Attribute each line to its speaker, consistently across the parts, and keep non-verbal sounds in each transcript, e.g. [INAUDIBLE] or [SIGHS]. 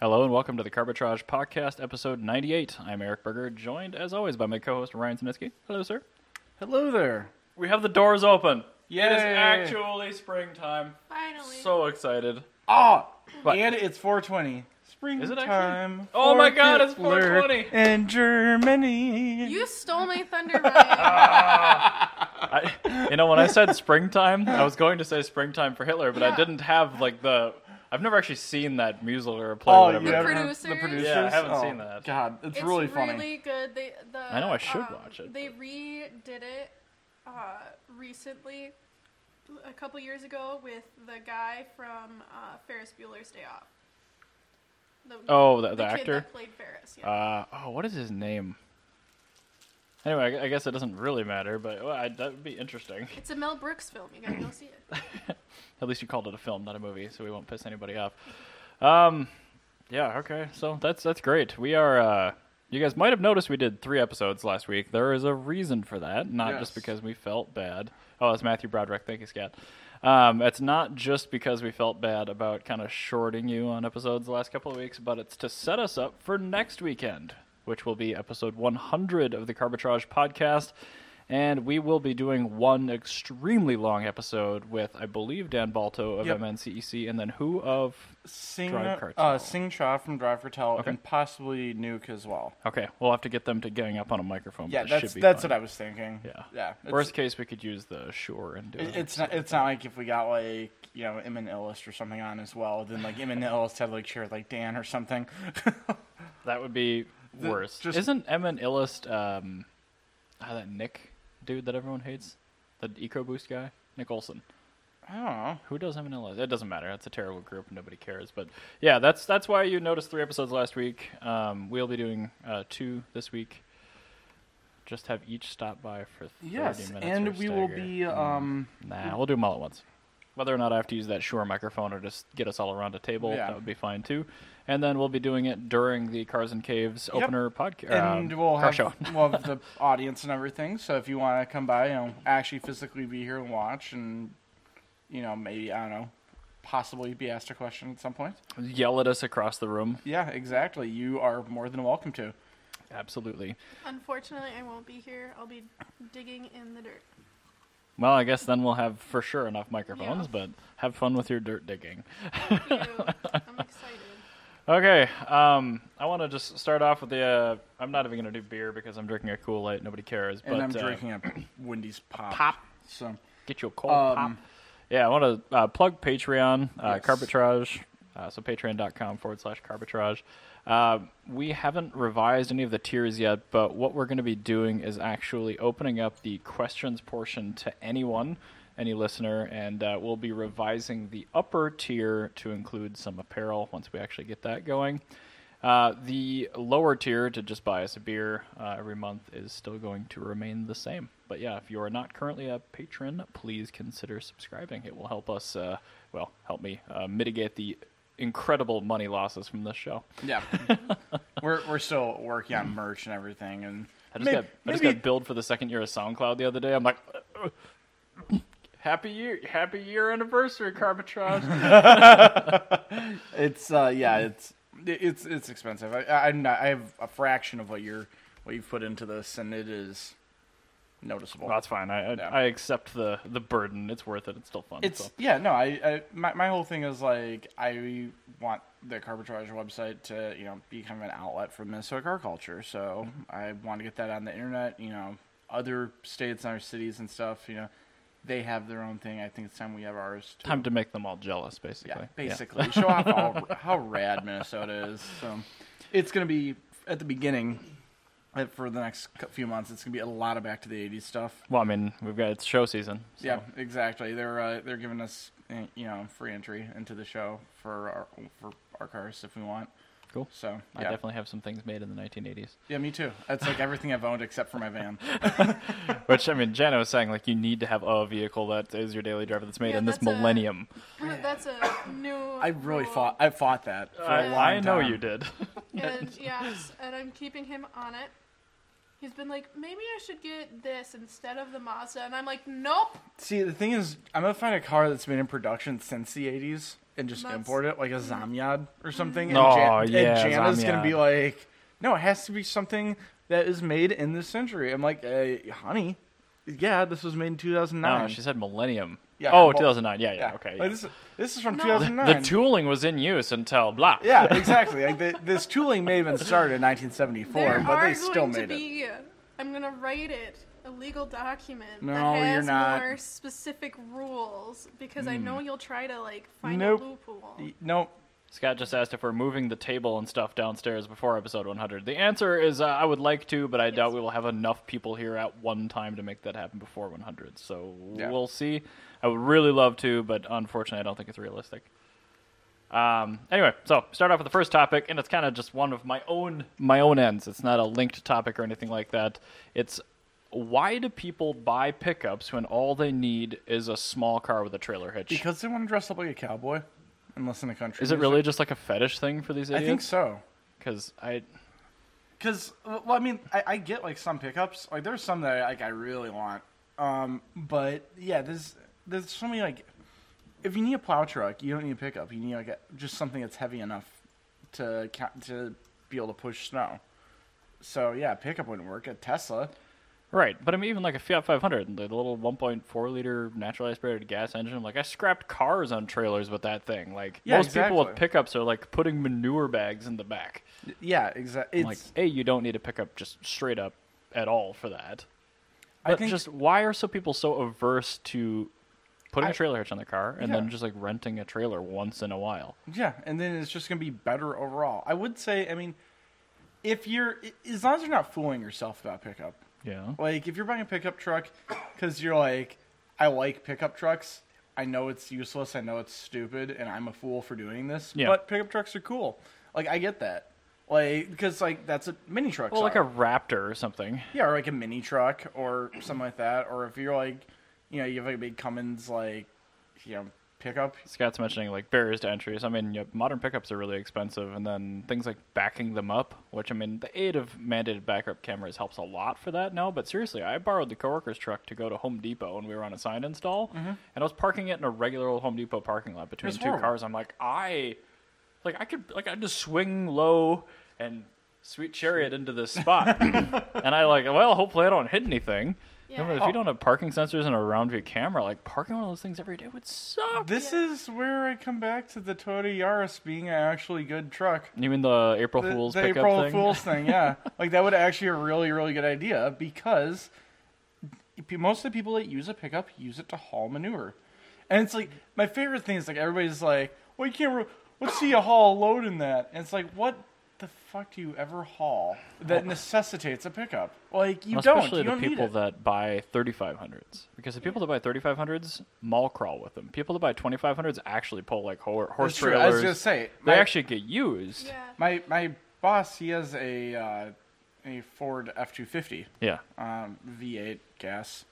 Speaker 1: Hello and welcome to the Carbitrage Podcast, episode 98. I'm Eric Berger, joined as always by my co host Ryan Sinisky. Hello, sir.
Speaker 2: Hello there.
Speaker 1: We have the doors open. It is
Speaker 2: Yay.
Speaker 1: actually springtime.
Speaker 3: Finally.
Speaker 1: So excited.
Speaker 2: Ah,
Speaker 1: What?
Speaker 2: and it's 420. Springtime.
Speaker 1: Is it actually? Oh my God, it's 420.
Speaker 2: In
Speaker 1: [LAUGHS]
Speaker 2: Germany.
Speaker 3: you stole my thunder, Ryan.
Speaker 1: I, you know, when I said springtime, I was going to say springtime for Hitler, but I
Speaker 3: Yeah.
Speaker 1: didn't have like the. I've never actually seen that musical or play or
Speaker 2: oh,
Speaker 1: whatever.
Speaker 2: you haven't heard
Speaker 3: producers?
Speaker 2: the producers.
Speaker 1: Yeah, I haven't
Speaker 2: Oh,
Speaker 1: seen that.
Speaker 2: God, it's,
Speaker 3: it's
Speaker 2: really
Speaker 3: really,
Speaker 2: funny.
Speaker 3: good. They, the, um,
Speaker 1: I know I should watch it,
Speaker 3: They redid it uh, recently, a couple years ago, with the guy from uh, Ferris Bueller's Day Off. The,
Speaker 1: Oh, the, the,
Speaker 3: kid
Speaker 1: actor?
Speaker 3: that played Ferris. Yeah.
Speaker 1: Uh, oh, what is his name? Anyway, I, I guess it doesn't really matter, but well, I, that would be interesting.
Speaker 3: it's a Mel Brooks film. You gotta go see it. [LAUGHS]
Speaker 1: At least you called it a film, not a movie, so we won't piss anybody off. Um, yeah, okay. So that's that's great. We are. Uh, you guys might have noticed we did three episodes last week. There is a reason for that, not just
Speaker 2: Yes.
Speaker 1: because we felt bad. Oh, that's Matthew Broderick. Thank you, Scott. Um, it's not just because we felt bad about kind of shorting you on episodes the last couple of weeks, but it's to set us up for next weekend, which will be episode 100 of the Carbitrage podcast. And we will be doing one extremely long episode with, I believe, Dan Balto of
Speaker 2: Yep.
Speaker 1: MNCEC, E and then who of.
Speaker 2: Sing,
Speaker 1: Drive Cartel.
Speaker 2: uh, Sing Cha from Drive Cartel
Speaker 1: Okay.
Speaker 2: and possibly Nuke as well.
Speaker 1: Okay, we'll have to get them to gang up on a microphone.
Speaker 2: Yeah,
Speaker 1: but it
Speaker 2: that's
Speaker 1: should be
Speaker 2: that's
Speaker 1: fun.
Speaker 2: what I was thinking.
Speaker 1: Yeah.
Speaker 2: yeah. It's,
Speaker 1: Worst case, we could use the Shure and do
Speaker 2: it-
Speaker 1: it.
Speaker 2: it's not it's not like if we got like you know Im and Illust or something on as well. Then like Im and Illust had like shared like Dan or something.
Speaker 1: That would be
Speaker 2: The-
Speaker 1: worse.
Speaker 2: just-
Speaker 1: Isn't Emin Illist um, ah, that Nick dude that everyone hates? The EcoBoost guy? Nick Olson.
Speaker 2: I don't know.
Speaker 1: Who does Emin Illist? It doesn't matter. It's a terrible group. Nobody cares. But yeah, that's that's why you noticed three episodes last week. Um, we'll be doing uh, two this week. Just have each stop by for 30
Speaker 2: Yes,
Speaker 1: minutes. or
Speaker 2: and we will
Speaker 1: stagger. Mm. Mm-hmm.
Speaker 2: be um.
Speaker 1: Nah, we'll do them all at once. Whether or not I have to use that Shure microphone or just get us all around a table,
Speaker 2: Yeah.
Speaker 1: that would be fine too. And then we'll be doing it during the Cars and Caves
Speaker 2: Yep.
Speaker 1: opener podcast.
Speaker 2: and we'll
Speaker 1: car
Speaker 2: have,
Speaker 1: show. [LAUGHS]
Speaker 2: we'll have the audience and everything. So if you want to come by, you know, actually physically be here and watch, and you know, maybe I don't know, possibly be asked a question at some point.
Speaker 1: Yell at us across the room.
Speaker 2: Yeah, exactly. You are more than welcome to.
Speaker 1: Absolutely.
Speaker 3: Unfortunately, I won't be here. I'll be digging in the dirt.
Speaker 1: Well, I guess then we'll have for sure enough microphones,
Speaker 3: Yeah.
Speaker 1: but have fun with your dirt digging. [LAUGHS]
Speaker 3: Ew, I'm excited. [LAUGHS]
Speaker 1: Okay, um, I want to just start off with the. Uh, I'm not even going to do beer because I'm drinking a Kool Light. Nobody cares.
Speaker 2: And
Speaker 1: but
Speaker 2: I'm
Speaker 1: uh,
Speaker 2: drinking a Wendy's pop.
Speaker 1: pop.
Speaker 2: So
Speaker 1: Get you a cold
Speaker 2: Um,
Speaker 1: pop. Yeah, I want to uh, plug Patreon, uh,
Speaker 2: Yes.
Speaker 1: Carbitrage. Uh, so patreon.com forward slash Carbitrage. Uh, we haven't revised any of the tiers yet, but what we're going to be doing is actually opening up the questions portion to anyone, any listener, and uh, we'll be revising the upper tier to include some apparel once we actually get that going. Uh, the lower tier to just buy us a beer uh, every month is still going to remain the same. But yeah, if you are not currently a patron, please consider subscribing. It will help us, uh, well, help me uh, mitigate the incredible money losses from this show. [LAUGHS]
Speaker 2: yeah, we're we're still working on merch and everything, and
Speaker 1: I just,
Speaker 2: may-
Speaker 1: got, I just got billed for the second year of SoundCloud the other day. I'm like, [CLEARS THROAT] happy year, happy year anniversary,
Speaker 2: [LAUGHS]
Speaker 1: Carbitrage.
Speaker 2: It's uh yeah, it's it's it's expensive. I I- I'm not I have a fraction of what you're what you've put into this and it is noticeable.
Speaker 1: well, that's fine. I, I,
Speaker 2: Yeah.
Speaker 1: I accept the, the burden. It's worth it. It's still fun.
Speaker 2: it's
Speaker 1: so.
Speaker 2: yeah, no, I, I my my whole thing is like I want the Carbitrage website to, you know, be kind of an outlet for Minnesota car culture. So I want to get that on the internet, you know, other states and other cities and stuff, you know, they have their own thing. I think it's time we have ours too.
Speaker 1: time to make them all jealous, basically.
Speaker 2: Yeah, basically show off how, how rad Minnesota is. So it's going to be at the beginning uh, for the next cou- few months. It's going to be a lot of back to the '80s stuff.
Speaker 1: Well, I mean, we've got it's show season. so-
Speaker 2: Yeah, exactly. They're uh, they're giving us uh, you know free entry into the show for our for our cars if we want.
Speaker 1: Cool.
Speaker 2: So
Speaker 1: I
Speaker 2: yeah,
Speaker 1: definitely have some things made in the 1980s.
Speaker 2: yeah, me too. That's like everything I've owned except for
Speaker 1: [LAUGHS]
Speaker 2: my van.
Speaker 1: Which I mean, Jana was saying like you need to have a vehicle that is your daily driver that's made
Speaker 3: Yeah,
Speaker 1: in this
Speaker 3: that's a-
Speaker 1: millennium.
Speaker 3: That's a new.
Speaker 2: I really
Speaker 3: rule.
Speaker 2: fought. I fought that. For
Speaker 1: I
Speaker 2: a long
Speaker 1: I know
Speaker 2: time.
Speaker 1: you did.
Speaker 3: And yes, and I'm keeping him on it. He's been like, maybe I should get this instead of the Mazda, and I'm like, nope.
Speaker 2: See, the thing is, I'm gonna find a car that's been in production since the '80s, and just
Speaker 3: That's-
Speaker 2: import it like a
Speaker 3: Mm-hmm.
Speaker 2: Zamyad or something. And,
Speaker 1: Oh,
Speaker 2: Jan-
Speaker 1: yeah,
Speaker 2: and Jana's gonna be
Speaker 1: Zamyad.
Speaker 2: like, no, it has to be something that is made in this century. I'm like, uh, honey, yeah, this was made in
Speaker 1: [LAUGHS]
Speaker 2: 2009.
Speaker 1: No, she said Millennium.
Speaker 2: Yeah,
Speaker 1: oh,
Speaker 2: well,
Speaker 1: 2009. Yeah, yeah,
Speaker 2: yeah,
Speaker 1: okay.
Speaker 2: Like, this, this is from
Speaker 3: No.
Speaker 1: The-
Speaker 2: 2009.
Speaker 1: the tooling was in use until blah.
Speaker 2: yeah, exactly. Like the, this tooling may have been started in 1974,
Speaker 3: There
Speaker 2: but
Speaker 3: are
Speaker 2: they still
Speaker 3: going
Speaker 2: made
Speaker 3: to
Speaker 2: it.
Speaker 3: be. I'm gonna write it a legal document
Speaker 2: No,
Speaker 3: that
Speaker 2: you're
Speaker 3: has
Speaker 2: not. Hmm.
Speaker 3: more specific rules because I know you'll try to like find
Speaker 2: Nope.
Speaker 3: a loophole.
Speaker 2: Y- Nope.
Speaker 1: Scott just asked if we're moving the table and stuff downstairs before episode 100. The answer is uh, I would like to, but I doubt we will have enough people here at one time to make that happen before 100. So
Speaker 2: Yeah.
Speaker 1: we'll see. I would really love to, but unfortunately, I don't think it's realistic. Um, anyway, so start off with the first topic, and it's kind of just one of my own my own ends. It's not a linked topic or anything like that. It's why do people buy pickups when all they need is a small car with a trailer hitch?
Speaker 2: Because they want to dress up like a cowboy and listen to country.
Speaker 1: is it
Speaker 2: music.
Speaker 1: really just like a fetish thing for these idiots?
Speaker 2: I think so.
Speaker 1: Because I
Speaker 2: Because well, I mean, I, I get like some pickups. Like there's some that like I really want. Um, but yeah, there's there's so many like, if you need a plow truck, you don't need a pickup. You need like a, just something that's heavy enough to ca- to be able to push snow. So yeah, pickup wouldn't work. A Tesla.
Speaker 1: Right, but I mean, even like a Fiat 500, the the little 1.4 liter naturally aspirated gas engine. Like I scrapped cars on trailers with that thing. Like
Speaker 2: Yeah,
Speaker 1: most people with
Speaker 2: exactly.
Speaker 1: pickups are like putting manure bags in the back.
Speaker 2: Yeah, exactly.
Speaker 1: I'm like, a you don't need a pickup just straight up at all for that.
Speaker 2: I
Speaker 1: But
Speaker 2: think-
Speaker 1: just why are some people so averse to putting a
Speaker 2: I-
Speaker 1: trailer hitch on their car and
Speaker 2: Yeah.
Speaker 1: then just like renting a trailer once in a while?
Speaker 2: Yeah, and then it's just going to be better overall. I would say, I mean, if you're i- as long as you're not fooling yourself about pickup.
Speaker 1: Yeah.
Speaker 2: Like if you're buying a pickup truck cuz you're like I like pickup trucks. I know it's useless, I know it's stupid, and I'm a fool for doing this,
Speaker 1: Yeah.
Speaker 2: but pickup trucks are cool. Like I get that. Like because like that's a mini truck.
Speaker 1: Well, like a Raptor or something.
Speaker 2: Yeah, or like a mini truck or something like that or if you're like, you know, you have like a big Cummins like, you know, pickup,
Speaker 1: Scott's mentioning like barriers to entry. So I mean, yeah, modern pickups are really expensive, and then things like backing them up, which I mean, the aid of mandated backup cameras helps a lot for that now. But seriously, I borrowed the coworker's truck to go to Home Depot, and we were on a sign install, and I was parking it in a regular old Home Depot parking lot between
Speaker 2: It's
Speaker 1: two
Speaker 2: horrible.
Speaker 1: cars. I'm like, I, like I could, like I just swing low and sweet chariot into this spot, and I like, well, hopefully I don't hit anything.
Speaker 3: Yeah.
Speaker 1: No, but if
Speaker 2: Oh.
Speaker 1: you don't have parking sensors and a round view camera, like parking one of those things every day would suck.
Speaker 2: This
Speaker 3: Yeah.
Speaker 2: is where I come back to the Toyota Yaris being an actually good truck.
Speaker 1: You mean the April
Speaker 2: The,
Speaker 1: Fools
Speaker 2: the
Speaker 1: pickup
Speaker 2: April
Speaker 1: thing? [LAUGHS]
Speaker 2: Fools thing, yeah. like that would actually a really, really good idea because pe- most of the people that use a pickup use it to haul manure, and it's like my favorite thing is like everybody's like, "Well, you can't. Re- let's see you haul a load in that." And it's like, what the fuck do you ever haul that necessitates a pickup? Like you don't.
Speaker 1: Especially
Speaker 2: You
Speaker 1: the
Speaker 2: don't need
Speaker 1: people
Speaker 2: it.
Speaker 1: that buy 3500s. Because the people that buy 3500s mall crawl with them. People that buy 2500s actually pull like hor- horse
Speaker 2: That's true.
Speaker 1: trailers.
Speaker 2: I was gonna say
Speaker 1: they
Speaker 2: my-
Speaker 1: actually get used.
Speaker 3: Yeah.
Speaker 2: My my boss, he has a uh, a Ford F two fifty
Speaker 1: Yeah.
Speaker 2: um, V eight gas,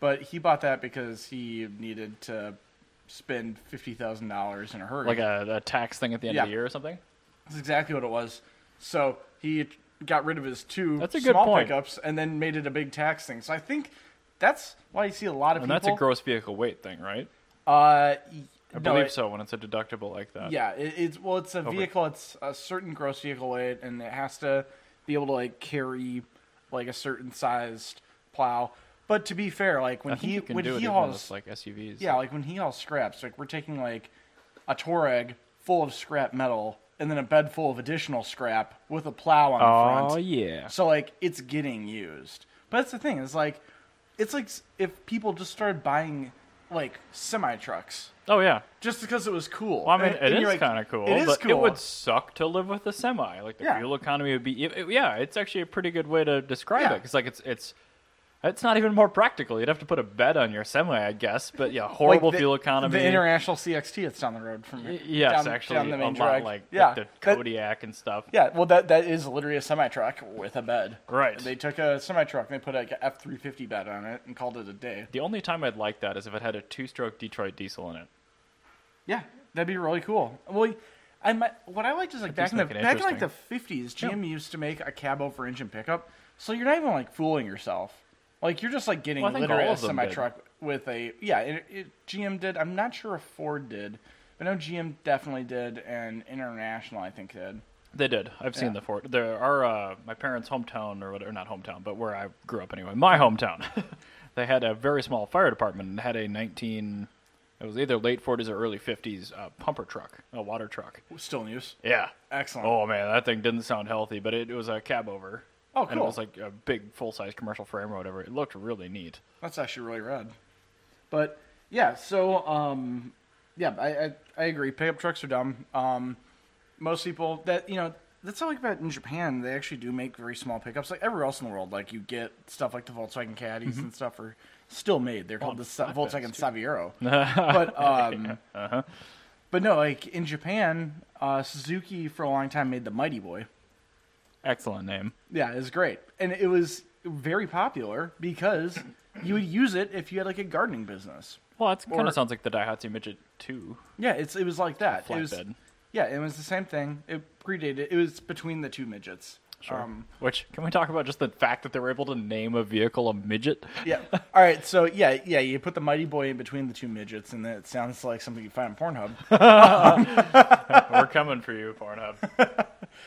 Speaker 2: but he bought that because he needed to spend fifty thousand dollars in a hurry.
Speaker 1: Like a, a tax thing at the end
Speaker 2: Yeah.
Speaker 1: of the year or something.
Speaker 2: That's exactly what it was. So he got rid of his two
Speaker 1: That's a good
Speaker 2: small
Speaker 1: point.
Speaker 2: pickups and then made it a big tax thing. So I think that's why you see a lot of
Speaker 1: And
Speaker 2: people.
Speaker 1: that's a gross vehicle weight thing, right?
Speaker 2: Uh, y-
Speaker 1: I
Speaker 2: no,
Speaker 1: believe
Speaker 2: it-
Speaker 1: so when it's a deductible like that.
Speaker 2: Yeah, it, it's well, it's a vehicle. It's a certain gross vehicle weight, and it has to be able to like carry like a certain sized plow. But to be fair, like when
Speaker 1: I think
Speaker 2: he
Speaker 1: you can
Speaker 2: when
Speaker 1: do it
Speaker 2: he
Speaker 1: even
Speaker 2: hauls
Speaker 1: with like SUVs.
Speaker 2: yeah, like when he hauls scraps, like we're taking like a Torag full of scrap metal and then a bed full of additional scrap with a plow on the
Speaker 1: Oh
Speaker 2: front.
Speaker 1: yeah.
Speaker 2: So like it's getting used. But that's the thing, is like it's like s- if people just started buying like semi trucks
Speaker 1: Oh yeah.
Speaker 2: just because it was cool.
Speaker 1: Well, I mean,
Speaker 2: And-
Speaker 1: it
Speaker 2: and
Speaker 1: is
Speaker 2: you're like,
Speaker 1: kind of cool.
Speaker 2: It is
Speaker 1: but
Speaker 2: cool.
Speaker 1: It would suck to live with a semi. Like the
Speaker 2: Yeah.
Speaker 1: fuel economy would be. it- it- yeah, it's actually a pretty good way to describe
Speaker 2: Yeah.
Speaker 1: it. Because like it's it's it's not even more practical. You'd have to put a bed on your semi, I guess. But yeah,
Speaker 2: Like,
Speaker 1: horrible
Speaker 2: the-
Speaker 1: fuel economy.
Speaker 2: The international CXT that's down the road from
Speaker 1: Y-
Speaker 2: me.
Speaker 1: yes,
Speaker 2: down,
Speaker 1: actually,
Speaker 2: down the
Speaker 1: a
Speaker 2: main
Speaker 1: lot
Speaker 2: drag.
Speaker 1: like
Speaker 2: yeah,
Speaker 1: the
Speaker 2: that-
Speaker 1: Kodiak and stuff.
Speaker 2: Yeah, well, that that is literally a semi truck with a bed.
Speaker 1: Right.
Speaker 2: They took a semi truck and they put like a F three fifty bed on it and called it a day.
Speaker 1: The only time I'd like that is if it had a two-stroke Detroit diesel in it.
Speaker 2: Yeah, that'd be really cool. Well, I might, what I liked is like back
Speaker 1: does
Speaker 2: in the
Speaker 1: make it
Speaker 2: back in like the
Speaker 1: interesting.
Speaker 2: fifties, GM used to make a cab over engine pickup, so you're not even like fooling yourself. Like you're just like getting
Speaker 1: Well, I think
Speaker 2: literally
Speaker 1: all
Speaker 2: a
Speaker 1: of them
Speaker 2: semi truck with a yeah. It, it, GM did. I'm not sure if Ford did, But no, GM definitely did, and International I think did.
Speaker 1: They did. I've seen
Speaker 2: Yeah.
Speaker 1: the fort. There are uh, my parents' hometown or whatever, not hometown, but where I grew up anyway. My hometown. [LAUGHS] they had a very small fire department and had a 19. It was either late 40s or early 50s uh, pumper truck, a water truck.
Speaker 2: Still in use.
Speaker 1: Yeah.
Speaker 2: Excellent.
Speaker 1: Oh man, that thing didn't sound healthy, but it, it was a cab over.
Speaker 2: Oh,
Speaker 1: And it
Speaker 2: cool.
Speaker 1: was like a big full size commercial frame or whatever. It looked really neat.
Speaker 2: That's actually really rad. But yeah, so um, yeah, I, I I agree. Pickup trucks are dumb. Um, most people that you know that's not like that in Japan. They actually do make very small pickups. Like everywhere else in the world, like you get stuff like the Volkswagen Caddies and stuff are still made. They're called the Sa-
Speaker 1: flatbeds,
Speaker 2: Volkswagen Saviero. but um, but no, like in Japan, uh, Suzuki for a long time made the Mighty Boy.
Speaker 1: Excellent name.
Speaker 2: Yeah, it was great. And it was very popular because you would use it if you had like a gardening business.
Speaker 1: Well, that kind
Speaker 2: Or-
Speaker 1: of sounds like the Daihatsu Midget 2
Speaker 2: Yeah, it's it was like that. It was,
Speaker 1: flatbed.
Speaker 2: yeah, it was the same thing. It predated. It was between the two midgets.
Speaker 1: Sure.
Speaker 2: Um,
Speaker 1: Which can we talk about just the fact that they were able to name a vehicle a midget?
Speaker 2: yeah. [LAUGHS] All right. So yeah, yeah. You put the mighty boy in between the two midgets, and it sounds like something you find on
Speaker 1: [LAUGHS]
Speaker 2: Pornhub.
Speaker 1: We're coming for you, Pornhub.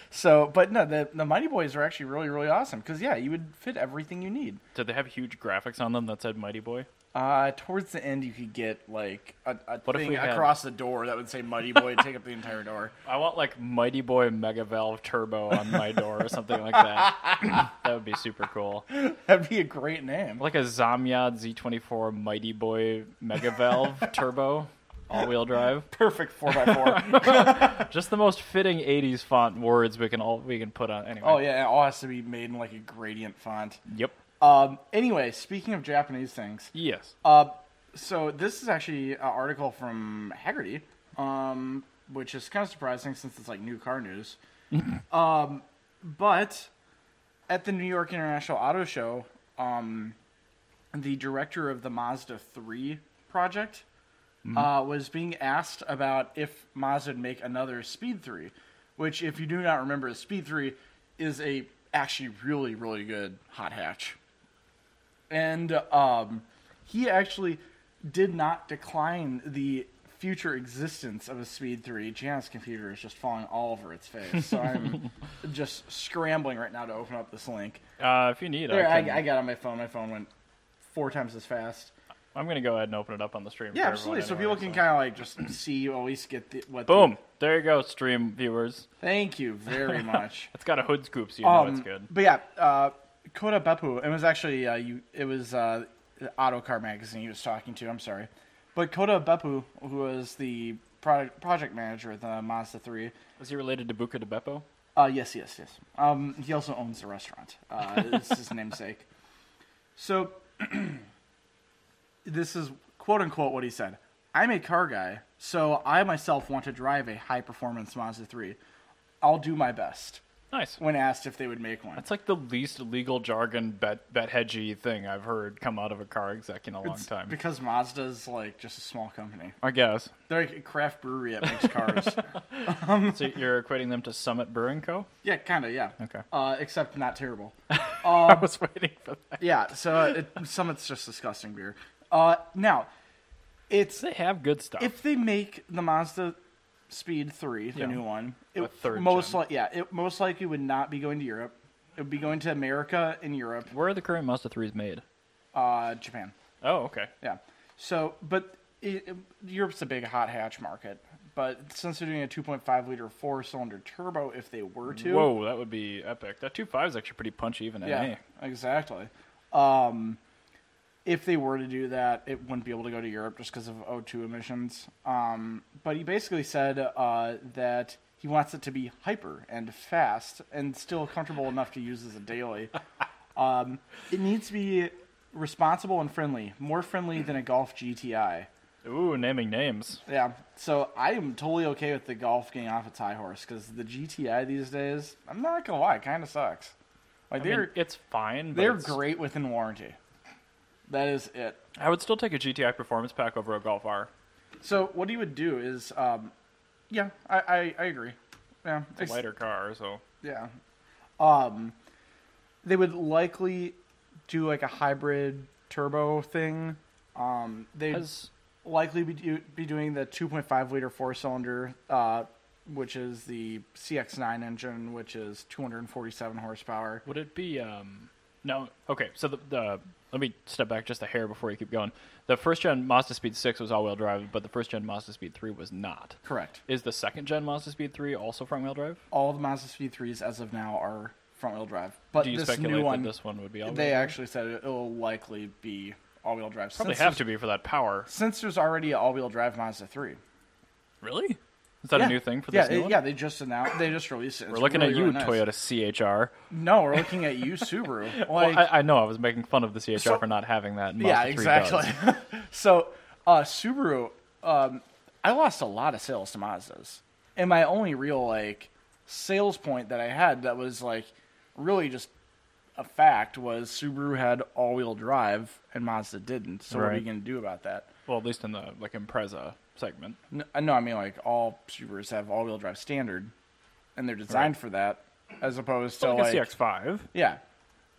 Speaker 2: so, but no, the the mighty boys are actually really really awesome because yeah, you would fit everything you need.
Speaker 1: [LAUGHS] Did they have huge graphics on them that said Mighty Boy?
Speaker 2: Uh, towards the end, you could get like a, a
Speaker 1: What if
Speaker 2: thing
Speaker 1: we had-
Speaker 2: across the door that would say mighty boy, take up the entire door.
Speaker 1: I want like Mighty Boy Mega Valve Turbo on my door or something like [LAUGHS] that. that would be super cool.
Speaker 2: That'd be a great name.
Speaker 1: Like a Zamyad Z24 Mighty Boy Mega [LAUGHS] Valve Turbo all wheel drive.
Speaker 2: [LAUGHS] perfect four by four.
Speaker 1: Just the most fitting 80s font words we can all we can put on anyway.
Speaker 2: [LAUGHS] oh yeah, it all has to be made in like a gradient font.
Speaker 1: Yep.
Speaker 2: Um, anyway, speaking of Japanese things,
Speaker 1: Yes.
Speaker 2: uh, so this is actually an article from Haggerty, um, which is kind of surprising since it's like new car news. um, but at the New York International Auto Show, um, the director of the Mazda Three project uh, was being asked about if Mazda would make another Speed 3, which, if you do not remember, the Speed 3 is a actually really, really good hot hatch. And um, he actually did not decline the future existence of a Speed 3. Janet's computer is just falling all over its face, so [LAUGHS] I'm just scrambling right now to open up this link.
Speaker 1: Uh, if you need,
Speaker 2: There,
Speaker 1: I
Speaker 2: I,
Speaker 1: can,
Speaker 2: I got it on my phone. My phone went four times as fast.
Speaker 1: I'm gonna go ahead and open it up on the stream.
Speaker 2: Yeah,
Speaker 1: for
Speaker 2: absolutely. So people
Speaker 1: everyone
Speaker 2: can
Speaker 1: anyway,
Speaker 2: kind of like just see you always get the what. the-
Speaker 1: so- Boom! There you go, stream viewers.
Speaker 2: thank you [LAUGHS] very much.
Speaker 1: It's got a hood scoop, so you know it's
Speaker 2: um,
Speaker 1: Oh, good.
Speaker 2: but yeah, uh, Kota Beppu. It was actually uh, you. It was uh, Auto Car Magazine he was talking to. I'm sorry, but Kota Beppu, who was the product project manager at the Mazda Three.
Speaker 1: Is he related to Buca de Beppo?
Speaker 2: Uh, yes, yes, yes. Um, he also owns the restaurant. Uh, it's his namesake. So, [CLEARS THROAT] this is quote unquote what he said. I'm a car guy, so I myself want to drive a high performance Mazda 3. I'll do my best.
Speaker 1: Nice.
Speaker 2: When asked if they would make one,
Speaker 1: That's like the least legal jargon bet bet hedgy thing I've heard come out of a car exec in a long
Speaker 2: It's
Speaker 1: time.
Speaker 2: because Mazda's like just a small company.
Speaker 1: I [LAUGHS] guess.
Speaker 2: They're like a craft brewery that makes
Speaker 1: [LAUGHS]
Speaker 2: cars.
Speaker 1: so you're equating them to Summit Brewing Co.
Speaker 2: yeah, kind of. Yeah.
Speaker 1: Okay.
Speaker 2: Uh, except
Speaker 1: [LAUGHS]
Speaker 2: not terrible. Um,
Speaker 1: I was waiting for that.
Speaker 2: Yeah. So uh, it, some it's just disgusting beer. Uh, now, it's
Speaker 1: They have good stuff.
Speaker 2: if they make the Mazda Speed Three, the
Speaker 1: Yeah.
Speaker 2: new one, it
Speaker 1: The third
Speaker 2: most
Speaker 1: gen.
Speaker 2: like yeah, it most likely would not be going to Europe. It would be going to America and Europe,
Speaker 1: Where are the current Mazda threes made?
Speaker 2: uh, Japan.
Speaker 1: Oh, okay.
Speaker 2: Yeah. So, but it, it- Europe's a big hot hatch market. But since they're doing a 2.5 liter four cylinder turbo, if they were to,
Speaker 1: Whoa, that would be epic. That 2.5 is actually pretty punchy, even at
Speaker 2: yeah,
Speaker 1: me.
Speaker 2: exactly. Um, if they were to do that, it wouldn't be able to go to Europe just because of O2 emissions. Um, but he basically said uh, that he wants it to be hyper and fast and still comfortable enough to use as a daily. Um, it needs to be responsible and friendly, more friendly than a Golf GTI.
Speaker 1: Ooh, naming names.
Speaker 2: Yeah, so I am totally okay with the golf getting off its high horse because the GTI these days, I'm not gonna lie, kind of sucks. Like
Speaker 1: I
Speaker 2: they're
Speaker 1: mean, it's fine. But
Speaker 2: they're
Speaker 1: it's-
Speaker 2: great within warranty. That is it.
Speaker 1: I would still take a GTI performance pack over a Golf R.
Speaker 2: So what he would do is, um, yeah, I, I, I agree. Yeah,
Speaker 1: It's a lighter car, so
Speaker 2: Yeah, um, they would likely do like a hybrid turbo thing. Um, they
Speaker 1: has
Speaker 2: likely be, do, be doing the 2.5 liter four cylinder, uh, which is the CX9 engine, which is 247 horsepower.
Speaker 1: Would it be um no okay, so the, the let me step back just a hair before you keep going. The first gen Mazda Speed six was all wheel drive, but the first gen Mazda Speed three was not.
Speaker 2: Correct.
Speaker 1: Is the second gen Mazda Speed three also front wheel drive?
Speaker 2: All the Mazda Speed 3s as of now are front wheel drive, but
Speaker 1: Do you
Speaker 2: this
Speaker 1: speculate
Speaker 2: new one,
Speaker 1: that this one would be all wheel
Speaker 2: they
Speaker 1: drive?
Speaker 2: actually said it will likely be all wheel drive.
Speaker 1: Probably
Speaker 2: since
Speaker 1: have
Speaker 2: there's-
Speaker 1: to be for that power.
Speaker 2: Since there's already an all wheel drive Mazda 3.
Speaker 1: Really? Is that
Speaker 2: yeah.
Speaker 1: a new thing for
Speaker 2: yeah,
Speaker 1: this new
Speaker 2: it-
Speaker 1: one?
Speaker 2: Yeah, they just announced, they just released it.
Speaker 1: We're
Speaker 2: It's
Speaker 1: looking
Speaker 2: really,
Speaker 1: at you,
Speaker 2: really nice.
Speaker 1: Toyota CHR.
Speaker 2: No, we're looking at you, Subaru.
Speaker 1: [LAUGHS]
Speaker 2: Like,
Speaker 1: Well, I, I know I was making fun of the CHR
Speaker 2: So-
Speaker 1: for not having that. and
Speaker 2: yeah,
Speaker 1: Mazda 3 does.
Speaker 2: exactly. [LAUGHS] so, uh, Subaru, um, I lost a lot of sales to Mazdas, and my only real like sales point that I had that was like really just a fact was Subaru had all-wheel drive and Mazda didn't. So what are
Speaker 1: Right.
Speaker 2: you going to do about that?
Speaker 1: Well, at least in the like Impreza segment.
Speaker 2: No, no, I mean like all Subarus have all-wheel drive standard, and they're designed for that, as opposed to
Speaker 1: So like,
Speaker 2: like,
Speaker 1: a CX-5.
Speaker 2: yeah.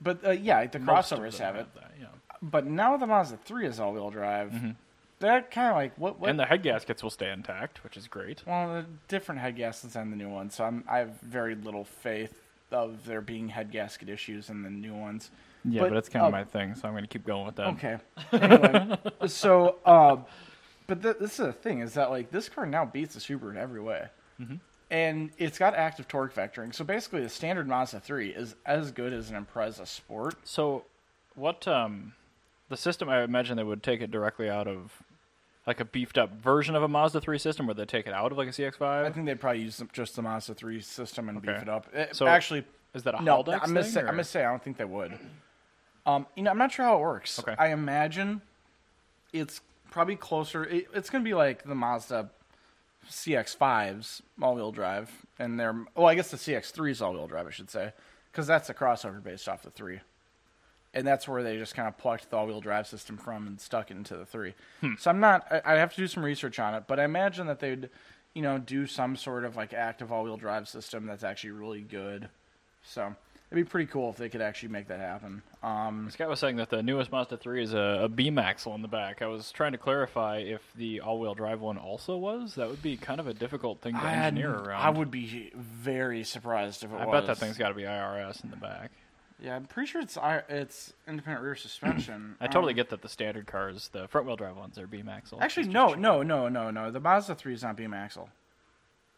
Speaker 2: But uh, yeah, like the
Speaker 1: most of
Speaker 2: crossovers
Speaker 1: them
Speaker 2: have it.
Speaker 1: That, yeah.
Speaker 2: But now the Mazda 3 is all-wheel drive. That kind of like what, what
Speaker 1: Mm-hmm. And the head gaskets will stay intact, which is great.
Speaker 2: Well, the different head gaskets on the new one, so I'm I have very little faith of there being head gasket issues in the new ones.
Speaker 1: Yeah,
Speaker 2: But,
Speaker 1: but, it's kind of
Speaker 2: uh,
Speaker 1: my thing, so I'm going to keep going with that.
Speaker 2: Okay. Anyway, [LAUGHS] so, uh, but th- this is the thing is that like this car now beats the Subaru in every way,
Speaker 1: Mm-hmm.
Speaker 2: and it's got active torque vectoring. So basically, the standard Mazda three is as good as an Impreza Sport.
Speaker 1: So, what um, the system? I imagine they would take it directly out of like a beefed up version of a Mazda 3 system, where they take it out of like a
Speaker 2: I
Speaker 1: CX-5.
Speaker 2: think they probably use just the Mazda three system and beef
Speaker 1: Okay.
Speaker 2: it up. It-
Speaker 1: So-
Speaker 2: actually,
Speaker 1: Is that a
Speaker 2: No,
Speaker 1: Haldex
Speaker 2: I'm gonna
Speaker 1: thing,
Speaker 2: say
Speaker 1: or-
Speaker 2: I'm gonna say I don't think they would. Um, you know, I'm not sure how it works.
Speaker 1: Okay.
Speaker 2: I imagine it's probably closer. It, it's gonna be like the Mazda CX-5s all-wheel drive, and they're well, I guess the CX-3s all-wheel drive, I should say, because that's a crossover based off the three, and that's where they just kind of plucked the all-wheel drive system from and stuck it into the three.
Speaker 1: Hmm.
Speaker 2: So I'm not. I, I have to do some research on it, but I imagine that they'd, you know, do some sort of like active all-wheel drive system that's actually really good. So it'd be pretty cool if they could actually make that happen. Um,
Speaker 1: This guy was saying that the newest Mazda 3 is a, a beam axle in the back. I was trying to clarify if the all-wheel drive one also was. That would be kind of a difficult thing to
Speaker 2: I, had-
Speaker 1: engineer around.
Speaker 2: I would be very surprised if it
Speaker 1: I
Speaker 2: was.
Speaker 1: bet that thing's got to be IRS in the back.
Speaker 2: Yeah, I'm pretty sure it's I- it's independent rear suspension.
Speaker 1: [CLEARS THROAT] I totally
Speaker 2: Um,
Speaker 1: get that the standard cars, the front-wheel drive ones, are beam axle.
Speaker 2: Actually,
Speaker 1: It's
Speaker 2: no,
Speaker 1: just-
Speaker 2: no, no, no, no. The Mazda 3 is not beam axle.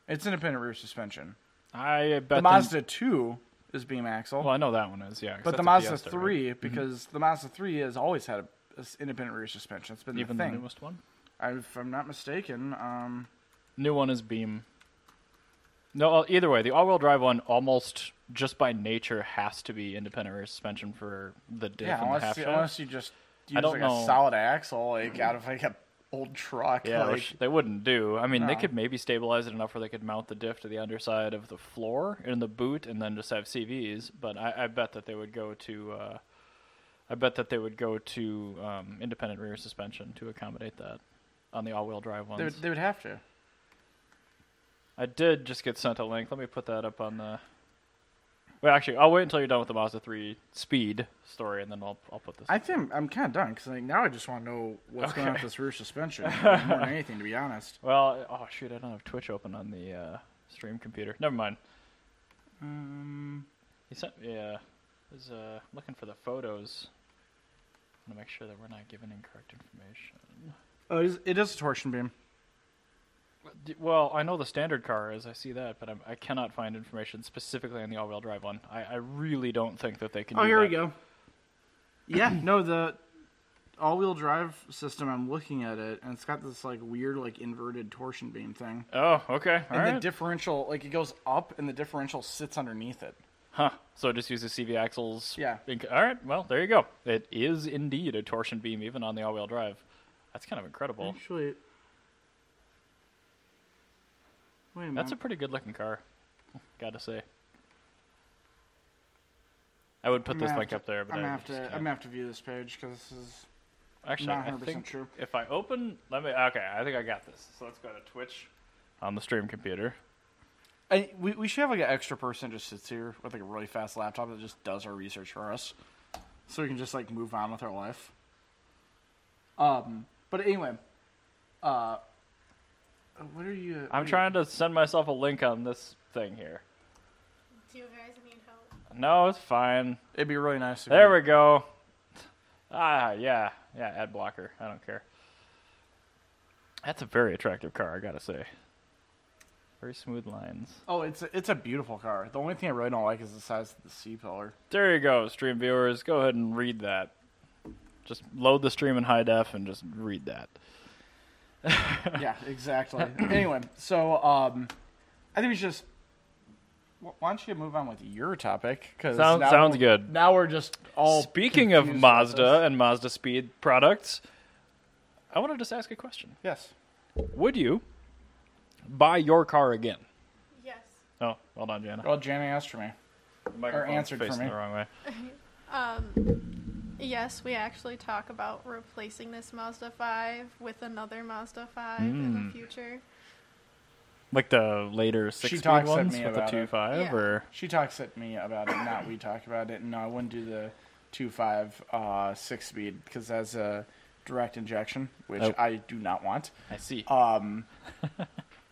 Speaker 2: It's independent rear suspension.
Speaker 1: I bet
Speaker 2: The
Speaker 1: the-
Speaker 2: Mazda 2 is beam axle,
Speaker 1: Well, I know that one is, yeah. 'cause
Speaker 2: but
Speaker 1: that's
Speaker 2: the
Speaker 1: a
Speaker 2: Mazda
Speaker 1: Fiesta, right? Mm-hmm.
Speaker 2: 3, because the Mazda 3 has always had a, a s- independent rear suspension. It's been
Speaker 1: even
Speaker 2: the
Speaker 1: the
Speaker 2: thing.
Speaker 1: newest one.
Speaker 2: I, if I'm not mistaken, um,
Speaker 1: New one is beam. No, well, either way, the all-wheel drive one almost just by nature has to be independent rear suspension for the diff
Speaker 2: yeah,
Speaker 1: and the half
Speaker 2: unless you,
Speaker 1: shaft.
Speaker 2: unless you just use
Speaker 1: don't
Speaker 2: like a
Speaker 1: know.
Speaker 2: solid axle, like out of like a old truck.
Speaker 1: Yeah,
Speaker 2: like,
Speaker 1: which they wouldn't do. I mean, they
Speaker 2: No.
Speaker 1: could maybe stabilize it enough where they could mount the diff to the underside of the floor in the boot, and then just have CVs. But I, I bet that they would go to, uh, I bet that they would go to um, independent rear suspension to accommodate that on the all-wheel drive
Speaker 2: they,
Speaker 1: ones.
Speaker 2: would- they would have to.
Speaker 1: I did just get sent a link. Let me put that up on the. Well, actually, I'll wait until you're done with the Mazda 3 speed story, and then I'll I'll put this.
Speaker 2: I think I'm kind of done because like now I just want to know what's going on with
Speaker 1: Okay.
Speaker 2: this
Speaker 1: [LAUGHS]
Speaker 2: rear suspension more than anything, to be honest.
Speaker 1: well, oh shoot, I don't have Twitch open on the uh, stream computer. Never mind.
Speaker 2: Um,
Speaker 1: He sent me uh, was uh, looking for the photos. want to make sure that we're not giving incorrect information.
Speaker 2: oh, it is, it is a torsion beam.
Speaker 1: D- Well, I know the standard car is. I see that, but I'm, I cannot find information specifically on the all-wheel drive one. I, I really don't think that they can.
Speaker 2: Oh,
Speaker 1: do
Speaker 2: here we
Speaker 1: that.
Speaker 2: go. Yeah, no, the all-wheel drive system. I'm looking at it, and it's got this like weird, like inverted torsion beam thing.
Speaker 1: Oh, okay. all
Speaker 2: And
Speaker 1: right.
Speaker 2: the differential, like it goes up, and the differential sits underneath it.
Speaker 1: huh. So it just uses CV axles.
Speaker 2: Yeah.
Speaker 1: Inc- all right. Well, there you go. It is indeed a torsion beam, even on the all-wheel drive. That's kind of incredible.
Speaker 2: Actually, wait a minute.
Speaker 1: That's a pretty good-looking car. Gotta say. I would put
Speaker 2: I'm
Speaker 1: this
Speaker 2: gonna
Speaker 1: link
Speaker 2: have
Speaker 1: up there, but
Speaker 2: I'm
Speaker 1: I
Speaker 2: gonna have to.
Speaker 1: just
Speaker 2: I'm
Speaker 1: can't.
Speaker 2: gonna have to view this page because this is
Speaker 1: Actually,
Speaker 2: Not
Speaker 1: I
Speaker 2: 100%
Speaker 1: think
Speaker 2: sure.
Speaker 1: if I open, let me. Okay, I think I got this. So let's go to Twitch on the stream computer.
Speaker 2: I, we, we should have like an extra person just sits here with like a really fast laptop that just does our research for us, so we can just like move on with our life. Um, but anyway, Uh, what are you?
Speaker 1: I'm trying to send myself a link on this thing here.
Speaker 3: Do you guys need help?
Speaker 1: No, it's fine.
Speaker 2: It'd be really nice. If
Speaker 1: There we go. Ah, yeah, yeah. Ad blocker. I don't care. That's a very attractive car. I gotta say. Very smooth lines.
Speaker 2: Oh, it's a, it's a beautiful car. The only thing I really don't like is the size of the C pillar.
Speaker 1: [LAUGHS] There you go, stream viewers. Go ahead and read that. Just load the stream in high def and just read that.
Speaker 2: yeah, exactly. anyway, so um, I think we should just. wh- Why don't you move on with your topic? Because
Speaker 1: Sound- sounds good.
Speaker 2: Now we're just all
Speaker 1: Speaking of
Speaker 2: confused about
Speaker 1: Mazda
Speaker 2: this.
Speaker 1: and Mazda Speed products, I want to just ask a question.
Speaker 2: Yes.
Speaker 1: Would you buy your car again?
Speaker 3: Yes.
Speaker 1: Oh, well done, Jana.
Speaker 2: Well, Jenny asked for me.
Speaker 1: The microphone's
Speaker 2: answered for
Speaker 1: facing
Speaker 2: me.
Speaker 1: the wrong way.
Speaker 3: Um, yes, we actually talk about replacing this Mazda 5 with another Mazda 5
Speaker 2: Hmm.
Speaker 3: in the future.
Speaker 1: Like the later six speed
Speaker 2: talks at
Speaker 1: ones
Speaker 2: me
Speaker 1: with the
Speaker 2: about
Speaker 1: two
Speaker 2: it.
Speaker 1: five,
Speaker 3: Yeah.
Speaker 1: or
Speaker 2: She talks at me about it, not we talk about it. No, I wouldn't do the two five uh, six speed because that's a direct injection, which
Speaker 1: Oh.
Speaker 2: I do not want.
Speaker 1: I see.
Speaker 2: Um,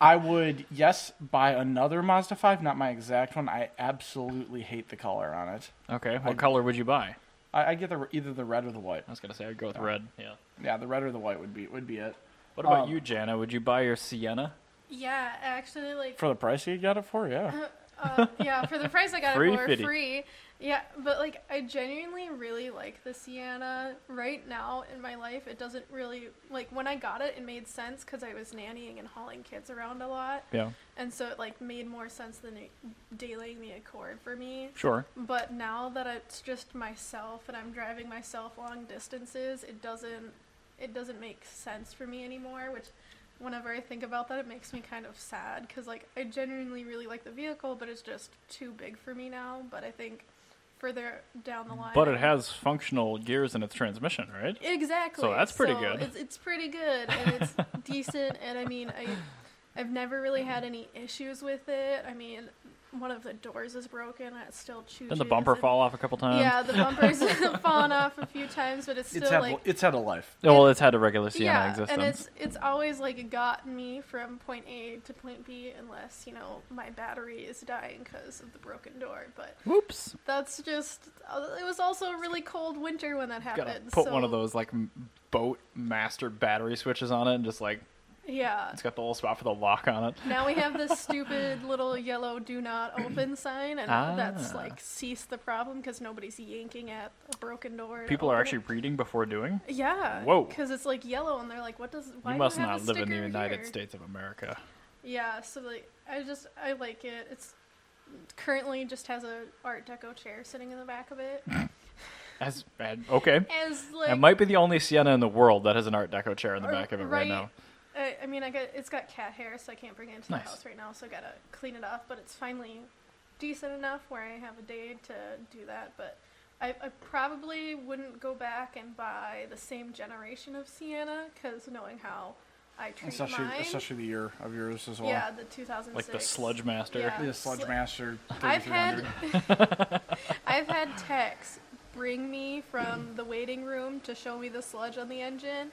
Speaker 2: I would yes buy another Mazda five, not my exact one. I absolutely hate the color on it.
Speaker 1: okay, what color would you buy?
Speaker 2: I, I get the either the red or the white.
Speaker 1: I was gonna say I'd go
Speaker 2: Uh,
Speaker 1: with red. Yeah.
Speaker 2: Yeah, the red or the white would be would be it.
Speaker 1: What about
Speaker 2: Um,
Speaker 1: you, Jana? Would you buy your Sienna?
Speaker 3: Yeah, actually, like,
Speaker 2: For the price you got it for, yeah.
Speaker 3: uh, yeah, for the price I got
Speaker 1: Free
Speaker 3: it for
Speaker 1: fitty.
Speaker 3: free. Yeah, but like, I genuinely really like the Sienna right now in my life. It doesn't really like when I got it, it made sense because I was nannying and hauling kids around a lot,
Speaker 1: Yeah.
Speaker 3: and so it like made more sense than it- daily the Accord for me.
Speaker 1: Sure.
Speaker 3: But now that it's just myself and I'm driving myself long distances, it doesn't it doesn't make sense for me anymore, which whenever I think about that it makes me kind of sad cuz like I genuinely really like the vehicle, but it's just too big for me now, but I think further down the line
Speaker 1: But it
Speaker 3: I-
Speaker 1: has functional gears in its transmission, right?
Speaker 3: Exactly.
Speaker 1: So that's pretty good.
Speaker 3: It's, it's pretty good
Speaker 1: [LAUGHS]
Speaker 3: and it's decent. And I mean, I, I've never really had any issues with it. I mean, one of the doors is broken. and It's still choo.
Speaker 1: Didn't the bumper fall off a couple times?
Speaker 3: Yeah,
Speaker 1: [LAUGHS]
Speaker 3: the bumper's [LAUGHS] fallen off a few times, but it's still
Speaker 2: It's had
Speaker 3: like
Speaker 2: it's had a life.
Speaker 1: Yeah, Well, it's had a regular Sienna
Speaker 3: yeah,
Speaker 1: existence.
Speaker 3: and it's it's always like gotten me from point A to point B, unless you know my battery is dying because of the broken door. But
Speaker 1: Whoops.
Speaker 3: that's just uh, it was also a really cold winter when that
Speaker 1: Gotta
Speaker 3: happened.
Speaker 1: put one
Speaker 3: so-
Speaker 1: of those like m- boat master battery switches on it, and just like
Speaker 3: Yeah,
Speaker 1: it's got the little spot for the lock on it.
Speaker 3: Now we have this stupid little yellow "Do Not
Speaker 1: [CLEARS THROAT]
Speaker 3: Open" sign, and that's
Speaker 1: Ah.
Speaker 3: like cease the problem because nobody's yanking at a broken door. to
Speaker 1: People are
Speaker 3: open
Speaker 1: actually reading before doing.
Speaker 3: it. Yeah.
Speaker 1: Whoa.
Speaker 3: Because it's like yellow, and they're like, "What does? Why
Speaker 1: you
Speaker 3: do
Speaker 1: must
Speaker 3: have a
Speaker 1: not live in the
Speaker 3: sticker
Speaker 1: United
Speaker 3: here?
Speaker 1: States of America.
Speaker 3: Yeah. So like, I just I like it. It's currently just has a Art Deco chair sitting in the back of it.
Speaker 1: As and- okay, [LAUGHS]
Speaker 3: As like,
Speaker 1: it might be the only Sienna in the world that has an Art Deco chair in the
Speaker 3: or-
Speaker 1: back of it right, now.
Speaker 3: I, I mean, I got it's got cat hair, so I can't bring it into
Speaker 1: Nice.
Speaker 3: the house right now. So I gotta clean it up. But it's finally decent enough where I have a day to do that. But I, I probably wouldn't go back and buy the same generation of Sienna because knowing how I treat
Speaker 2: Especially
Speaker 3: mine,
Speaker 2: especially the year of yours as well.
Speaker 3: yeah, the 2006,
Speaker 1: Like the Sludge Master.
Speaker 3: Yeah.
Speaker 2: The Sludge
Speaker 3: Slu-
Speaker 2: Master
Speaker 3: I've had
Speaker 2: 3300.
Speaker 1: [LAUGHS]
Speaker 3: I've had techs bring me from the waiting room to show me the sludge on the engine,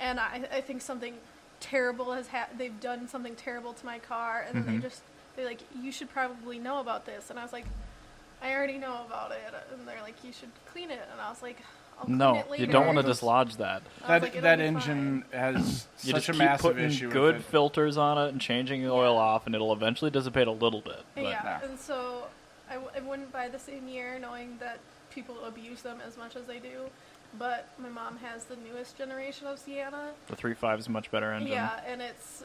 Speaker 3: and I, I think something terrible has ha- they've done something terrible to my car, and
Speaker 1: Mm-hmm.
Speaker 3: then they just they're like, you should probably know about this, and I was like, I already know about it, and they're like, you should clean it, and I was like, I'll clean
Speaker 1: No,
Speaker 3: it
Speaker 1: you
Speaker 3: later.
Speaker 1: don't want to
Speaker 2: It was-
Speaker 1: dislodge that.
Speaker 3: I
Speaker 2: That
Speaker 3: was like, "It'll
Speaker 2: that
Speaker 3: be
Speaker 2: engine has
Speaker 1: You
Speaker 2: such
Speaker 1: just
Speaker 2: a
Speaker 1: keep
Speaker 2: massive
Speaker 1: putting
Speaker 2: issue
Speaker 1: good
Speaker 2: with it.
Speaker 1: filters on it and changing the oil off, and it'll eventually dissipate a little bit. But
Speaker 3: yeah,
Speaker 2: no.
Speaker 3: and so I, w- I wouldn't buy the same year, knowing that people abuse them as much as they do. But my mom has the newest generation of Sienna,
Speaker 1: the three five is a much better engine.
Speaker 3: Yeah, and it's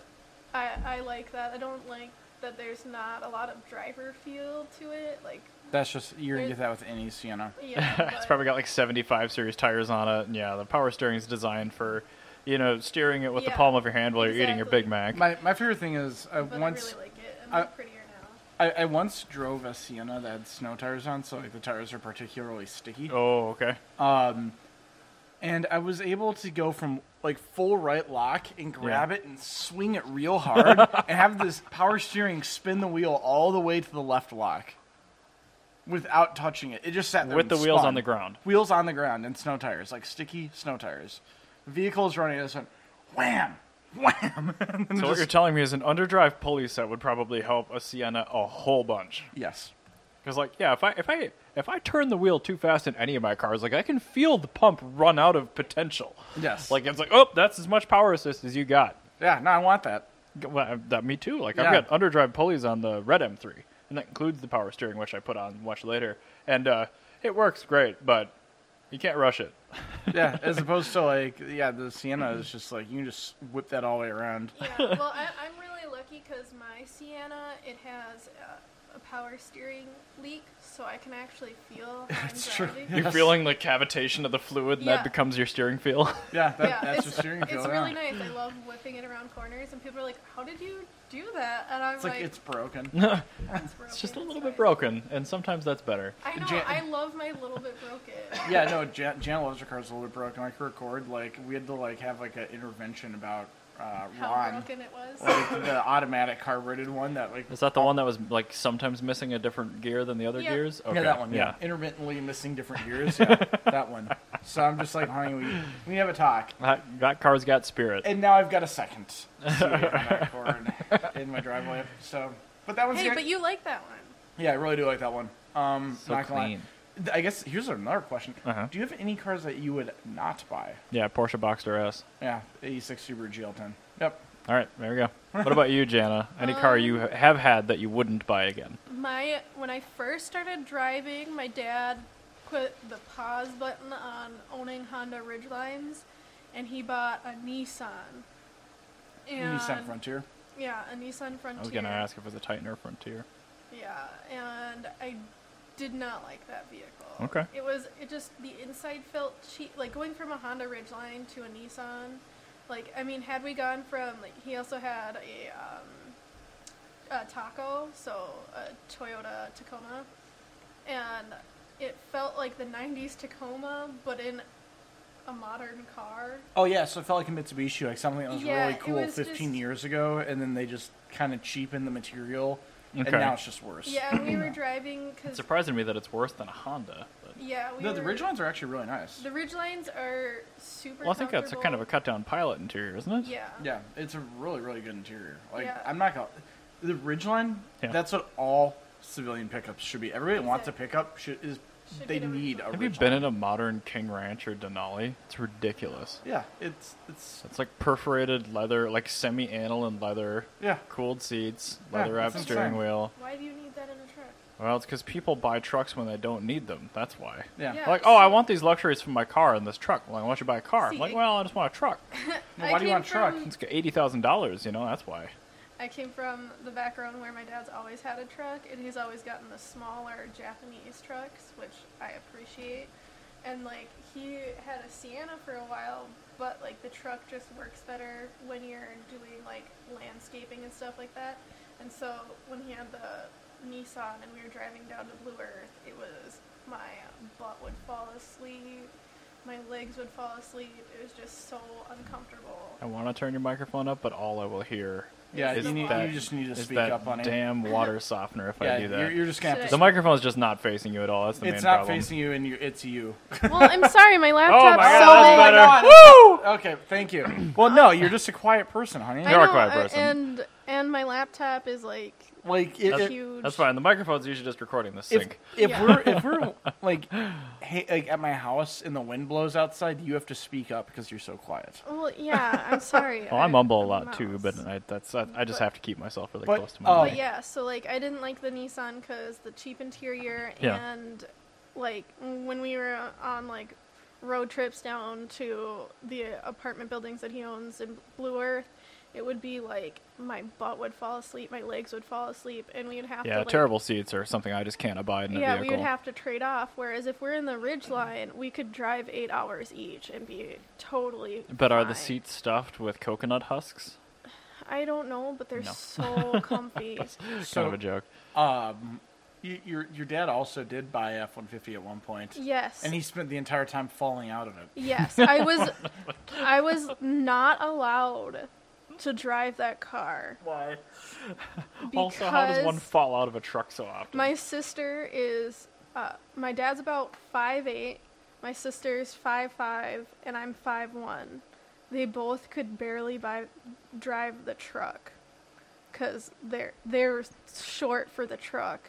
Speaker 3: I I like that. I don't like that there's not a lot of driver feel to it. Like
Speaker 2: That's just you're gonna get that with any Sienna.
Speaker 3: yeah,
Speaker 1: [LAUGHS] it's
Speaker 3: but-
Speaker 1: probably got like 75 series tires on it, and yeah, the power steering is designed for, you know, steering it with the
Speaker 3: Yeah,
Speaker 1: palm of your hand while you're eating your
Speaker 3: exactly.
Speaker 1: Big Mac.
Speaker 2: My my favorite thing is I
Speaker 3: but
Speaker 2: once
Speaker 3: I really like it. and
Speaker 2: I-
Speaker 3: I'm prettier now.
Speaker 2: I, I once drove a Sienna that had snow tires on, so like the tires are particularly sticky.
Speaker 1: oh,
Speaker 2: [LAUGHS]
Speaker 1: okay.
Speaker 2: and I was able to go from like full right lock and grab it and swing it
Speaker 1: [LAUGHS]
Speaker 2: real hard and have this power steering spin the wheel all the way to the left lock without touching it. It just sat there
Speaker 1: With
Speaker 2: and
Speaker 1: the wheels
Speaker 2: spun.
Speaker 1: on the ground.
Speaker 2: Wheels on the ground and snow tires, like sticky snow tires. Vehicles running this one, wham, wham. [LAUGHS] and then
Speaker 1: So what
Speaker 2: just-
Speaker 1: you're telling me is an underdrive pulley set would probably help a Sienna a whole bunch.
Speaker 2: yes.
Speaker 1: Because like, yeah, if I if I if I turn the wheel too fast in any of my cars, like I can feel the pump run out of potential.
Speaker 2: Yes.
Speaker 1: Like it's like, oh, that's as much power assist as you got.
Speaker 2: Yeah, no, I want that.
Speaker 1: G- Well, I- that me too. Like
Speaker 2: Yeah.
Speaker 1: I've got underdrive pulleys on the red M3, and that includes the power steering, which I put on much later, and uh, it works great. But you can't rush
Speaker 2: [LAUGHS]
Speaker 1: it.
Speaker 2: Yeah, as opposed to like, yeah, the Sienna is just like you can just whip that all the way around.
Speaker 3: Yeah, well, I, I'm really lucky because my Sienna it has uh, a power steering leak, so I can actually feel how I'm
Speaker 2: true.
Speaker 3: driving.
Speaker 1: You're
Speaker 2: Yes.
Speaker 1: feeling the cavitation of the fluid, and
Speaker 3: Yeah.
Speaker 1: that becomes your steering feel. [LAUGHS]
Speaker 2: Yeah, that,
Speaker 3: yeah,
Speaker 2: that's
Speaker 3: it's,
Speaker 2: your steering feel.
Speaker 3: it's
Speaker 2: yeah.
Speaker 3: really nice. I love whipping it around corners, and people are like, "How did you do that?" And I'm
Speaker 2: It's like it's broken.
Speaker 1: it's just a
Speaker 3: broken,
Speaker 1: little bit
Speaker 3: it's fine."
Speaker 1: broken, and sometimes that's better.
Speaker 3: I know.
Speaker 2: Jan-
Speaker 3: I love my little bit broken.
Speaker 2: yeah, no, Jan, Jan loves her car's a little bit broken. Like her cord, like we had to like have like an intervention about uh,
Speaker 3: How
Speaker 2: Ron,
Speaker 3: broken it was.
Speaker 2: like the automatic carbureted one that like
Speaker 1: Is that the one that was like sometimes missing a different gear than the other
Speaker 3: Yeah.
Speaker 1: gears?
Speaker 2: Yeah, that one. Yeah. Intermittently missing different gears. Yeah, [LAUGHS] that one. So I'm just like, honey, we, we have a talk.
Speaker 1: That, that car's got spirit.
Speaker 2: And now I've got a [LAUGHS] second CD on that cord in my driveway. So, but that one's
Speaker 3: Hey,
Speaker 2: good.
Speaker 3: but you like that one?
Speaker 2: yeah, I really do like that one. Um,
Speaker 1: So
Speaker 2: not gonna lie.
Speaker 1: clean.
Speaker 2: Th- I guess here's another question.
Speaker 1: Uh-huh.
Speaker 2: Do you have any cars that you would not buy?
Speaker 1: Yeah, Porsche Boxster S.
Speaker 2: Yeah, 86 Subaru GL10. Yep.
Speaker 1: All right, there we
Speaker 2: [LAUGHS]
Speaker 1: go. What about you, Jana? Any
Speaker 2: Um,
Speaker 1: car you ha- have had that you wouldn't buy again?
Speaker 3: My when I first started driving, my dad put the pause button on owning Honda Ridgelines, and he bought a Nissan. And,
Speaker 2: Nissan Frontier.
Speaker 3: Yeah, a Nissan Frontier.
Speaker 1: I was going to ask if it was a Titner Frontier.
Speaker 3: Yeah, and I did not like that vehicle.
Speaker 1: Okay.
Speaker 3: It was it just the inside felt cheap. Like going from a Honda Ridgeline to a Nissan. Like I mean, had we gone from like he also had a um, a Taco, so a Toyota Tacoma, and it felt like the '90s Tacoma, but in a modern car.
Speaker 2: Oh yeah, so it felt like a Mitsubishi, like something that was
Speaker 3: Yeah,
Speaker 2: really
Speaker 3: it
Speaker 2: cool
Speaker 3: was
Speaker 2: 15
Speaker 3: just-
Speaker 2: years ago, and then they just kind of cheapened the material, and
Speaker 1: Okay.
Speaker 2: now it's just worse.
Speaker 3: Yeah, and we
Speaker 1: [CLEARS THROAT]
Speaker 3: were driving
Speaker 1: It's
Speaker 3: because
Speaker 1: surprising to me that it's worse than a Honda. But...
Speaker 3: yeah, we
Speaker 2: No, the
Speaker 3: were,
Speaker 2: Ridgelines are actually really nice.
Speaker 3: The Ridgelines are super.
Speaker 1: Well, I think that's a kind of a cut down pilot interior, isn't it?
Speaker 3: yeah.
Speaker 2: Yeah, it's a really, really good interior. Like
Speaker 3: Yeah.
Speaker 2: I'm not gonna the Ridgeline.
Speaker 1: Yeah.
Speaker 2: That's what all civilian pickups should be. Everybody that wants a
Speaker 3: Exactly.
Speaker 2: pickup should is
Speaker 3: Should
Speaker 2: they
Speaker 3: get a
Speaker 2: need a.
Speaker 1: Have you
Speaker 2: Ridgeline.
Speaker 1: been in a modern King Ranch or Denali? It's ridiculous.
Speaker 2: Yeah, it's it's
Speaker 1: It's like perforated leather, like semi aniline leather,
Speaker 2: yeah.
Speaker 1: cooled seats,
Speaker 2: Yeah,
Speaker 1: leather wrapped
Speaker 2: that's
Speaker 1: steering
Speaker 2: insane.
Speaker 1: wheel.
Speaker 3: Why do you need that in a truck?
Speaker 1: Well, it's because people buy trucks when they don't need them. That's why.
Speaker 2: Yeah.
Speaker 3: Yeah.
Speaker 1: Like, oh, I want these luxuries from my car and this truck. Well, I want you to buy a car. I'm
Speaker 3: See,
Speaker 1: like,
Speaker 3: I-
Speaker 1: well, I just want a truck.
Speaker 2: Well,
Speaker 3: I
Speaker 2: why do you
Speaker 3: came
Speaker 2: want a truck?
Speaker 3: from-
Speaker 1: It's got eighty thousand dollars. You know, that's why.
Speaker 3: I came from the background where my dad's always had a truck, and he's always gotten the smaller Japanese trucks, which I appreciate. And like he had a Sienna for a while, but like the truck just works better when you're doing like landscaping and stuff like that. And so when he had the Nissan and we were driving down to Blue Earth, it was my butt would fall asleep, my legs would fall asleep. It was just so uncomfortable.
Speaker 1: I want to turn your microphone up, but all I will hear
Speaker 2: Yeah,
Speaker 1: is
Speaker 2: you, need,
Speaker 1: that
Speaker 2: you just need to
Speaker 1: is
Speaker 2: speak
Speaker 1: that
Speaker 2: up on it. [LAUGHS]
Speaker 1: damn water softener. If
Speaker 2: yeah,
Speaker 1: I do that,
Speaker 2: You're, you're just gonna have
Speaker 1: the
Speaker 2: to.
Speaker 3: Should
Speaker 1: microphone's just not facing you at all. That's the main
Speaker 2: It's not
Speaker 1: problem.
Speaker 2: facing you, and you it's you.
Speaker 3: Well, I'm sorry, my
Speaker 1: [LAUGHS]
Speaker 3: laptop's
Speaker 1: Oh my
Speaker 3: so
Speaker 1: God,
Speaker 3: big.
Speaker 1: that's better.
Speaker 2: Okay, thank you.
Speaker 1: [CLEARS THROAT]
Speaker 2: Well, no, you're just a quiet person, honey.
Speaker 3: I
Speaker 1: You're a
Speaker 3: know,
Speaker 1: quiet
Speaker 3: I-
Speaker 1: person.
Speaker 3: and and my laptop is like
Speaker 2: Like it,
Speaker 1: That's-
Speaker 2: it-
Speaker 3: huge.
Speaker 1: That's fine. The microphone's usually just recording the
Speaker 2: if,
Speaker 1: sync.
Speaker 2: if
Speaker 3: Yeah.
Speaker 2: we're
Speaker 1: [LAUGHS]
Speaker 2: if we're like, hey, like at my house and the wind blows outside, you have to speak up because you're so quiet.
Speaker 3: Well, yeah, I'm sorry.
Speaker 1: [LAUGHS] well, I mumble a lot
Speaker 3: mouse.
Speaker 1: too, but uh, I, that's I, I just
Speaker 3: But-
Speaker 1: have to keep myself really
Speaker 2: but-
Speaker 1: close to
Speaker 2: oh.
Speaker 1: my
Speaker 3: But
Speaker 1: mic.
Speaker 3: yeah, so like I didn't like the Nissan because the cheap interior
Speaker 1: Yeah.
Speaker 3: and like when we were on like road trips down to the apartment buildings that he owns in Blue Earth, it would be like my butt would fall asleep, my legs would fall asleep, and we'd have
Speaker 1: Yeah,
Speaker 3: to like,
Speaker 1: terrible seats are something I just can't abide in a
Speaker 3: Yeah, we
Speaker 1: vehicle.
Speaker 3: would have to trade off. Whereas if we're in the ridge line, we could drive eight hours each and be totally.
Speaker 1: but are the
Speaker 3: fine.
Speaker 1: seats stuffed with coconut husks?
Speaker 3: I don't know, but they're
Speaker 1: No. [LAUGHS]
Speaker 3: so comfy.
Speaker 1: kind of a joke.
Speaker 2: Um, y your your dad also did buy F one fifty at one point,
Speaker 3: Yes.
Speaker 2: and he spent the entire time falling out of it.
Speaker 3: yes, I
Speaker 1: [LAUGHS]
Speaker 3: was, I was not allowed to drive that car
Speaker 1: Why?
Speaker 3: because
Speaker 1: Also, how does one fall out of a truck so often?
Speaker 3: my sister is. Uh, my dad's about five eight. My sister's five five, and I'm five one. they both could barely buy, drive the truck because they're they're short for the truck,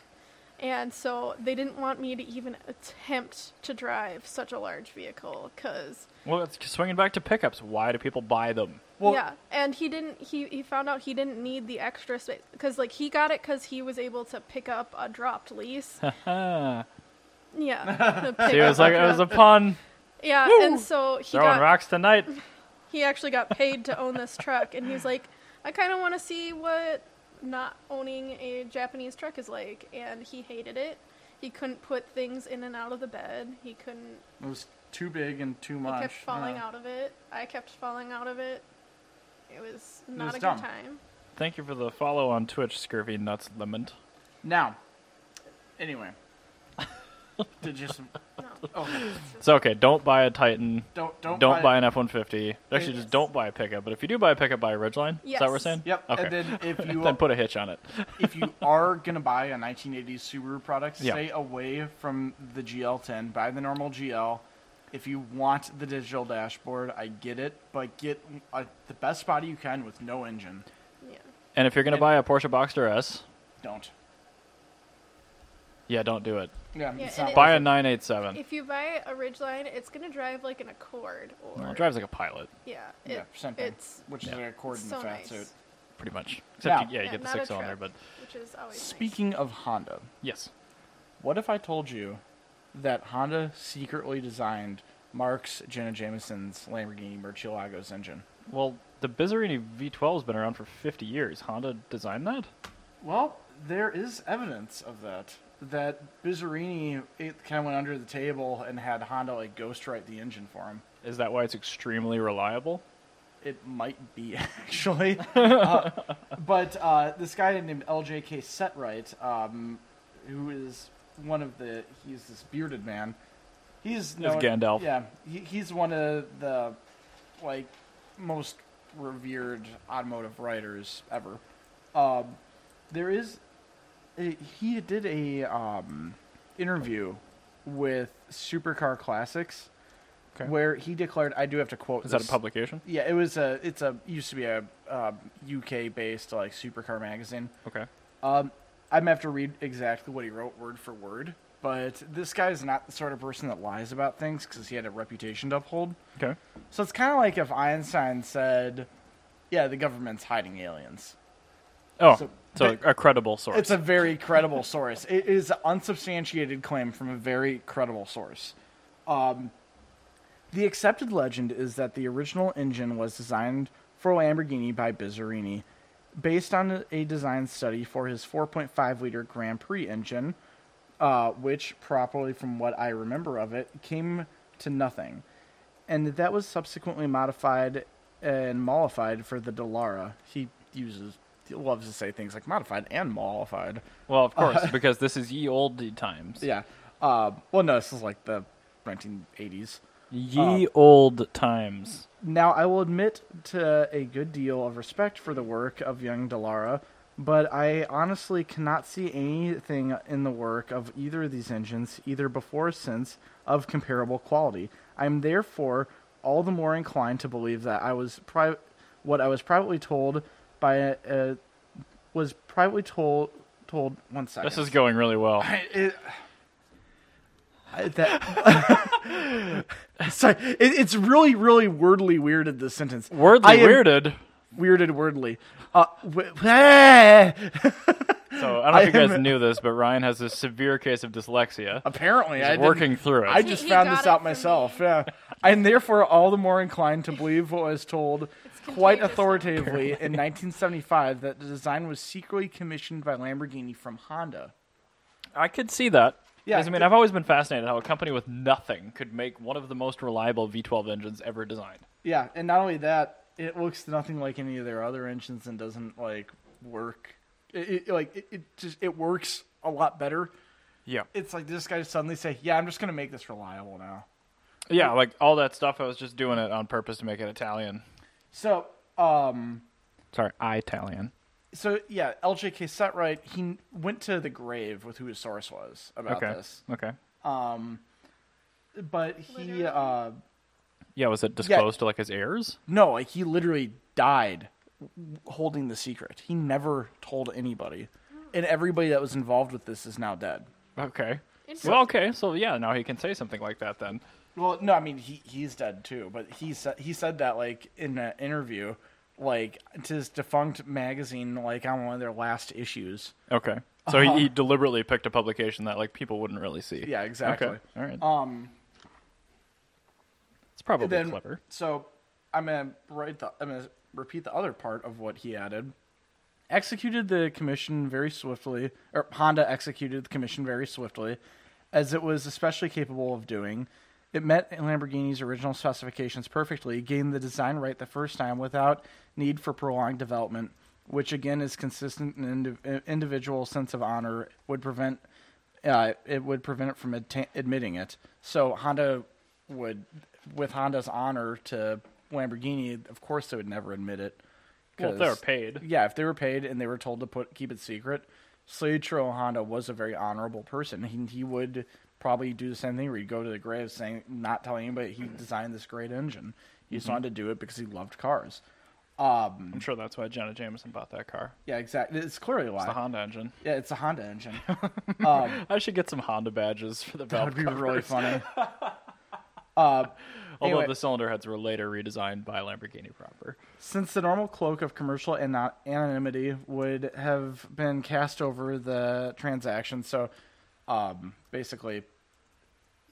Speaker 3: and so they didn't want me to even attempt to drive such a large vehicle because
Speaker 1: Well, it's swinging back to pickups. Why do people buy
Speaker 2: [LAUGHS]
Speaker 1: them?
Speaker 2: Well-
Speaker 3: yeah, and he didn't. He he found out he didn't need the extra space because like he got it because he was able to pick up a dropped lease.
Speaker 1: Ah.
Speaker 3: yeah,
Speaker 2: [LAUGHS]
Speaker 1: See, it was like it was a pun.
Speaker 3: yeah, and so he
Speaker 1: Throwing
Speaker 3: got
Speaker 1: rocks tonight.
Speaker 3: he actually got paid to own this truck, and he's like, I kind of want to see what not owning a Japanese truck is like, and he hated it. He couldn't put things in and out of the bed. He couldn't.
Speaker 2: It was too big and too
Speaker 3: He
Speaker 2: much. Uh,
Speaker 3: kept falling
Speaker 2: yeah.
Speaker 3: out of it. I kept falling out of it. It was not
Speaker 2: was
Speaker 3: a
Speaker 2: dumb. [LAUGHS]
Speaker 3: good time.
Speaker 1: Thank you for the follow on Twitch, Scurvy Nuts Lemon.
Speaker 2: Now, anyway, [LAUGHS] did just
Speaker 3: No.
Speaker 2: okay.
Speaker 1: It's okay. Don't buy a Titan.
Speaker 2: Don't don't
Speaker 1: Don't buy an F one fifty. Actually,
Speaker 2: Yes.
Speaker 1: just don't buy a pickup. But if you do buy a pickup, buy a Ridgeline. Is that what we're
Speaker 3: Yes.
Speaker 1: saying?
Speaker 2: Yep.
Speaker 1: Okay.
Speaker 2: And then
Speaker 1: [LAUGHS]
Speaker 2: if you
Speaker 1: then put a hitch on it.
Speaker 2: if you are gonna buy a 1980s Subaru product,
Speaker 1: Yeah.
Speaker 2: stay away from the GL10. Buy the normal GL. If you want the digital dashboard, I get it, but get uh the best body you can with no engine.
Speaker 3: Yeah.
Speaker 1: And if you're gonna
Speaker 2: And-
Speaker 1: buy a Porsche Boxster S,
Speaker 2: Don't.
Speaker 1: yeah, don't do it.
Speaker 2: Yeah,
Speaker 3: Yeah,
Speaker 2: it's
Speaker 3: and
Speaker 2: not
Speaker 3: it-
Speaker 1: Buy
Speaker 2: worth
Speaker 1: a nine eight seven.
Speaker 3: If you buy a Ridgeline, it's gonna drive like an Accord or
Speaker 1: Well, it drives like a pilot,
Speaker 3: yeah,
Speaker 2: it.
Speaker 3: it,
Speaker 2: yeah, same thing.
Speaker 3: it's
Speaker 2: which
Speaker 1: Yeah.
Speaker 2: is a cord in
Speaker 3: so
Speaker 2: the fat
Speaker 3: nice,
Speaker 2: suit.
Speaker 1: pretty much. Except
Speaker 2: Now-
Speaker 1: you, yeah, you
Speaker 3: Yeah,
Speaker 1: get the
Speaker 3: not a
Speaker 1: six cylinder, but
Speaker 3: truck. which is always
Speaker 2: Speaking of Honda,
Speaker 1: yes,
Speaker 2: what if I told you that Honda secretly designed Mark's Jenna Jameson's Lamborghini Murcielago's engine?
Speaker 1: Well, the Bizzarini V12 has been around for 50 years. Honda designed that?
Speaker 2: Well, there is evidence of that. That Bizzarini it kind of went under the table and had Honda like ghostwrite the engine for him.
Speaker 1: Is that why it's extremely reliable?
Speaker 2: It might be
Speaker 1: [LAUGHS]
Speaker 2: [LAUGHS] actually, Uh, but uh, this guy named LJK Setright, um, who is one of the he's this bearded man. He's known,
Speaker 1: Gandalf.
Speaker 2: Yeah, he, he's one of the like most revered automotive writers ever. Um, there is a, he did a um, interview with Supercar Classics.
Speaker 1: Okay.
Speaker 2: Where he declared, I do have to quote.
Speaker 1: Is that a
Speaker 2: this.
Speaker 1: publication?
Speaker 2: Yeah, it was a. It's a used to be a um, UK based like supercar magazine.
Speaker 1: Okay.
Speaker 2: Um, I'm gonna have to read exactly what he wrote word for word, but this guy is not the sort of person that lies about things because he had a reputation to uphold.
Speaker 1: Okay.
Speaker 2: So it's kind of like if Einstein said, "Yeah, the government's hiding aliens."
Speaker 1: Oh, so,
Speaker 2: So-
Speaker 1: a credible source.
Speaker 2: It's a very credible source. It is an unsubstantiated claim from a very credible source. Um, the accepted legend is that the original engine was designed for Lamborghini by Bizzarini, based on a design study for his 4.5 liter Grand Prix engine, uh, which, properly from what I remember of it, came to nothing, and that was subsequently modified and mollified for the Delara. He uses he loves to say things like modified and mollified.
Speaker 1: well, of
Speaker 2: [LAUGHS]
Speaker 1: course, because this is ye olde times.
Speaker 2: uh, Yeah. Um, well, no, this is like the 1980s. Uh,
Speaker 1: Ye old times.
Speaker 2: Now, I will admit to a good deal of respect for the work of young Delara, but I honestly cannot see anything in the work of either of these engines, either before or since, of comparable quality. I am therefore all the more inclined to believe that I was pri- what I was privately told by a, a was privately told told one second.
Speaker 1: This is going really well.
Speaker 2: I- it- I- Uh, that, [LAUGHS] sorry, it, it's really, really wordly weirded this sentence.
Speaker 1: Weirdly
Speaker 2: I am
Speaker 1: weirded.
Speaker 2: weirded wordly. Uh, w- w-
Speaker 1: So I don't know if
Speaker 2: I
Speaker 1: you guys
Speaker 2: am-
Speaker 1: knew this, but Ryan has a severe case of dyslexia.
Speaker 2: [LAUGHS] apparently,
Speaker 1: He's
Speaker 2: I didn't-
Speaker 1: working through it.
Speaker 2: I just
Speaker 3: He- he
Speaker 2: found
Speaker 3: got
Speaker 2: this
Speaker 3: it
Speaker 2: out
Speaker 3: from
Speaker 2: myself. Yeah, I'm therefore all the more inclined to believe what was told quite
Speaker 3: contagious, though.
Speaker 2: authoritatively in 1975 that the design was secretly commissioned by Lamborghini from Honda.
Speaker 1: I could see that.
Speaker 2: Yeah,
Speaker 1: 'Cause, I mean,
Speaker 2: it-
Speaker 1: I've always been fascinated how a company with nothing could make one of the most reliable V12 engines ever designed.
Speaker 2: Yeah, and not only that, it looks nothing like any of their other engines and doesn't like work. It, it like it, it just it works a lot better.
Speaker 1: Yeah.
Speaker 2: It's like this guy suddenly say, "Yeah, I'm just gonna make this reliable now."
Speaker 1: Yeah, like all that stuff. I was just doing it on purpose to make it Italian.
Speaker 2: So, um,
Speaker 1: Sorry, Italian.
Speaker 2: so yeah, LJK Setright he went to the grave with who his source was about
Speaker 1: Okay.
Speaker 2: this,
Speaker 1: Okay.
Speaker 2: but he
Speaker 3: Literally.
Speaker 2: uh,
Speaker 1: Yeah, was it disclosed to like his heirs?
Speaker 2: No, like he literally died holding the secret. He never told anybody, and everybody that was involved with this is now dead.
Speaker 1: Okay.
Speaker 3: Interesting.
Speaker 1: Well, okay. So yeah, now he can say something like that then.
Speaker 2: Well, no, I mean he he's dead too, but he said he said that like in an interview, like to his defunct magazine, like on one of their last issues.
Speaker 1: Okay. So he, he deliberately picked a publication that like people wouldn't really see.
Speaker 2: Uh-huh. Yeah, exactly.
Speaker 1: Okay. All right.
Speaker 2: Um,
Speaker 1: it's probably
Speaker 2: then
Speaker 1: clever.
Speaker 2: so I'm gonna write the I'm gonna repeat the other part of what he added. Executed the commission very swiftly, or Honda executed the commission very swiftly, as it was especially capable of doing. It met Lamborghini's original specifications perfectly, gained the design right the first time without need for prolonged development, which again is consistent in indi- individual sense of honor would prevent uh, it would prevent it from atta- admitting it. So Honda would, with Honda's honor to Lamborghini, of course they would never admit it.
Speaker 1: Well, if they were
Speaker 2: 'cause-
Speaker 1: paid.
Speaker 2: Yeah, if they were paid and they were told to put keep it secret, Soichiro Honda was a very honorable person. He he would probably do the same thing where he'd go to the grave saying, not telling anybody he designed this great engine. He just wanted to do it because he loved cars. Um,
Speaker 1: I'm sure that's why Jenna Jameson bought that car.
Speaker 2: Yeah, exactly. It's clearly why.
Speaker 1: It's the Honda engine.
Speaker 2: yeah, it's a Honda engine.
Speaker 1: I should get some Honda badges for
Speaker 2: [LAUGHS]
Speaker 1: the
Speaker 2: that
Speaker 1: valve
Speaker 2: would be really
Speaker 1: covers.
Speaker 2: funny.
Speaker 1: Although
Speaker 2: Anyway.
Speaker 1: the cylinder heads were later redesigned by Lamborghini proper.
Speaker 2: Since the normal cloak of commercial and not anonymity would have been cast over the transaction, so um, basically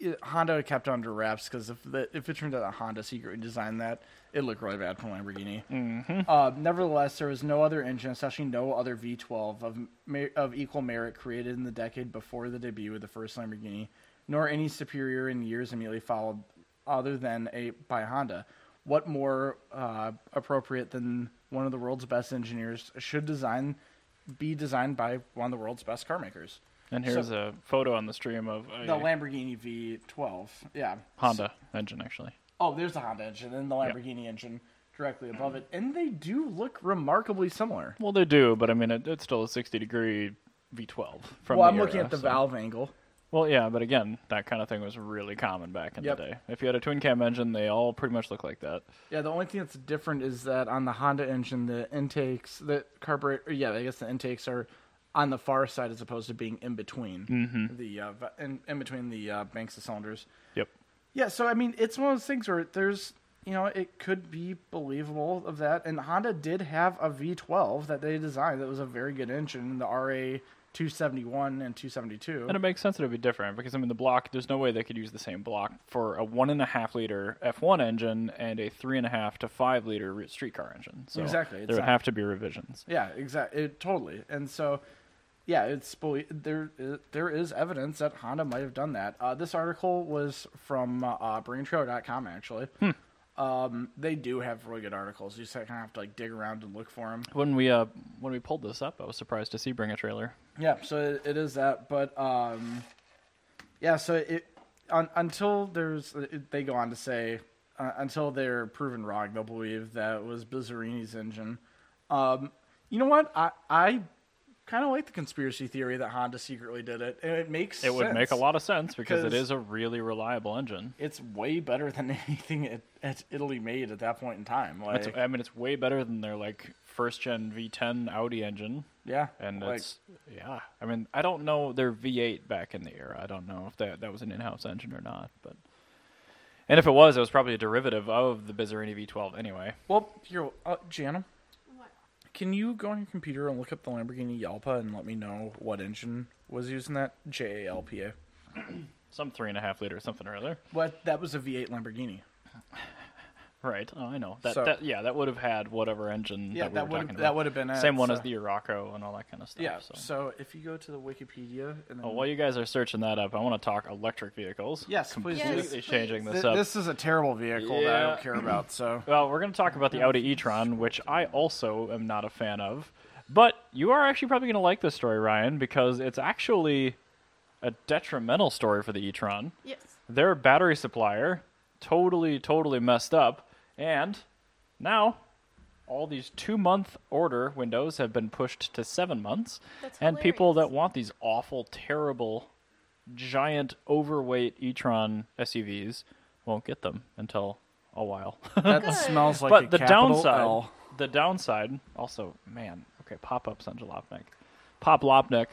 Speaker 2: it, Honda kept under wraps because if the, if it turned out that Honda secretly designed that, it'd look really bad for Lamborghini. Uh, nevertheless, there was no other engine, especially no other V12 of mer- of equal merit created in the decade before the debut of the first Lamborghini, nor any superior in years immediately followed, other than a by Honda. What more uh, appropriate than one of the world's best engineers should design be designed by one of the world's best car makers?
Speaker 1: And here's a photo on the stream of a
Speaker 2: The Lamborghini V12. Yeah.
Speaker 1: Honda engine, actually.
Speaker 2: Oh, there's the Honda engine and the Lamborghini engine directly above it, and they do look remarkably similar.
Speaker 1: Well, they do, but I mean, it, it's still a 60 degree V12 from
Speaker 2: well,
Speaker 1: the
Speaker 2: I'm looking
Speaker 1: era,
Speaker 2: at the
Speaker 1: so-
Speaker 2: valve angle.
Speaker 1: Well, yeah, but again, that kind of thing was really common back in
Speaker 2: Yep.
Speaker 1: the day. If you had a twin cam engine, they all pretty much look like that.
Speaker 2: Yeah, the only thing that's different is that on the Honda engine, the intakes, the carburetor, yeah, I guess the intakes are on the far side as opposed to being in between
Speaker 1: Mm-hmm.
Speaker 2: the uh, va- in, in between the uh, banks of cylinders.
Speaker 1: Yep.
Speaker 2: Yeah, so I mean, it's one of those things where there's, you know, it could be believable of that. And Honda did have a V12 that they designed that was a very good engine, the RA 271 and 272.
Speaker 1: And it makes sense that it would be different because, I mean, the block, there's no way they could use the same block for a one and a half liter F1 engine and a three and a half to five liter re- street car engine. So
Speaker 2: Exactly, it's
Speaker 1: There would
Speaker 2: not-
Speaker 1: have to be revisions.
Speaker 2: Yeah, exactly. It, totally. And so, yeah, it's belie- there. i- There is evidence that Honda might have done that. Uh, this article was from uh, BrainTrio.com actually. Um, they do have really good articles. You just kind of have to like dig around and look for them.
Speaker 1: When we uh, when we pulled this up, I was surprised to see bring a trailer.
Speaker 2: Yeah, so it, it is that, but um, yeah, so it un, until there's it, they go on to say uh, until they're proven wrong, they'll believe that it was Bizarini's engine. Um, you know what? I I kind of like the conspiracy theory that Honda secretly did it, and it makes
Speaker 1: It would make a
Speaker 2: sense.
Speaker 1: lot of sense because it
Speaker 2: 'Cause-
Speaker 1: is a really reliable engine.
Speaker 2: It's way better than [LAUGHS] anything it, it Italy made at that point in time. Like,
Speaker 1: It's, I mean, it's way better than their like first gen V10 Audi engine.
Speaker 2: yeah,
Speaker 1: And
Speaker 2: like,
Speaker 1: it's yeah. I mean, I don't know their V8 back in the era. I don't know if that that was an in-house engine or not, but and if it was, it was probably a derivative of the Bizzarini V12 anyway.
Speaker 2: well, here, uh, Jana,
Speaker 3: What?
Speaker 2: Can you go on your computer and look up the Lamborghini Yalpa and let me know what engine was using that? J A L P A.
Speaker 1: Some three and a half liter, something or other.
Speaker 2: What? That was a V8 Lamborghini.
Speaker 1: Right. Oh, I know. That,
Speaker 2: So-
Speaker 1: that yeah, that would have had whatever engine
Speaker 2: Yeah,
Speaker 1: that we
Speaker 2: that
Speaker 1: were
Speaker 2: would-
Speaker 1: talking
Speaker 2: that
Speaker 1: about.
Speaker 2: would have been it,
Speaker 1: same one
Speaker 2: so-
Speaker 1: as the Uraco and all that kind of stuff.
Speaker 2: Yeah. So.
Speaker 1: So.
Speaker 2: if you go to the Wikipedia and then
Speaker 1: Oh, while you guys are searching that up, I want to talk electric vehicles.
Speaker 2: yes, please.
Speaker 1: completely
Speaker 2: do.
Speaker 3: Yes,
Speaker 2: Th-
Speaker 1: changing this
Speaker 2: This,
Speaker 1: up.
Speaker 2: is a terrible vehicle that I
Speaker 1: Yeah.
Speaker 2: don't care
Speaker 1: [LAUGHS]
Speaker 2: about. So
Speaker 1: Well, we're going to talk about the Audi e-tron, which I also am not a fan of. But you are actually probably going to like this story, Ryan, because it's actually a detrimental story for the e-tron.
Speaker 3: Yes.
Speaker 1: Their battery supplier totally, totally messed up, and now all these two-month order windows have been pushed to seven months,
Speaker 3: That's
Speaker 1: and people that
Speaker 3: hilarious.
Speaker 1: want these awful, terrible, giant, overweight e-tron SUVs won't get them until a while. [LAUGHS]
Speaker 2: That
Speaker 3: Good.
Speaker 2: smells like a
Speaker 1: but the
Speaker 2: capital
Speaker 1: downside,
Speaker 2: L.
Speaker 1: the downside, also, man, okay, pop up on Jalopnik, pop Lopnik,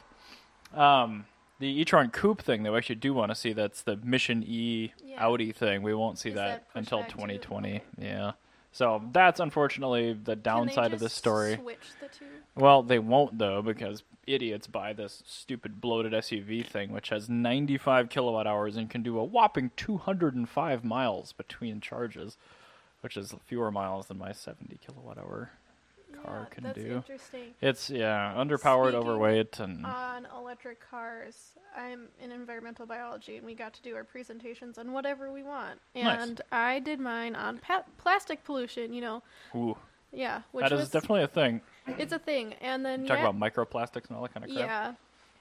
Speaker 1: um, the e-tron coupe thing that we actually do want to see. That's the Mission E
Speaker 3: Yeah.
Speaker 1: Audi thing. We won't see
Speaker 3: Is
Speaker 1: that,
Speaker 3: that pushed
Speaker 1: until
Speaker 3: back to-
Speaker 1: 2020. Yeah. So that's unfortunately the
Speaker 3: Can they
Speaker 1: downside of
Speaker 3: just
Speaker 1: this story.
Speaker 3: Switch the two.
Speaker 1: Well, they won't though because idiots buy this stupid bloated SUV thing, which has 95 kilowatt hours and can do a whopping 205 miles between charges, which is fewer miles than my 70 kilowatt hour car
Speaker 3: Yeah,
Speaker 1: can
Speaker 3: that's
Speaker 1: do. Mm.
Speaker 3: interesting.
Speaker 1: It's yeah, underpowered,
Speaker 3: Speaking
Speaker 1: overweight, and
Speaker 3: on electric cars. I'm in environmental biology, and we got to do our presentations on whatever we want.
Speaker 1: Nice.
Speaker 3: And I did mine on pa- plastic pollution. You know,
Speaker 1: ooh,
Speaker 3: yeah, which
Speaker 1: that is
Speaker 3: was
Speaker 1: definitely a thing.
Speaker 3: it's a thing. And then
Speaker 1: Talk
Speaker 3: yeah,
Speaker 1: about microplastics and all that kind of crap.
Speaker 3: yeah,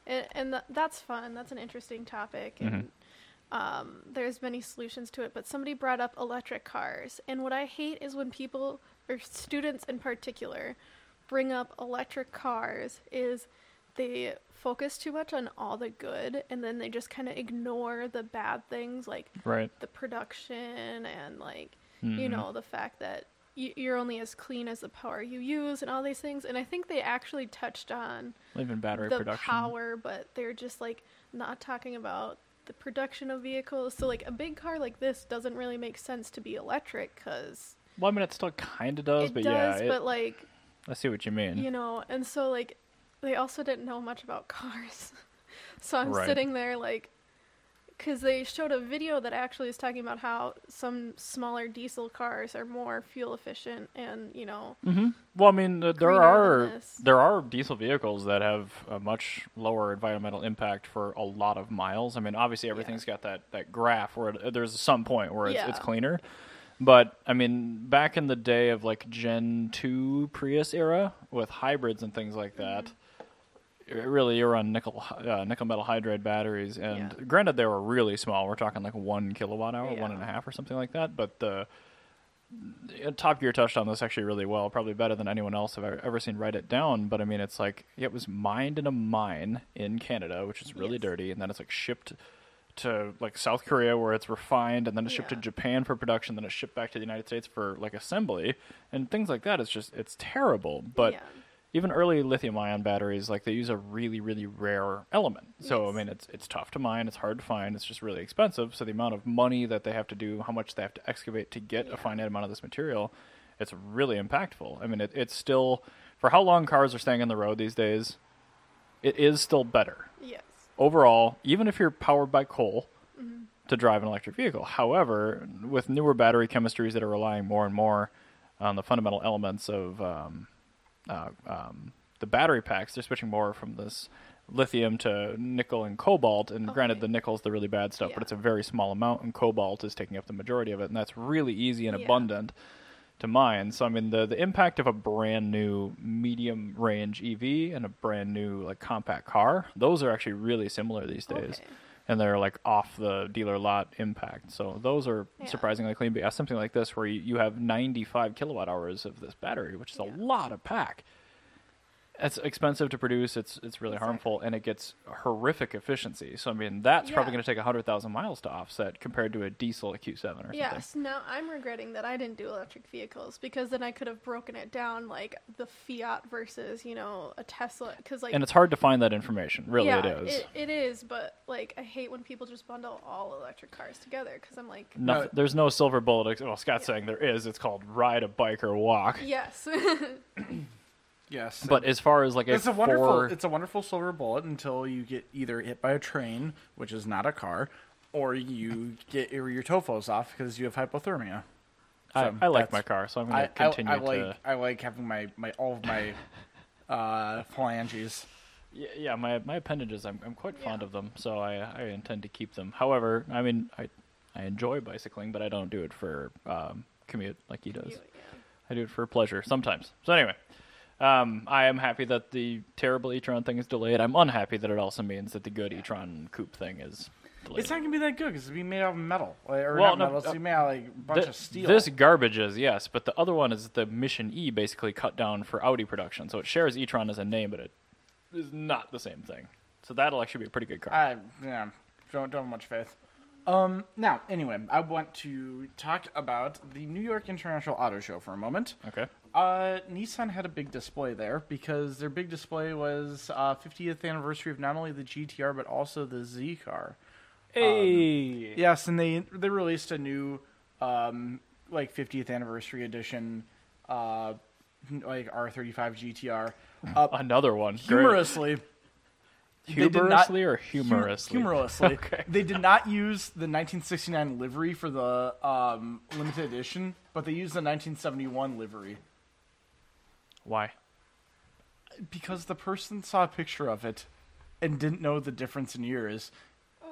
Speaker 3: and, and th- that's fun. That's an interesting topic. And,
Speaker 1: Mm-hmm.
Speaker 3: Um, there's many solutions to it, but somebody brought up electric cars, and what I hate is when people, or students in particular, bring up electric cars is they focus too much on all the good, and then they just kind of ignore the bad things like
Speaker 1: Right.
Speaker 3: the production and like
Speaker 1: Mm-hmm.
Speaker 3: you know the fact that y- you're only as clean as the power you use and all these things. And I think they actually touched on
Speaker 1: Mm-hmm. Even battery
Speaker 3: the
Speaker 1: production.
Speaker 3: power, but they're just like not talking about the production of vehicles. So like a big car like this doesn't really make sense to be electric because
Speaker 1: Well, I mean, it still kind of does,
Speaker 3: it
Speaker 1: but
Speaker 3: does,
Speaker 1: yeah, it-
Speaker 3: but like
Speaker 1: I see what you mean.
Speaker 3: you know, and so like they also didn't know much about cars. [LAUGHS] so I'm
Speaker 1: Right.
Speaker 3: sitting there like. Because they showed a video that actually is talking about how some smaller diesel cars are more fuel efficient and, you know,
Speaker 1: Mm. Well, I mean, uh, there
Speaker 3: greener than
Speaker 1: are
Speaker 3: this.
Speaker 1: there are diesel vehicles that have a much lower environmental impact for a lot of miles. I mean, obviously everything's got that that graph where it, there's some point where it's, it's
Speaker 3: Yeah.
Speaker 1: cleaner. But I mean, back in the day of like Gen two Prius era with hybrids and things like that,
Speaker 3: Mm-hmm.
Speaker 1: it really you're on nickel hy- uh, nickel metal hydride batteries. And
Speaker 3: Yeah.
Speaker 1: granted, they were really small. We're talking like one kilowatt hour, one
Speaker 3: Yeah.
Speaker 1: and a half, or something like that. But the uh, Top Gear touched on this actually really well, probably better than anyone else I've ever ever seen write it down. But I mean, it's like it was mined in a mine in Canada, which is really
Speaker 3: Yes.
Speaker 1: dirty, and then it's like shipped to like South Korea where it's refined, and then it's shipped to
Speaker 3: Yeah.
Speaker 1: Japan for production, then it's shipped back to the United States for like assembly and things like that. It's just it's terrible. But
Speaker 3: Yeah.
Speaker 1: even early lithium-ion batteries, like they use a really really rare element. So I
Speaker 3: Yes.
Speaker 1: mean, it's it's tough to mine, it's hard to find, it's just really expensive. So the amount of money that they have to do, how much they have to excavate to get
Speaker 3: Yeah.
Speaker 1: a finite amount of this material, it's really impactful. I mean, it, it's still for how long cars are staying on the road these days, it is still better
Speaker 3: yes.
Speaker 1: overall, even if you're powered by coal
Speaker 3: Mm-hmm.
Speaker 1: to drive an electric vehicle. However, with newer battery chemistries that are relying more and more on the fundamental elements of um, uh, um, the battery packs, they're switching more from this lithium to nickel and cobalt. And granted,
Speaker 3: Okay.
Speaker 1: the nickel's the really bad stuff,
Speaker 3: Yeah.
Speaker 1: but it's a very small amount, and cobalt is taking up the majority of it, and that's really easy and
Speaker 3: Yeah.
Speaker 1: abundant to mine. So I mean, the the impact of a brand new medium range EV and a brand new like compact car, those are actually really similar these days.
Speaker 3: Okay.
Speaker 1: And they're like off the dealer lot impact. So those are
Speaker 3: Yeah.
Speaker 1: surprisingly clean. But yeah, something like this where you, you have 95 kilowatt hours of this battery, which is
Speaker 3: Yeah.
Speaker 1: a lot of pack. It's expensive to produce. It's it's really harmful, and it gets horrific efficiency. So I mean, that's probably
Speaker 3: Yeah.
Speaker 1: going to take hundred thousand miles to offset compared to a diesel Q7 or something.
Speaker 3: Yes, now I'm regretting that I didn't do electric vehicles because then I could have broken it down like the Fiat versus, you know, a Tesla. Because, like,
Speaker 1: and it's hard to find that information. Really, it is.
Speaker 3: It, it is, but like I hate when people just bundle all electric cars together because I'm like,
Speaker 1: Noth-
Speaker 2: No.
Speaker 1: There's no silver bullet. ex- Well, Scott's saying there is. It's called ride a bike or walk.
Speaker 3: yes, [LAUGHS]
Speaker 2: Yes,
Speaker 1: But as far as like
Speaker 2: it's
Speaker 1: a,
Speaker 2: a wonderful
Speaker 1: four,
Speaker 2: it's a wonderful silver bullet until you get either hit by a train, which is not a car, or you get your, your tofos off because you have hypothermia.
Speaker 1: I,
Speaker 2: So
Speaker 1: I like
Speaker 2: that's-
Speaker 1: my car, so I'm
Speaker 2: I,
Speaker 1: going to
Speaker 2: I,
Speaker 1: continue
Speaker 2: I
Speaker 1: to.
Speaker 2: like I like having my, my all
Speaker 1: [LAUGHS]
Speaker 2: of my uh, phalanges.
Speaker 1: Y- Yeah, my my appendages. I'm I'm quite fond
Speaker 3: Yeah.
Speaker 1: of them, so I I intend to keep them. However, I mean I I enjoy bicycling, but I don't do it for um, commute like he does.
Speaker 3: you- yeah.
Speaker 1: I do it for pleasure sometimes. So anyway, um, I am happy that the terrible e-tron thing is delayed. I'm unhappy that it also means that the good e-tron coupe thing is delayed.
Speaker 2: It's not gonna be that good because it's being made out of metal like, or
Speaker 1: Well,
Speaker 2: not
Speaker 1: no,
Speaker 2: metal. It's
Speaker 1: uh,
Speaker 2: being made out of like a bunch
Speaker 1: Th-
Speaker 2: of steel.
Speaker 1: This garbage is yes, but the other one is the Mission E, basically cut down for Audi production. So it shares e-tron as a name, but it is not the same thing. So that'll actually be a pretty good car.
Speaker 2: I yeah, don't don't have much faith. Um, now, anyway, I want to talk about the New York International Auto Show for a moment.
Speaker 1: Okay.
Speaker 2: Uh, Nissan had a big display there because their big display was uh, 50th anniversary of not only the GTR but also the Z car.
Speaker 1: Hey.
Speaker 2: Yes, and they they released a new um, like 50th anniversary edition, uh, like R35 GTR. Uh,
Speaker 1: Another one. [LAUGHS] Great.
Speaker 2: humorously, they did not-
Speaker 1: Humorously or
Speaker 2: hu-
Speaker 1: humorously?
Speaker 2: Humorously.
Speaker 1: [LAUGHS] Okay.
Speaker 2: They did not use the 1969 livery for the um, limited edition, but they used the 1971 livery
Speaker 1: Why?
Speaker 2: because the person saw a picture of it and didn't know the difference in years.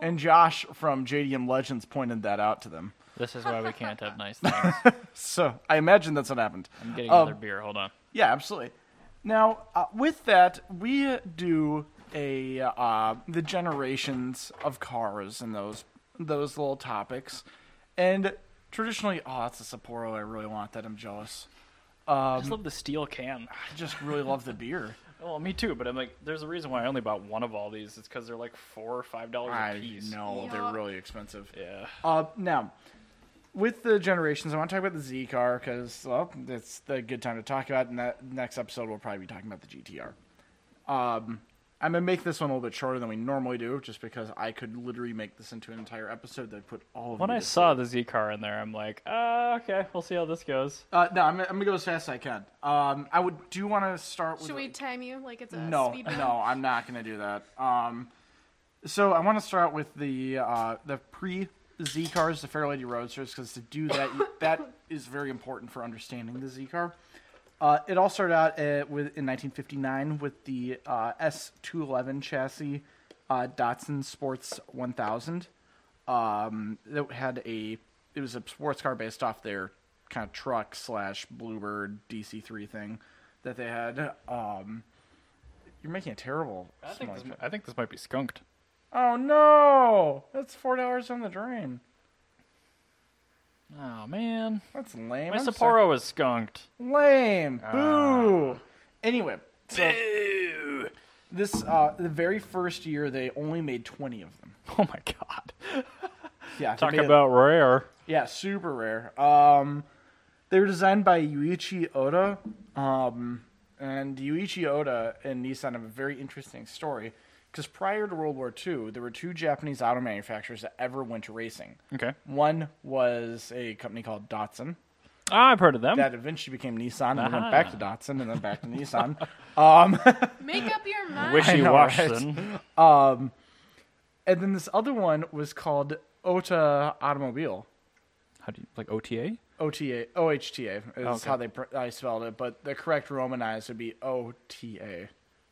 Speaker 2: And Josh from JDM Legends pointed that out to them.
Speaker 1: This is why we can't have nice things.
Speaker 2: So I imagine that's what happened.
Speaker 1: I'm getting
Speaker 2: Um,
Speaker 1: another beer. Hold on.
Speaker 2: Yeah, absolutely. Now, uh, with that, we do a uh, the generations of cars and those those little topics, and traditionally, oh, that's a Sapporo. I really want that. I'm jealous.
Speaker 1: I just love the steel can.
Speaker 2: I just really love the beer.
Speaker 1: Well, me too, but I'm like, there's a reason why I only bought one of all these. It's because they're like four or five dollars a
Speaker 2: I
Speaker 1: piece.
Speaker 2: know
Speaker 3: Yeah.
Speaker 2: they're really expensive.
Speaker 1: Yeah.
Speaker 2: Uh, now, with the generations, I want to talk about the Z car because well, it's the good time to talk about. it, And that next episode, we'll probably be talking about the GTR. Um, I'm gonna make this one a little bit shorter than we normally do, just because I could literally make this into an entire episode that put all of.
Speaker 1: When
Speaker 2: you
Speaker 1: I
Speaker 2: to
Speaker 1: saw
Speaker 2: sleep.
Speaker 1: the Z car in there, I'm like, uh, okay, we'll see how this goes.
Speaker 2: uh, no, I'm, I'm gonna go as fast as I can. Um, I would do want to start. with
Speaker 3: Should
Speaker 2: a-
Speaker 3: we time you like it's a
Speaker 2: no,
Speaker 3: speed round?
Speaker 2: no, I'm not gonna do that. Um, so I want to start out with the uh, the pre Z cars, the Fairlady Roadsters, because to do that, you, that is very important for understanding the Z car. Uh, it all started out uh, with in 1959 with the uh, S211 chassis, uh, Datsun Sports 1000. Um, that had a it was a sports car based off their kind of truck slash Bluebird DC3 thing that they had. Um, you're making it terrible.
Speaker 1: I think,
Speaker 2: Something
Speaker 1: this,
Speaker 2: like
Speaker 1: I think this might be skunked.
Speaker 2: Oh no! That's four dollars on the drain.
Speaker 1: Oh man,
Speaker 2: That's lame.
Speaker 1: my
Speaker 2: I'm
Speaker 1: Sapporo was skunked.
Speaker 2: so- Lame.
Speaker 1: Ah.
Speaker 2: Boo. Anyway, so this uh, the very first year they only made twenty of them.
Speaker 1: [LAUGHS] Oh my god.
Speaker 2: Yeah. to
Speaker 1: Talk
Speaker 2: make it-
Speaker 1: about rare.
Speaker 2: yeah, super rare. Um, they were designed by Yuichi Oda. Um, and Yuichi Oda and Nissan have a very interesting story because prior to World War II, there were two Japanese auto manufacturers that ever went to racing.
Speaker 1: Okay.
Speaker 2: One was a company called Datsun,
Speaker 1: Ah, I've heard of them.
Speaker 2: that eventually became Nissan and then
Speaker 1: Ah.
Speaker 2: went back to Datsun and then back
Speaker 1: [LAUGHS]
Speaker 2: to Nissan. Um,
Speaker 3: Make up your mind.
Speaker 1: Wishy
Speaker 2: know, right?
Speaker 1: Washington.
Speaker 2: and then this other one was called Ota Automobile.
Speaker 1: How do you like OTA?
Speaker 2: OTA, OHTA is
Speaker 1: Okay.
Speaker 2: how they pr- I spelled it, but the correct romanized would be OTA.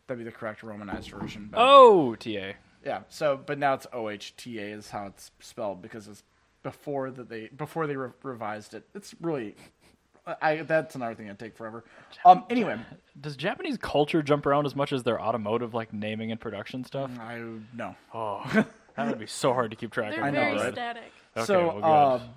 Speaker 2: That'd be the correct romanized version. But,
Speaker 1: OTA.
Speaker 2: Yeah. So, but now it's OHTA is how it's spelled because it's before that they before they re- revised it. It's really, I that's another thing that take forever. Um. Anyway,
Speaker 1: Does Japanese culture jump around as much as their automotive like naming and production stuff?
Speaker 2: I no.
Speaker 1: Oh, [LAUGHS] that would be so hard to keep track of.
Speaker 3: They're
Speaker 2: I know,
Speaker 3: very
Speaker 2: right?
Speaker 3: static.
Speaker 1: Okay,
Speaker 2: so,
Speaker 1: well, good.
Speaker 2: um,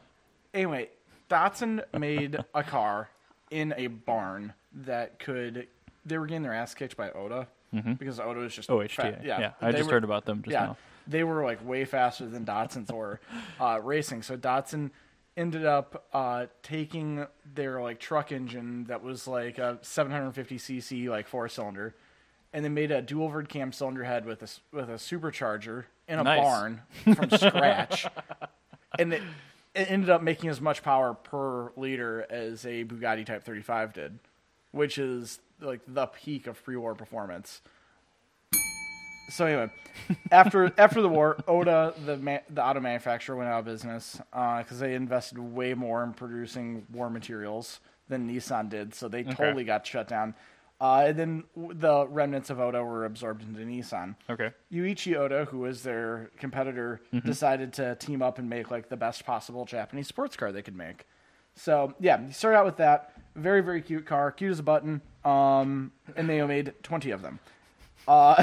Speaker 2: anyway, Datsun made a car in a barn that could. They were getting their ass kicked by Oda
Speaker 1: Mm-hmm.
Speaker 2: because Oda is just
Speaker 1: OHTA.
Speaker 2: fat-
Speaker 1: yeah, I
Speaker 2: they
Speaker 1: just
Speaker 2: were-
Speaker 1: heard about them just
Speaker 2: yeah,
Speaker 1: now.
Speaker 2: they were like way faster than Datsuns were uh, racing. So Datsun ended up uh, taking their like truck engine that was like a 750cc like four cylinder, and they made a dual verd cam cylinder head with a s- with a supercharger in a
Speaker 1: Nice.
Speaker 2: barn from scratch, [LAUGHS] and it, it ended up making as much power per liter as a Bugatti Type 35 did, which is like the peak of pre-war performance. So anyway, after [LAUGHS] after the war, Oda, the ma- the auto manufacturer, went out of business because they invested way more in producing war materials than Nissan did. So they totally got shut down. Uh, and then w- the remnants of Oda were absorbed into Nissan.
Speaker 1: Okay.
Speaker 2: Yuichi Oda, who was their competitor,
Speaker 1: Mm-hmm.
Speaker 2: decided to team up and make like the best possible Japanese sports car they could make. So yeah, you start out with that very very cute car, cute as a button. Um, and they made twenty of them. [LAUGHS] Uh,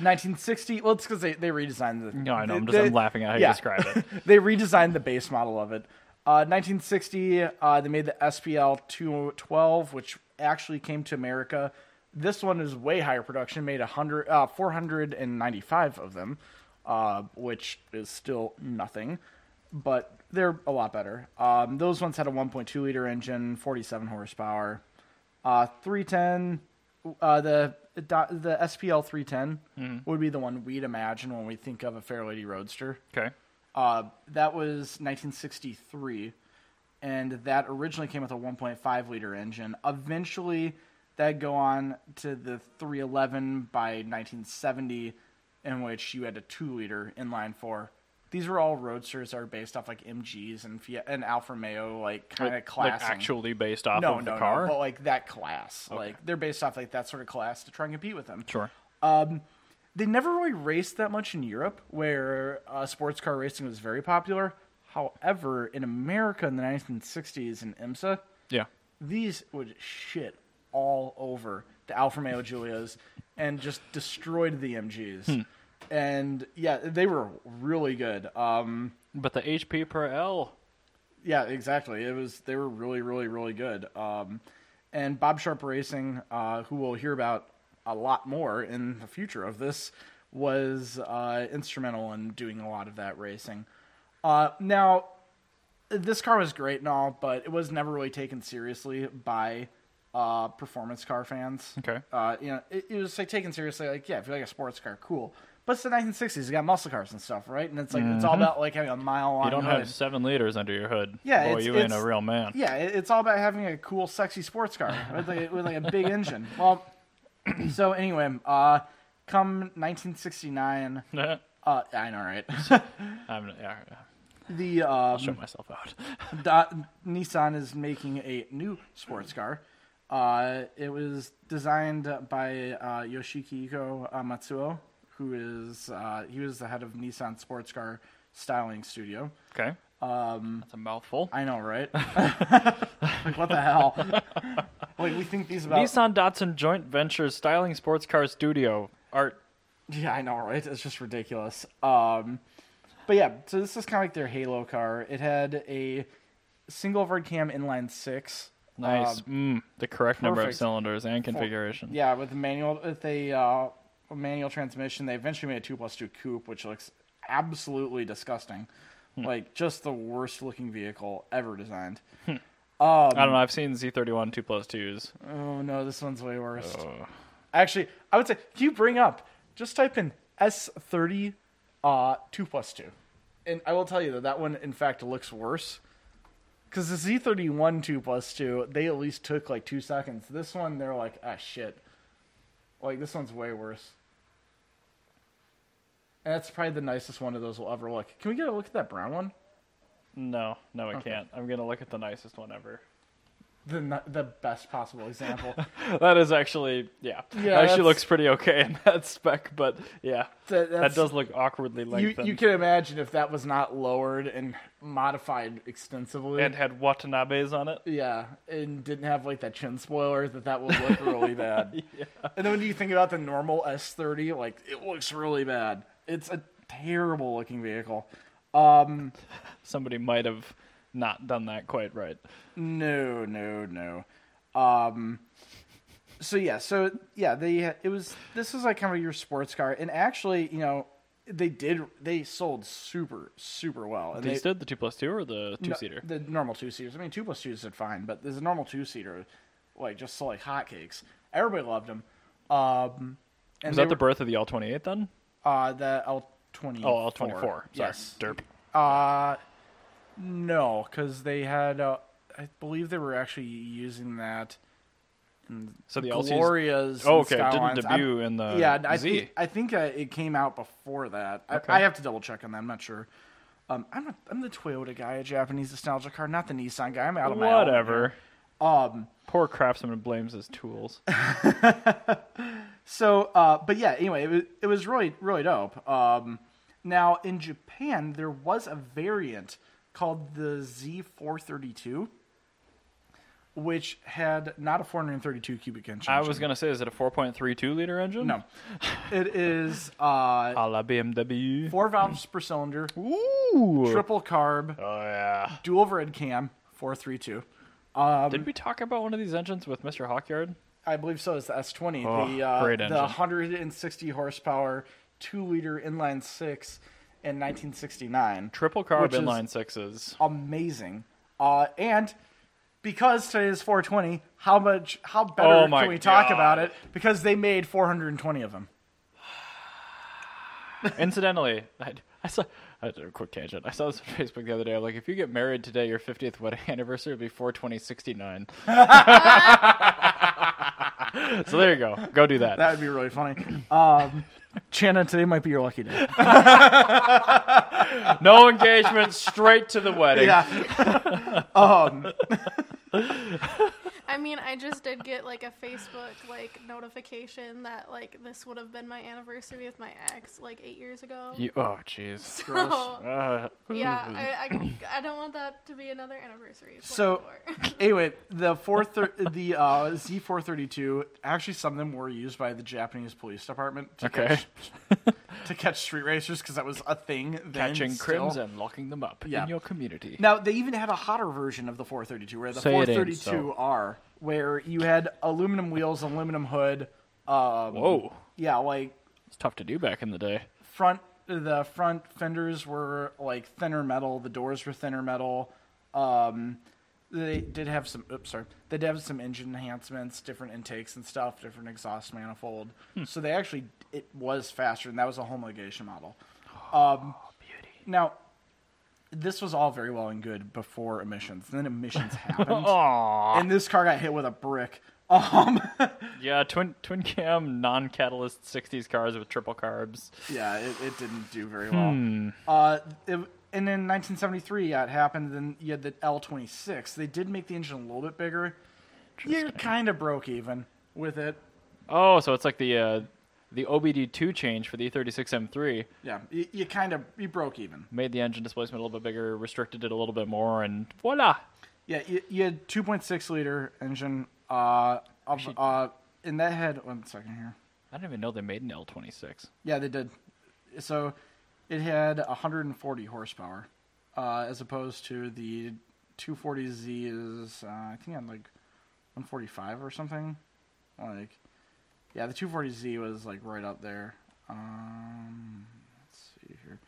Speaker 2: 1960. Well, it's because they, they redesigned the.
Speaker 1: No, I know. I'm just
Speaker 2: they-
Speaker 1: I'm laughing at how you
Speaker 2: yeah.
Speaker 1: describe
Speaker 2: [LAUGHS]
Speaker 1: it.
Speaker 2: they redesigned the base model of it. Uh, 1960, uh, they made the SPL 212, which actually came to America. This one is way higher production, made 100, uh, 495 of them. uh, which is still nothing, but they're a lot better. Um, those ones had a 1.2 liter engine, 47 horsepower, uh, 310. Uh, the the SPL 310 would be the one we'd imagine when we think of a Fair Lady Roadster.
Speaker 1: Okay.
Speaker 2: Uh, that was 1963, and that originally came with a 1.5 liter engine. Eventually, that'd go on to the 311 by 1970, in which you had a 2 liter inline four. These were all roadsters that are based off like MGs and Fiat and Alfa Romeo, like kind of
Speaker 1: Like-
Speaker 2: class.
Speaker 1: Like actually based off
Speaker 2: no,
Speaker 1: of
Speaker 2: no,
Speaker 1: the car.
Speaker 2: no, but like that class, like they're based off like that sort of class to try and compete with them
Speaker 1: sure.
Speaker 2: Um, they never really raced that much in Europe, where uh, sports car racing was very popular. However, in America in the 1960s in IMSA,
Speaker 1: Yeah.
Speaker 2: these would shit all over the Alfa Romeo Giulias and just destroyed the MGs. And yeah, they were really good. Um,
Speaker 1: But the HP per L.
Speaker 2: yeah, exactly. It was they were really, really, really good. Um, and Bob Sharp Racing, uh, who we'll hear about a lot more in the future of this, was uh, instrumental in doing a lot of that racing. Uh, now, this car was great and all, but it was never really taken seriously by uh, performance car fans.
Speaker 1: Okay.
Speaker 2: Uh, you know, it, it was like taken seriously. Like, yeah, if you like a sports car, cool. But it's the 1960s. You got muscle cars and stuff, right? And it's like it's all about like having a mile long.
Speaker 1: Mm-hmm. You don't
Speaker 2: hood.
Speaker 1: have seven liters under your hood.
Speaker 2: Yeah,
Speaker 1: Boy,
Speaker 2: it's-
Speaker 1: you ain't
Speaker 2: it's-
Speaker 1: a real man.
Speaker 2: Yeah, it- it's all about having a cool, sexy sports car with like, with like a big engine. Well, [CLEARS THROAT] so anyway, uh, come 1969, uh, I know, right?
Speaker 1: [LAUGHS] I'm, yeah,
Speaker 2: The
Speaker 1: I'll show
Speaker 2: um,
Speaker 1: myself out. [LAUGHS]
Speaker 2: da- Nissan is making a new sports car. Uh, it was designed by uh, Yoshihiko uh, Matsuo, who is uh, he was the head of Nissan sports car styling studio.
Speaker 1: Okay. Um, That's a mouthful.
Speaker 2: I know, right? [LAUGHS] like what the hell? like we think these about
Speaker 1: Nissan Datsun Joint Ventures Styling Sports Car Studio. Art.
Speaker 2: Yeah, I know, right? It's just ridiculous. Um, but yeah, so this is kind of like their Halo car. It had a single overhead cam inline six.
Speaker 1: Nice. mm,
Speaker 2: Um,
Speaker 1: the correct number of
Speaker 2: perfect.
Speaker 1: cylinders and configuration.
Speaker 2: yeah, with the manual with a uh, manual transmission. They eventually made a two plus two coupe, which looks absolutely disgusting. Like just the worst looking vehicle ever designed. Um,
Speaker 1: I don't know. I've seen Z31 2 plus 2s.
Speaker 2: Oh no, this one's way worse.
Speaker 1: Uh.
Speaker 2: Actually, I would say if you bring up, just type in S thirty, uh, two plus two, and I will tell you that that one in fact looks worse. Because the Z thirty one two plus two, they at least took like two seconds. This one, they're like, ah shit, like this one's way worse. And that's probably the nicest one of those we'll ever look. Can we get a look at that brown one?
Speaker 1: No, no, I can't. I'm going to look at the nicest one ever.
Speaker 2: The ni- the best possible example. [LAUGHS]
Speaker 1: That is actually, yeah.
Speaker 2: Yeah,
Speaker 1: that actually
Speaker 2: that's-
Speaker 1: looks pretty okay in [LAUGHS] that spec, but yeah.
Speaker 2: That-
Speaker 1: that
Speaker 2: that's-
Speaker 1: does look awkwardly
Speaker 2: you,
Speaker 1: lengthened.
Speaker 2: you can imagine if that was not lowered and modified extensively.
Speaker 1: and had Watanabes on it.
Speaker 2: yeah, and didn't have like that chin spoiler, that that would look really bad. And then when you think about the normal S30, like it looks really bad. It's a terrible looking vehicle.
Speaker 1: Somebody might have not done that quite right.
Speaker 2: No, no, no. Um, so yeah, so yeah, they it was this is like kind of your sports car, and actually, you know, they did they sold super super well. And
Speaker 1: These did the 2 plus 2 or the 2
Speaker 2: No,
Speaker 1: seater?
Speaker 2: The normal two seaters. I mean, two plus twos did fine, but there's a normal two seater, like just so like hotcakes. Everybody loved them. Um, and
Speaker 1: Was
Speaker 2: they
Speaker 1: that the
Speaker 2: were-
Speaker 1: birth of the L28 then?
Speaker 2: uh, the L twenty?
Speaker 1: Oh, L24. Sorry.
Speaker 2: Yes.
Speaker 1: Derp.
Speaker 2: Uh, no, because they had. Uh, I believe they were actually using that.
Speaker 1: So the LC's.
Speaker 2: Gloria's.
Speaker 1: Oh,
Speaker 2: and
Speaker 1: okay. It didn't
Speaker 2: Skylines. I'm-
Speaker 1: debut in the
Speaker 2: yeah, I
Speaker 1: Z.
Speaker 2: think I think uh, it came out before that. I,
Speaker 1: Okay.
Speaker 2: I have to double check on that. I'm not sure. Um, I'm a, I'm the Toyota guy, a Japanese nostalgia car, not the Nissan guy. I'm out of my element here.
Speaker 1: Whatever.
Speaker 2: Um,
Speaker 1: Poor craftsman blames his
Speaker 2: [LAUGHS]
Speaker 1: tools.
Speaker 2: So, uh, but yeah, anyway, it was, it was really, really dope. Um, now, in Japan, there was a variant called the Z432, which had not a 432 cubic inch.
Speaker 1: I was going to say, is it a 4.32 liter engine?
Speaker 2: No. It is uh,
Speaker 1: A la BMW.
Speaker 2: four valves per cylinder,
Speaker 1: Ooh.
Speaker 2: triple carb,
Speaker 1: Oh, yeah.
Speaker 2: dual overhead cam, 432. Um,
Speaker 1: Did we talk about one of these engines with Mr. Hockyard?
Speaker 2: I believe so. Is the S20
Speaker 1: Oh,
Speaker 2: the uh,
Speaker 1: great
Speaker 2: the
Speaker 1: engine.
Speaker 2: 160 horsepower two liter inline six in 1969.
Speaker 1: Triple carb
Speaker 2: Which is-
Speaker 1: inline sixes.
Speaker 2: Amazing. Uh, and because today is 420, how much, how better
Speaker 1: Oh my
Speaker 2: can we talk
Speaker 1: God.
Speaker 2: about it? Because they made 420 of them.
Speaker 1: Incidentally, I, I saw I did a quick tangent. I saw this on Facebook the other day. I'm like, if you get married today, your 50th wedding [LAUGHS] anniversary will be [LAUGHS] 42069. so there you go. Go do that.
Speaker 2: That would be really funny.
Speaker 1: [LAUGHS]
Speaker 2: Um, Shannon, today might be your lucky day.
Speaker 1: No engagement, straight to the wedding.
Speaker 2: [LAUGHS] um,
Speaker 3: I mean, I just did get like a Facebook like notification that like this would have been my anniversary with my ex like eight years ago.
Speaker 1: You, oh, jeez.
Speaker 3: [LAUGHS] so
Speaker 1: Uh,
Speaker 3: yeah, I, I, I don't want that to be another anniversary. It's
Speaker 2: So-
Speaker 3: whatever.
Speaker 2: anyway, the four thir- the uh, Z four thirty two. Actually, some of them were used by the Japanese police department to
Speaker 1: Okay. [LAUGHS]
Speaker 2: catch to catch street racers because that was a thing. Then
Speaker 1: Catching
Speaker 2: still.
Speaker 1: crims and locking them up
Speaker 2: Yeah.
Speaker 1: in your community.
Speaker 2: Now they even had a hotter version of the four thirty two, where the
Speaker 1: Say
Speaker 2: four
Speaker 1: it ain't
Speaker 2: thirty two
Speaker 1: so.
Speaker 2: R, where you had aluminum wheels, aluminum hood. Um,
Speaker 1: Whoa.
Speaker 2: Yeah, like
Speaker 1: It's tough to do back in the day.
Speaker 2: front the front fenders were like thinner metal the doors were thinner metal um they did have some oops sorry they did have some engine enhancements different intakes and stuff different exhaust manifold so they actually it was faster and that was a homologation model Um,
Speaker 1: Beauty.
Speaker 2: now this was all very well and good before emissions then emissions happened
Speaker 1: Oh. Aww.
Speaker 2: and this car got hit with a brick um [LAUGHS]
Speaker 1: Yeah, twin twin cam non catalyst '60s cars with triple carbs.
Speaker 2: Yeah, it, it didn't do very well. Uh, it, and in 1973, yeah, it happened. Then you had the L26. They did make the engine a little bit bigger. You kind of broke even with it.
Speaker 1: Oh, so it's like the uh, the OBD2 change for the E E36 M3
Speaker 2: Yeah, you, you kind of you broke even.
Speaker 1: made the engine displacement a little bit bigger, restricted it a little bit more, and voila!
Speaker 2: Yeah, you, you had 2.6 liter engine. Uh, of, uh, and that had one second here.
Speaker 1: I didn't even know they made an L26.
Speaker 2: Yeah, they did. So it had 140 horsepower, uh, as opposed to the 240Z is uh, I think on like 145 or something. Like, yeah, the 240Z was like right up there. Um, let's see here.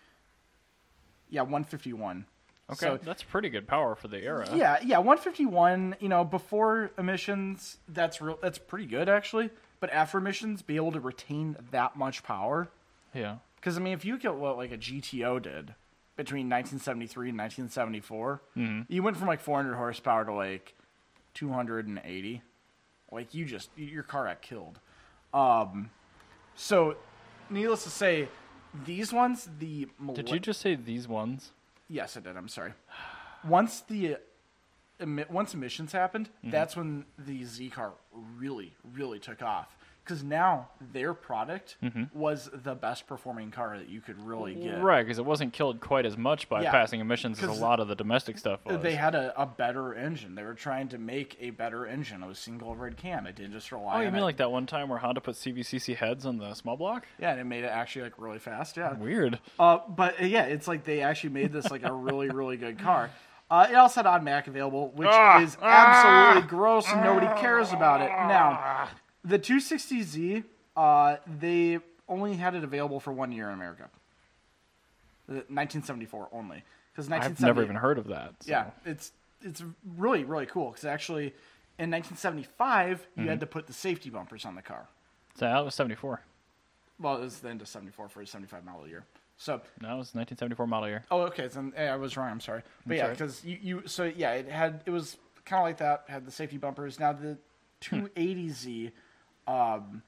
Speaker 2: Yeah, 151.
Speaker 1: Okay,
Speaker 2: So-
Speaker 1: that's pretty good power for the era.
Speaker 2: yeah, yeah, 151. You know, before emissions, that's real. That's pretty good actually. But after emissions, be able to retain that much power.
Speaker 1: yeah.
Speaker 2: Because I mean, if you get what like a GTO did between 1973 and 1974,
Speaker 1: Mm-hmm.
Speaker 2: you went from like 400 horsepower to like 280. Like you just y- your car got killed. Um, so needless to say, these ones the
Speaker 1: Did
Speaker 2: millen-
Speaker 1: you just say these ones?
Speaker 2: Yes, I did. I'm sorry. Once the emi- once emissions happened,
Speaker 1: Mm-hmm.
Speaker 2: that's when the Z car really, really took off. Because now their product was the best performing car that you could really get.
Speaker 1: Mm-hmm. Right, because it wasn't killed quite as much by
Speaker 2: Yeah.
Speaker 1: passing emissions as a
Speaker 2: 'Cause
Speaker 1: lot of the domestic stuff was.
Speaker 2: They had a, a better engine. They were trying to make a better engine. It was single red cam. It didn't just rely.
Speaker 1: oh, you
Speaker 2: on
Speaker 1: mean
Speaker 2: it.
Speaker 1: like that one time where Honda put CVCC heads on the small block?
Speaker 2: yeah, and it made it actually like really fast. Yeah,
Speaker 1: Weird.
Speaker 2: Uh, but uh, yeah, it's like they actually made this like a really, really good car. Uh, it also had on Mac available, which is absolutely gross and nobody cares about it. Now, the 260Z, uh, they only had it available for one year in America, The- 1974 only, because
Speaker 1: I've never
Speaker 2: 1970.
Speaker 1: even heard of that. so-
Speaker 2: Yeah, it's it's really really cool because actually in 1975
Speaker 1: Mm-hmm.
Speaker 2: you had to put the safety bumpers on the car.
Speaker 1: So that was 74.
Speaker 2: Well, it was the end of 74 for a 75 model year. So
Speaker 1: That was 1974 model year.
Speaker 2: Oh, okay. Then eh, I was wrong. I'm sorry. But yeah,
Speaker 1: sorry.
Speaker 2: 'cause yeah, because you, you, so yeah, it had it was kind of like that. Had the safety bumpers. Now
Speaker 1: Hmm.
Speaker 2: the 280Z, um,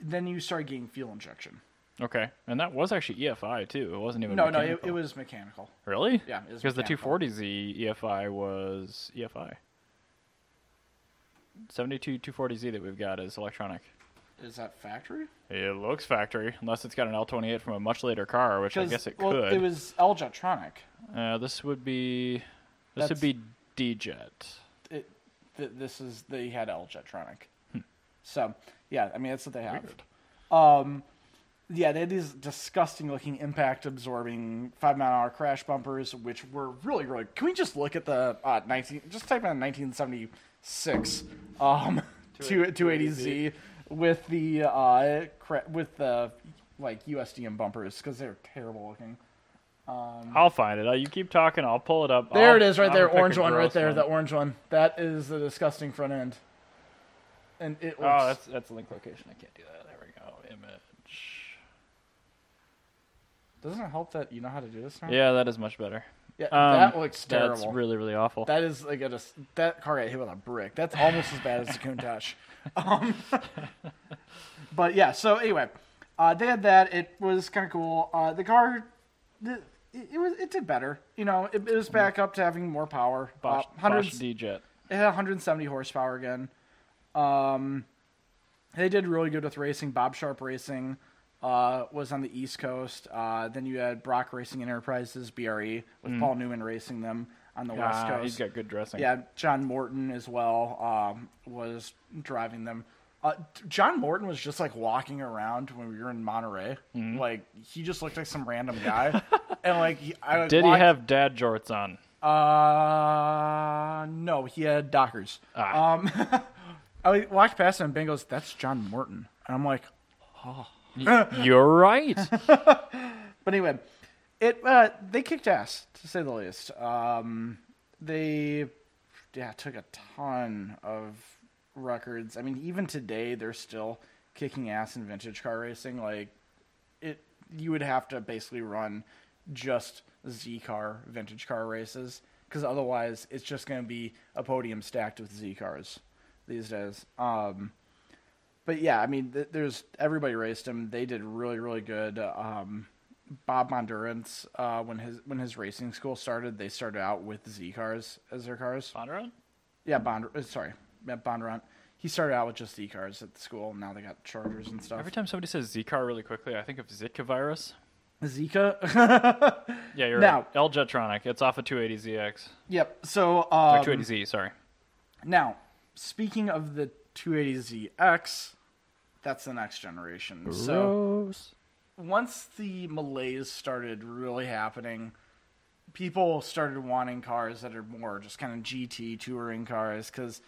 Speaker 2: then you started getting fuel injection.
Speaker 1: Okay, and that was actually EFI too. It wasn't even
Speaker 2: No, no, it,
Speaker 1: Oh, mechanical.
Speaker 2: it was mechanical.
Speaker 1: really
Speaker 2: Yeah, it was
Speaker 1: because the
Speaker 2: mechanical.
Speaker 1: 240Z EFI was E EFI. 72 240Z that we've got is electronic.
Speaker 2: Is that factory?
Speaker 1: It looks factory, unless it's got an L28 from a much later car, which I
Speaker 2: 'Cause,
Speaker 1: guess it
Speaker 2: well,
Speaker 1: could.
Speaker 2: It was Elgetronic.
Speaker 1: uh, this would be this
Speaker 2: That's-
Speaker 1: would be D-Jet.
Speaker 2: It, th- this is they had Elgetronic. So yeah, I mean that's what they have. Um, yeah, they had these disgusting looking impact absorbing five mile an hour crash bumpers, which were really, really. Can we just look at the uh, 19? Just type in 1976 um, 280Z with the uh, cra- with the like USDM bumpers because they're terrible looking.
Speaker 1: I'll find it. Uh, You keep talking. I'll pull it up.
Speaker 2: Um, There
Speaker 1: I'll-
Speaker 2: it is, right
Speaker 1: I'll
Speaker 2: there,
Speaker 1: pick a
Speaker 2: orange one, right
Speaker 1: gross
Speaker 2: there,
Speaker 1: one. Oh,
Speaker 2: the orange one. That is the disgusting front end, and it looks.
Speaker 1: Oh, that's that's link location. I can't do that. There we go. Image.
Speaker 2: Doesn't it help that you know how to do this now?
Speaker 1: Yeah, that is much better.
Speaker 2: Yeah,
Speaker 1: Um,
Speaker 2: that looks terrible.
Speaker 1: That's really really awful.
Speaker 2: That is like a that car got hit with a brick. That's almost as bad as the [LAUGHS] Countach. Um, but yeah, so anyway, uh, they had that. It was kind of cool. Uh, the car, the, it, it was it did better. You know, it, it was back up to having more power.
Speaker 1: Bosch,
Speaker 2: uh,
Speaker 1: Bosch
Speaker 2: 100
Speaker 1: D-Jet.
Speaker 2: it had 170 horsepower again. Um, they did really good with racing. Bob Sharp Racing uh, was on the East Coast. Uh, then you had Brock Racing Enterprises (BRE) with Paul Newman racing them on the West
Speaker 1: Mm. Ah,
Speaker 2: Coast.
Speaker 1: he's got good dressing.
Speaker 2: Yeah, John Morton as well um, was driving them. Uh, John Morton was just like walking around when we were in Monterey.
Speaker 1: Mm-hmm.
Speaker 2: Like he just looked like some
Speaker 1: [LAUGHS]
Speaker 2: random guy, and like he, I was
Speaker 1: Did
Speaker 2: walk-
Speaker 1: he have dad jorts on?
Speaker 2: Uh, no, he had Dockers.
Speaker 1: Ah.
Speaker 2: Um, [LAUGHS] I walked past him. and Ben goes, "That's John Morton," and I'm like,
Speaker 1: You're
Speaker 2: [LAUGHS]
Speaker 1: right.
Speaker 2: But anyway, it uh, they kicked ass to say the least. Um, they yeah took a ton of records. I mean, even today they're still kicking ass in vintage car racing. Like it, you would have to basically run just Z car vintage car races because otherwise it's just going to be a podium stacked with Z cars these days. Um, but yeah, I mean, th- there's everybody raced him. They did really, really good. Um, Bob Mondurance, uh, when his when his racing school started, they started out with Z cars as their cars.
Speaker 1: Bondurant?
Speaker 2: Yeah, Bond. uh, Sorry, yeah, Bondurant. He started out with just Z cars at the school. and Now they got Chargers and stuff.
Speaker 1: Every time somebody says Zcar really quickly, I think of Zika virus.
Speaker 2: Zika. [LAUGHS]
Speaker 1: Yeah, you're
Speaker 2: Now-
Speaker 1: right. L Jetronic. It's off of 280ZX.
Speaker 2: yep. So
Speaker 1: Or
Speaker 2: um,
Speaker 1: 280Z, sorry.
Speaker 2: Now, speaking of the 280ZX, that's the next generation. So once the malaise started really happening, people started wanting cars that are more just kind of GT touring cars because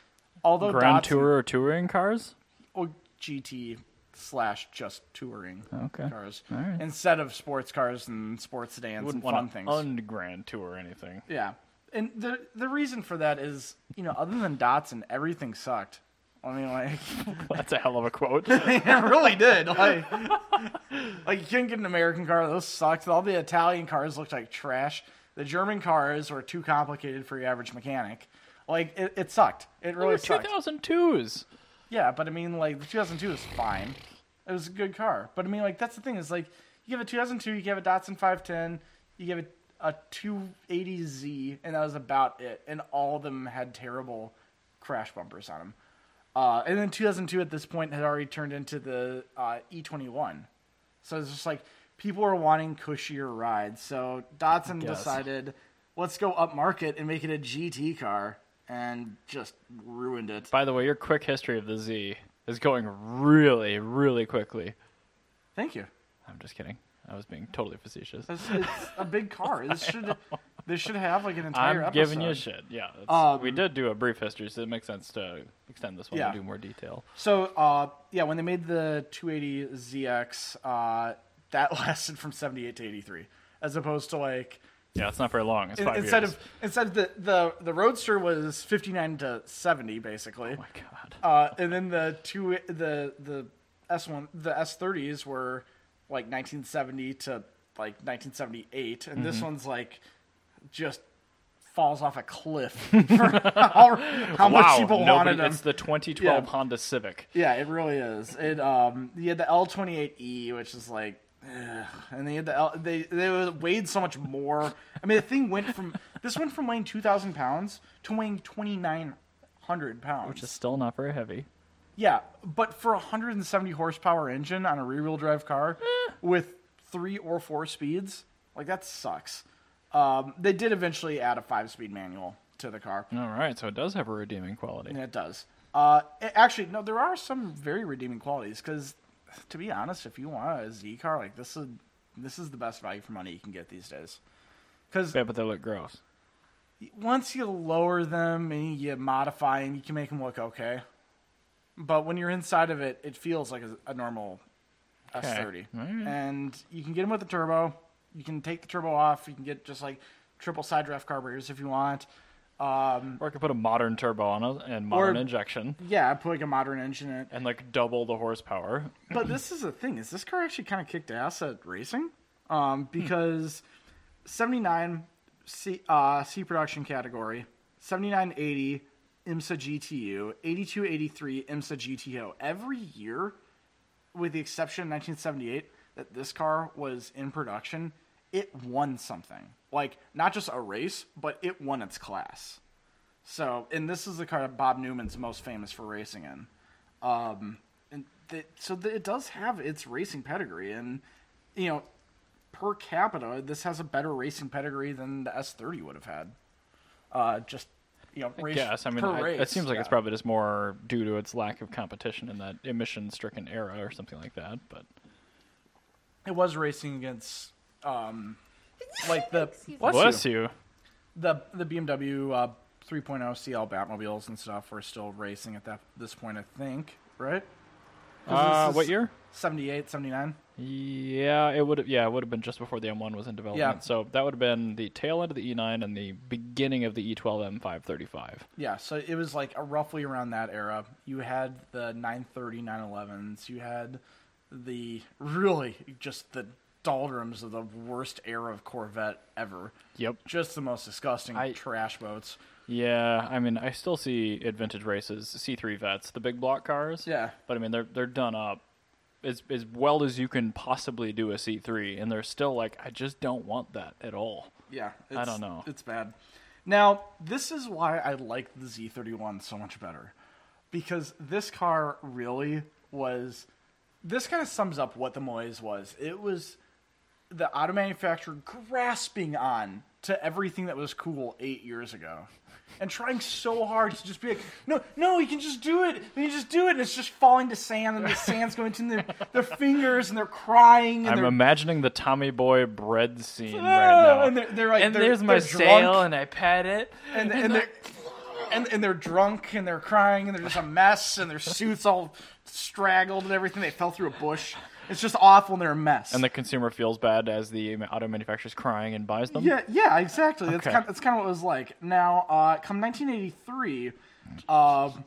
Speaker 2: although
Speaker 1: Grand
Speaker 2: Datsun-
Speaker 1: Tourer touring cars?
Speaker 2: or GT slash just touring
Speaker 1: Okay.
Speaker 2: cars
Speaker 1: All right.
Speaker 2: instead of sports cars and sports sedans
Speaker 1: Wouldn't
Speaker 2: and fun
Speaker 1: want to
Speaker 2: things.
Speaker 1: un-Grand Tour or anything. [LAUGHS]
Speaker 2: Yeah, and the the reason for that is you know other than Datsun, everything sucked. I mean, like [LAUGHS]
Speaker 1: That's a hell of a quote.
Speaker 2: it really did. Like, [LAUGHS] like you couldn't get an American car; those sucked. All the Italian cars looked like trash. The German cars were too complicated for your average mechanic. Like it, it sucked. It really
Speaker 1: They're
Speaker 2: sucked.
Speaker 1: 2002s.
Speaker 2: Yeah, but I mean, like the 2002 is fine. It was a good car, but I mean, like that's the thing is like you give a 2002, you give a Datsun 510, you give it a 280Z, and that was about it. And all of them had terrible crash bumpers on them. Uh, and then 2002 at this point had already turned into the uh, E21, so it's just like people were wanting cushier rides. So Datsun
Speaker 1: Guess.
Speaker 2: decided, let's go upmarket and make it a GT car, and just ruined it.
Speaker 1: By the way, your quick history of the Z is going really, really quickly.
Speaker 2: Thank you.
Speaker 1: I'm just kidding. I was being totally facetious.
Speaker 2: It's, it's a big car.
Speaker 1: [LAUGHS]
Speaker 2: This should this should have like
Speaker 1: I'm
Speaker 2: an entire episode.
Speaker 1: giving you shit. Yeah, that's-
Speaker 2: Um,
Speaker 1: we did do a brief history, so it makes sense to extend this one
Speaker 2: Yeah.
Speaker 1: and do more detail.
Speaker 2: so uh, yeah, when they made the 280ZX, uh, that [LAUGHS] lasted from 78 to 83, as opposed to like
Speaker 1: Yeah, it's not very long. It's
Speaker 2: in-
Speaker 1: five
Speaker 2: instead
Speaker 1: years.
Speaker 2: of instead of the, the the Roadster was 59 to 70 basically,
Speaker 1: oh my god.
Speaker 2: uh, and then the two the the S1 the S30s were like 1970 to like 1978, and
Speaker 1: Mm-hmm.
Speaker 2: this one's like just falls off a cliff [LAUGHS] for how, how much
Speaker 1: wow,
Speaker 2: people
Speaker 1: nobody-
Speaker 2: wanted them.
Speaker 1: It's the 2012
Speaker 2: Yeah.
Speaker 1: Honda Civic.
Speaker 2: Yeah, it really is. It um, you had the L twenty eight E, which is like, ugh. and they had the L, they they weighed so much more. I mean, the thing went from this went from weighing two thousand pounds to weighing twenty nine hundred pounds,
Speaker 1: Which is still not very heavy.
Speaker 2: yeah, but for a 170 horsepower engine on a rear-wheel drive car with three or four speeds, like that sucks. Um, they did eventually add a five-speed manual to the car,
Speaker 1: All right, so it does have a redeeming quality.
Speaker 2: and it does. Uh, a- actually, no, there are some very redeeming qualities because, to be honest, if you want a Z car, like this is this is the best value for money you can get these days. Because
Speaker 1: Yeah, but they look gross.
Speaker 2: once you lower them and you modify them, you can make them look okay. But when you're inside of it, it feels like a, a normal S30.
Speaker 1: Alright.
Speaker 2: And you can get them with the turbo. You can take the turbo off. You can get just like triple side draft carburetors if you want. Um,
Speaker 1: Or I could put a modern turbo on it and modern
Speaker 2: Or-
Speaker 1: injection
Speaker 2: yeah, put like a modern engine in it.
Speaker 1: and like double the horsepower.
Speaker 2: But this is the thing: is this car actually kind of kicked ass at racing? Um, because seventy nine C uh, C production category, seventy nine eighty IMSA GTU, eighty two eighty three IMSA GTO. Every year, with the exception of nineteen seventy eight, that this car was in production, it won something. Like not just a race, but it won its class. So, and this is the car that Bob Newman's most famous for racing in. Um, and th- so th- it does have its racing pedigree, and you know, per capita, this has a better racing pedigree than the S30 would have had. Uh, just you know, race,
Speaker 1: Yes, I mean,
Speaker 2: per
Speaker 1: I-
Speaker 2: race,
Speaker 1: it seems like it's
Speaker 2: yeah.
Speaker 1: probably just more due to its lack of competition in that emission-stricken era or something like that. But
Speaker 2: it was racing against um, like the
Speaker 3: Excuse
Speaker 2: bless
Speaker 1: bless
Speaker 2: you.
Speaker 1: you.
Speaker 2: the the BMW uh, 3.0 CL Batmobiles and stuff were still racing at that this point, I think, right? 'Cause this
Speaker 1: Uh,
Speaker 2: is
Speaker 1: what year?
Speaker 2: 78, 79.
Speaker 1: Yeah, it would have. Yeah, it would have been just before the M1 was in development.
Speaker 2: Yeah.
Speaker 1: So that would have been the tail end of the E9 and the beginning of the E E12 M535.
Speaker 2: Yeah, so it was like a roughly around that era. You had the 930 911s. You had the really just the doldrums of the worst era of Corvette ever.
Speaker 1: Yep.
Speaker 2: Just the most disgusting
Speaker 1: I-
Speaker 2: trash boats.
Speaker 1: Yeah, I mean, I still see at vintage races C3 vets, the big block cars.
Speaker 2: Yeah.
Speaker 1: but I mean, they're they're done up as as well as you can possibly do a C3, and they're still like, I just don't want that at all.
Speaker 2: Yeah.
Speaker 1: I don't know.
Speaker 2: It's bad. Now, this is why I like the Z31 so much better. Because this car really was. This kind of sums up what the Moyes was. It was the auto manufacturer grasping on to everything that was cool eight years ago and trying so hard to just be like, no, no, we can just do it. We can just do it. And it's just falling to
Speaker 1: [LAUGHS]
Speaker 2: sand and the sand's going to their, their fingers and they're crying. And
Speaker 1: I'm
Speaker 2: they're, [LAUGHS]
Speaker 1: imagining the Tommy Boy bread scene
Speaker 2: "Ah,"
Speaker 1: right
Speaker 2: and
Speaker 1: now.
Speaker 2: they're, they're like,
Speaker 4: And
Speaker 2: they're-
Speaker 4: there's my
Speaker 2: they're drunk
Speaker 4: sail, and I pat it.
Speaker 2: and and they're and, and they're drunk and they're crying and they're just a mess and their suits all straggled and everything. They fell through a bush. It's just awful and they're a mess.
Speaker 1: And the consumer feels bad as the auto manufacturer's crying and buys them.
Speaker 2: yeah, yeah, exactly. That's
Speaker 1: Okay.
Speaker 2: kind of, that's kind of what it was like. Now, uh, come 1983, um,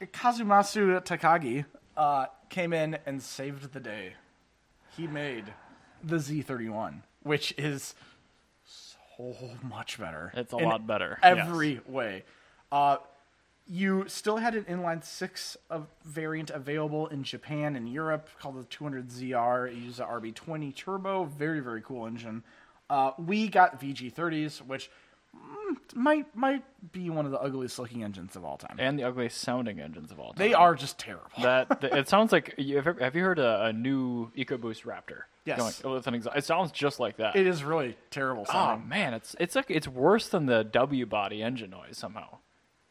Speaker 2: Kazumasu Takagi uh, came in and saved the day. He made the Z31, which is so much better.
Speaker 1: It's a
Speaker 2: In
Speaker 1: lot better, yes.
Speaker 2: every way. Uh, you still had an inline six of variant available in Japan and Europe called the 200ZR. It used the RB20 turbo, very very cool engine. Uh, we got VG30s, which mm, might might be one of the ugliest looking engines of all time.
Speaker 1: and the ugliest sounding engines of all time.
Speaker 2: They are just terrible.
Speaker 1: [LAUGHS] That th- it sounds like you have, have you heard a, a new EcoBoost Raptor?
Speaker 2: Yes.
Speaker 1: Going, with an exha- it sounds just like that.
Speaker 2: It is really terrible
Speaker 1: oh
Speaker 2: sounding.
Speaker 1: man, it's it's like it's worse than the W body engine noise somehow,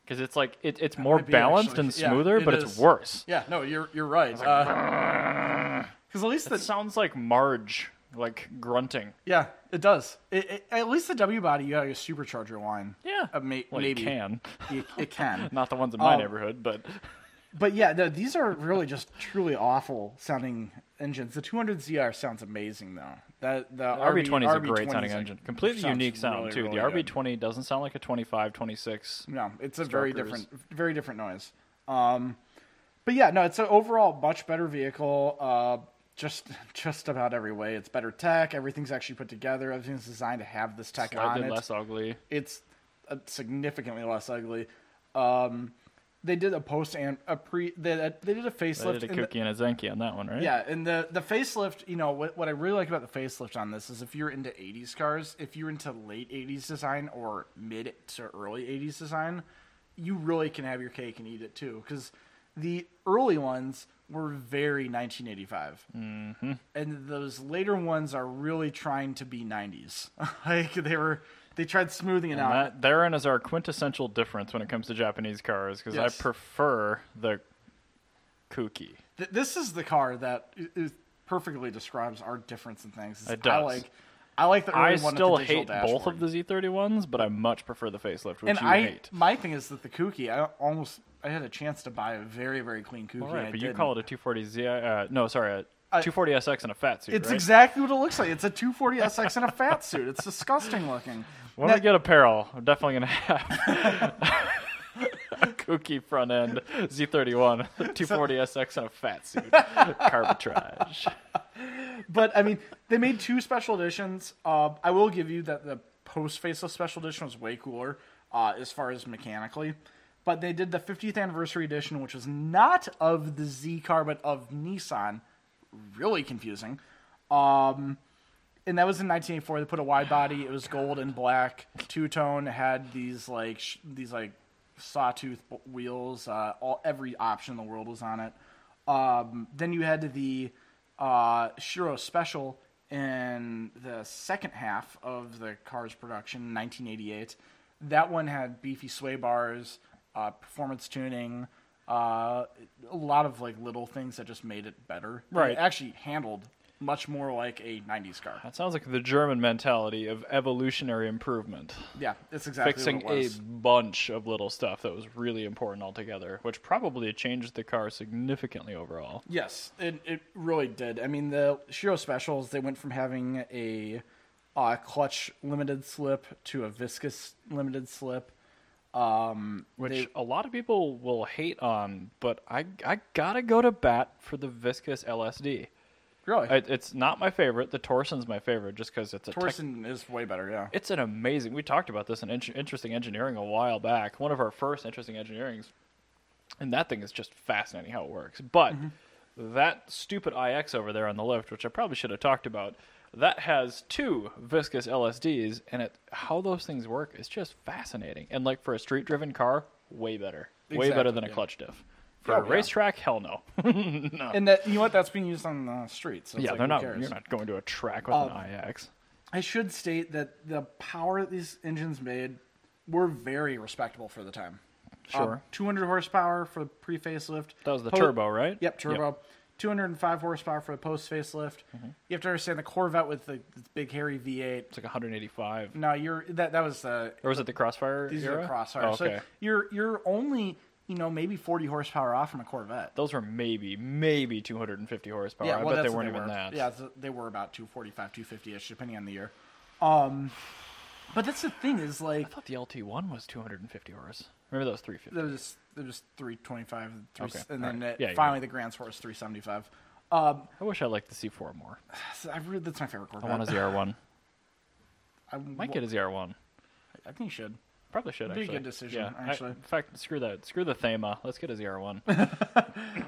Speaker 1: because it's like it, it's more
Speaker 2: might be,
Speaker 1: balanced
Speaker 2: actually.
Speaker 1: and
Speaker 2: Yeah,
Speaker 1: smoother,
Speaker 2: it
Speaker 1: but
Speaker 2: is.
Speaker 1: it's worse.
Speaker 2: Yeah, no, you're you're right. Because at least the
Speaker 1: It sounds like Marge, like grunting.
Speaker 2: Yeah, it does. It, it, at least the W body, you got a supercharger line.
Speaker 1: Yeah,
Speaker 2: Uh, may,
Speaker 1: well, you
Speaker 2: maybe
Speaker 1: can.
Speaker 2: It, it can.
Speaker 1: Not the ones in my
Speaker 2: Um,
Speaker 1: neighborhood, but
Speaker 2: [LAUGHS] But yeah, no, these are really just truly awful sounding engines. The 200ZR sounds amazing though. That the
Speaker 1: RB20 is a
Speaker 2: RB20
Speaker 1: great sounding
Speaker 2: like-
Speaker 1: engine. Completely
Speaker 2: sounds
Speaker 1: unique sound
Speaker 2: really,
Speaker 1: too.
Speaker 2: really
Speaker 1: the
Speaker 2: good.
Speaker 1: RB20 doesn't sound like a 25, 26.
Speaker 2: No, it's a very
Speaker 1: Stalkers.
Speaker 2: different, very different noise. Um, but yeah, no, it's an overall much better vehicle. Uh, just, [LAUGHS] just about every way. It's better tech. Everything's actually put together. Everything's designed to have this tech on
Speaker 1: Slightly
Speaker 2: it.
Speaker 1: less ugly.
Speaker 2: it's uh, significantly less ugly. Um, they did a post and a pre. They, uh, they did a
Speaker 1: They
Speaker 2: facelift.
Speaker 1: did a
Speaker 2: and the-
Speaker 1: Kuki and a Zenki on that one, right?
Speaker 2: yeah, and the the facelift. You know what? What I really like about the facelift on this is if you're into '80s cars, if you're into late '80s design or mid to early '80s design, you really can have your cake and eat it too. Because the early ones were very 1985, mm-hmm. and those later ones are really trying to be '90s. [LAUGHS] like they were, they tried smoothing it out.
Speaker 1: That, therein is our quintessential difference when it comes to Japanese cars, because
Speaker 2: Yes.
Speaker 1: I prefer the Kuki.
Speaker 2: Th- this is the car that i- is perfectly describes our difference in things. Is
Speaker 1: It
Speaker 2: I
Speaker 1: does.
Speaker 2: like, I like the early
Speaker 1: I
Speaker 2: one
Speaker 1: still
Speaker 2: with the digital
Speaker 1: hate both
Speaker 2: dashboard.
Speaker 1: of the Z31s, but I much prefer the facelift, which
Speaker 2: And
Speaker 1: you
Speaker 2: I,
Speaker 1: hate.
Speaker 2: my thing is that the Kooky, I almost, I had a chance to buy a very, very clean Kooky.
Speaker 1: All
Speaker 2: and
Speaker 1: right,
Speaker 2: I
Speaker 1: but you
Speaker 2: didn't.
Speaker 1: call it a 240Z. Uh, no, sorry, a
Speaker 2: I-
Speaker 1: 240SX in a fat suit.
Speaker 2: It's
Speaker 1: right?
Speaker 2: exactly what it looks like. It's a 240 SX in a fat suit. It's disgusting looking.
Speaker 1: When
Speaker 2: Now-
Speaker 1: we get apparel, I'm definitely gonna have
Speaker 2: [LAUGHS]
Speaker 1: [LAUGHS] a kooky front end
Speaker 2: [LAUGHS]
Speaker 1: Z31 240SX and a fat suit carbitrage.
Speaker 2: but I mean, they made two special editions. Uh, I will give you that the post faceless special edition was way cooler uh, as far as mechanically. But they did the 50th anniversary edition, which was not of the Z car, but of Nissan. Really confusing. Um, and that was in 1984. They put a wide body. It was gold and black, two tone. Had these like sh- these like sawtooth b- wheels. Uh, all every option in the world was on it. Um, then you had the uh, Shiro Special in the second half of the car's production, 1988. That one had beefy sway bars, uh, performance tuning, uh, a lot of like little things that just made it better.
Speaker 1: Right.
Speaker 2: It actually handled much more like a 90s car.
Speaker 1: That sounds like the German mentality of evolutionary improvement,
Speaker 2: Yeah, that's exactly
Speaker 1: fixing
Speaker 2: what
Speaker 1: a
Speaker 2: it was.
Speaker 1: bunch of little stuff that was really important altogether, which probably changed the car significantly overall.
Speaker 2: Yes, it, it really did. I mean, the Shiro specials, they went from having a uh, clutch limited slip to a viscous limited slip. Um,
Speaker 1: which
Speaker 2: they-
Speaker 1: a lot of people will hate on, but I I gotta go to bat for the viscous LSD.
Speaker 2: really,
Speaker 1: It, it's not my favorite. The torsion's my favorite, just because it's a tech-
Speaker 2: Torsen is way better. Yeah,
Speaker 1: it's an amazing. We talked about this in in- interesting engineering a while back. One of our first interesting engineerings, and that thing is just fascinating how it works. But
Speaker 2: Mm-hmm.
Speaker 1: that stupid IX over there on the left, which I probably should have talked about, that has two viscous LSDs, and it how those things work is just fascinating. And like for a street driven car, way better, way better
Speaker 2: Exactly,
Speaker 1: than a
Speaker 2: yeah.
Speaker 1: clutch diff. For
Speaker 2: Oh,
Speaker 1: a
Speaker 2: yeah.
Speaker 1: racetrack, hell
Speaker 2: [LAUGHS]
Speaker 1: no.
Speaker 2: and that you know what? That's being used on the streets. So it's
Speaker 1: yeah,
Speaker 2: like,
Speaker 1: they're
Speaker 2: who
Speaker 1: not.
Speaker 2: cares? Uh,
Speaker 1: You're not going to a track with an IX.
Speaker 2: I should state that the power that these engines made were very respectable for the time. Um,
Speaker 1: Sure.
Speaker 2: 200 horsepower for pre facelift.
Speaker 1: That was the turbo, right?
Speaker 2: Yep, turbo. 205 horsepower for the post facelift.
Speaker 1: Mm-hmm.
Speaker 2: You have to understand the Corvette with the, the big hairy V8.
Speaker 1: It's like 185.
Speaker 2: No, you're that that was the
Speaker 1: Or was it the Crossfire?
Speaker 2: these
Speaker 1: era?
Speaker 2: are crossfire.
Speaker 1: Oh, okay.
Speaker 2: So you're you're only you know maybe 40 horsepower off from a Corvette.
Speaker 1: Those were maybe, maybe 250 horsepower.
Speaker 2: yeah, well,
Speaker 1: Oh, I bet they
Speaker 2: that's what
Speaker 1: weren't even
Speaker 2: were.
Speaker 1: that.
Speaker 2: Yeah, th- they were about 245, 250 ish, depending on the year. Um, but that's the thing is like
Speaker 1: I thought the LT1 was 250 horse. Remember those 350?
Speaker 2: There was there was three twenty five,
Speaker 1: Okay,
Speaker 2: and
Speaker 1: all
Speaker 2: then
Speaker 1: right.
Speaker 2: it-
Speaker 1: Yeah, you're
Speaker 2: finally
Speaker 1: right.
Speaker 2: the Grand Sport is three seventy five. Um,
Speaker 1: I wish I liked the C4 more.
Speaker 2: so I really, that's my favorite
Speaker 1: I
Speaker 2: Corvette. [LAUGHS]
Speaker 1: want a ZR1.
Speaker 2: I
Speaker 1: Might get a ZR1.
Speaker 2: I think you should.
Speaker 1: Probably should
Speaker 2: Be a
Speaker 1: actually.
Speaker 2: good decision,
Speaker 1: Yeah, I-
Speaker 2: actually.
Speaker 1: in fact, screw that. Screw the Thema. Let's get a
Speaker 2: [LAUGHS]
Speaker 1: ZR1.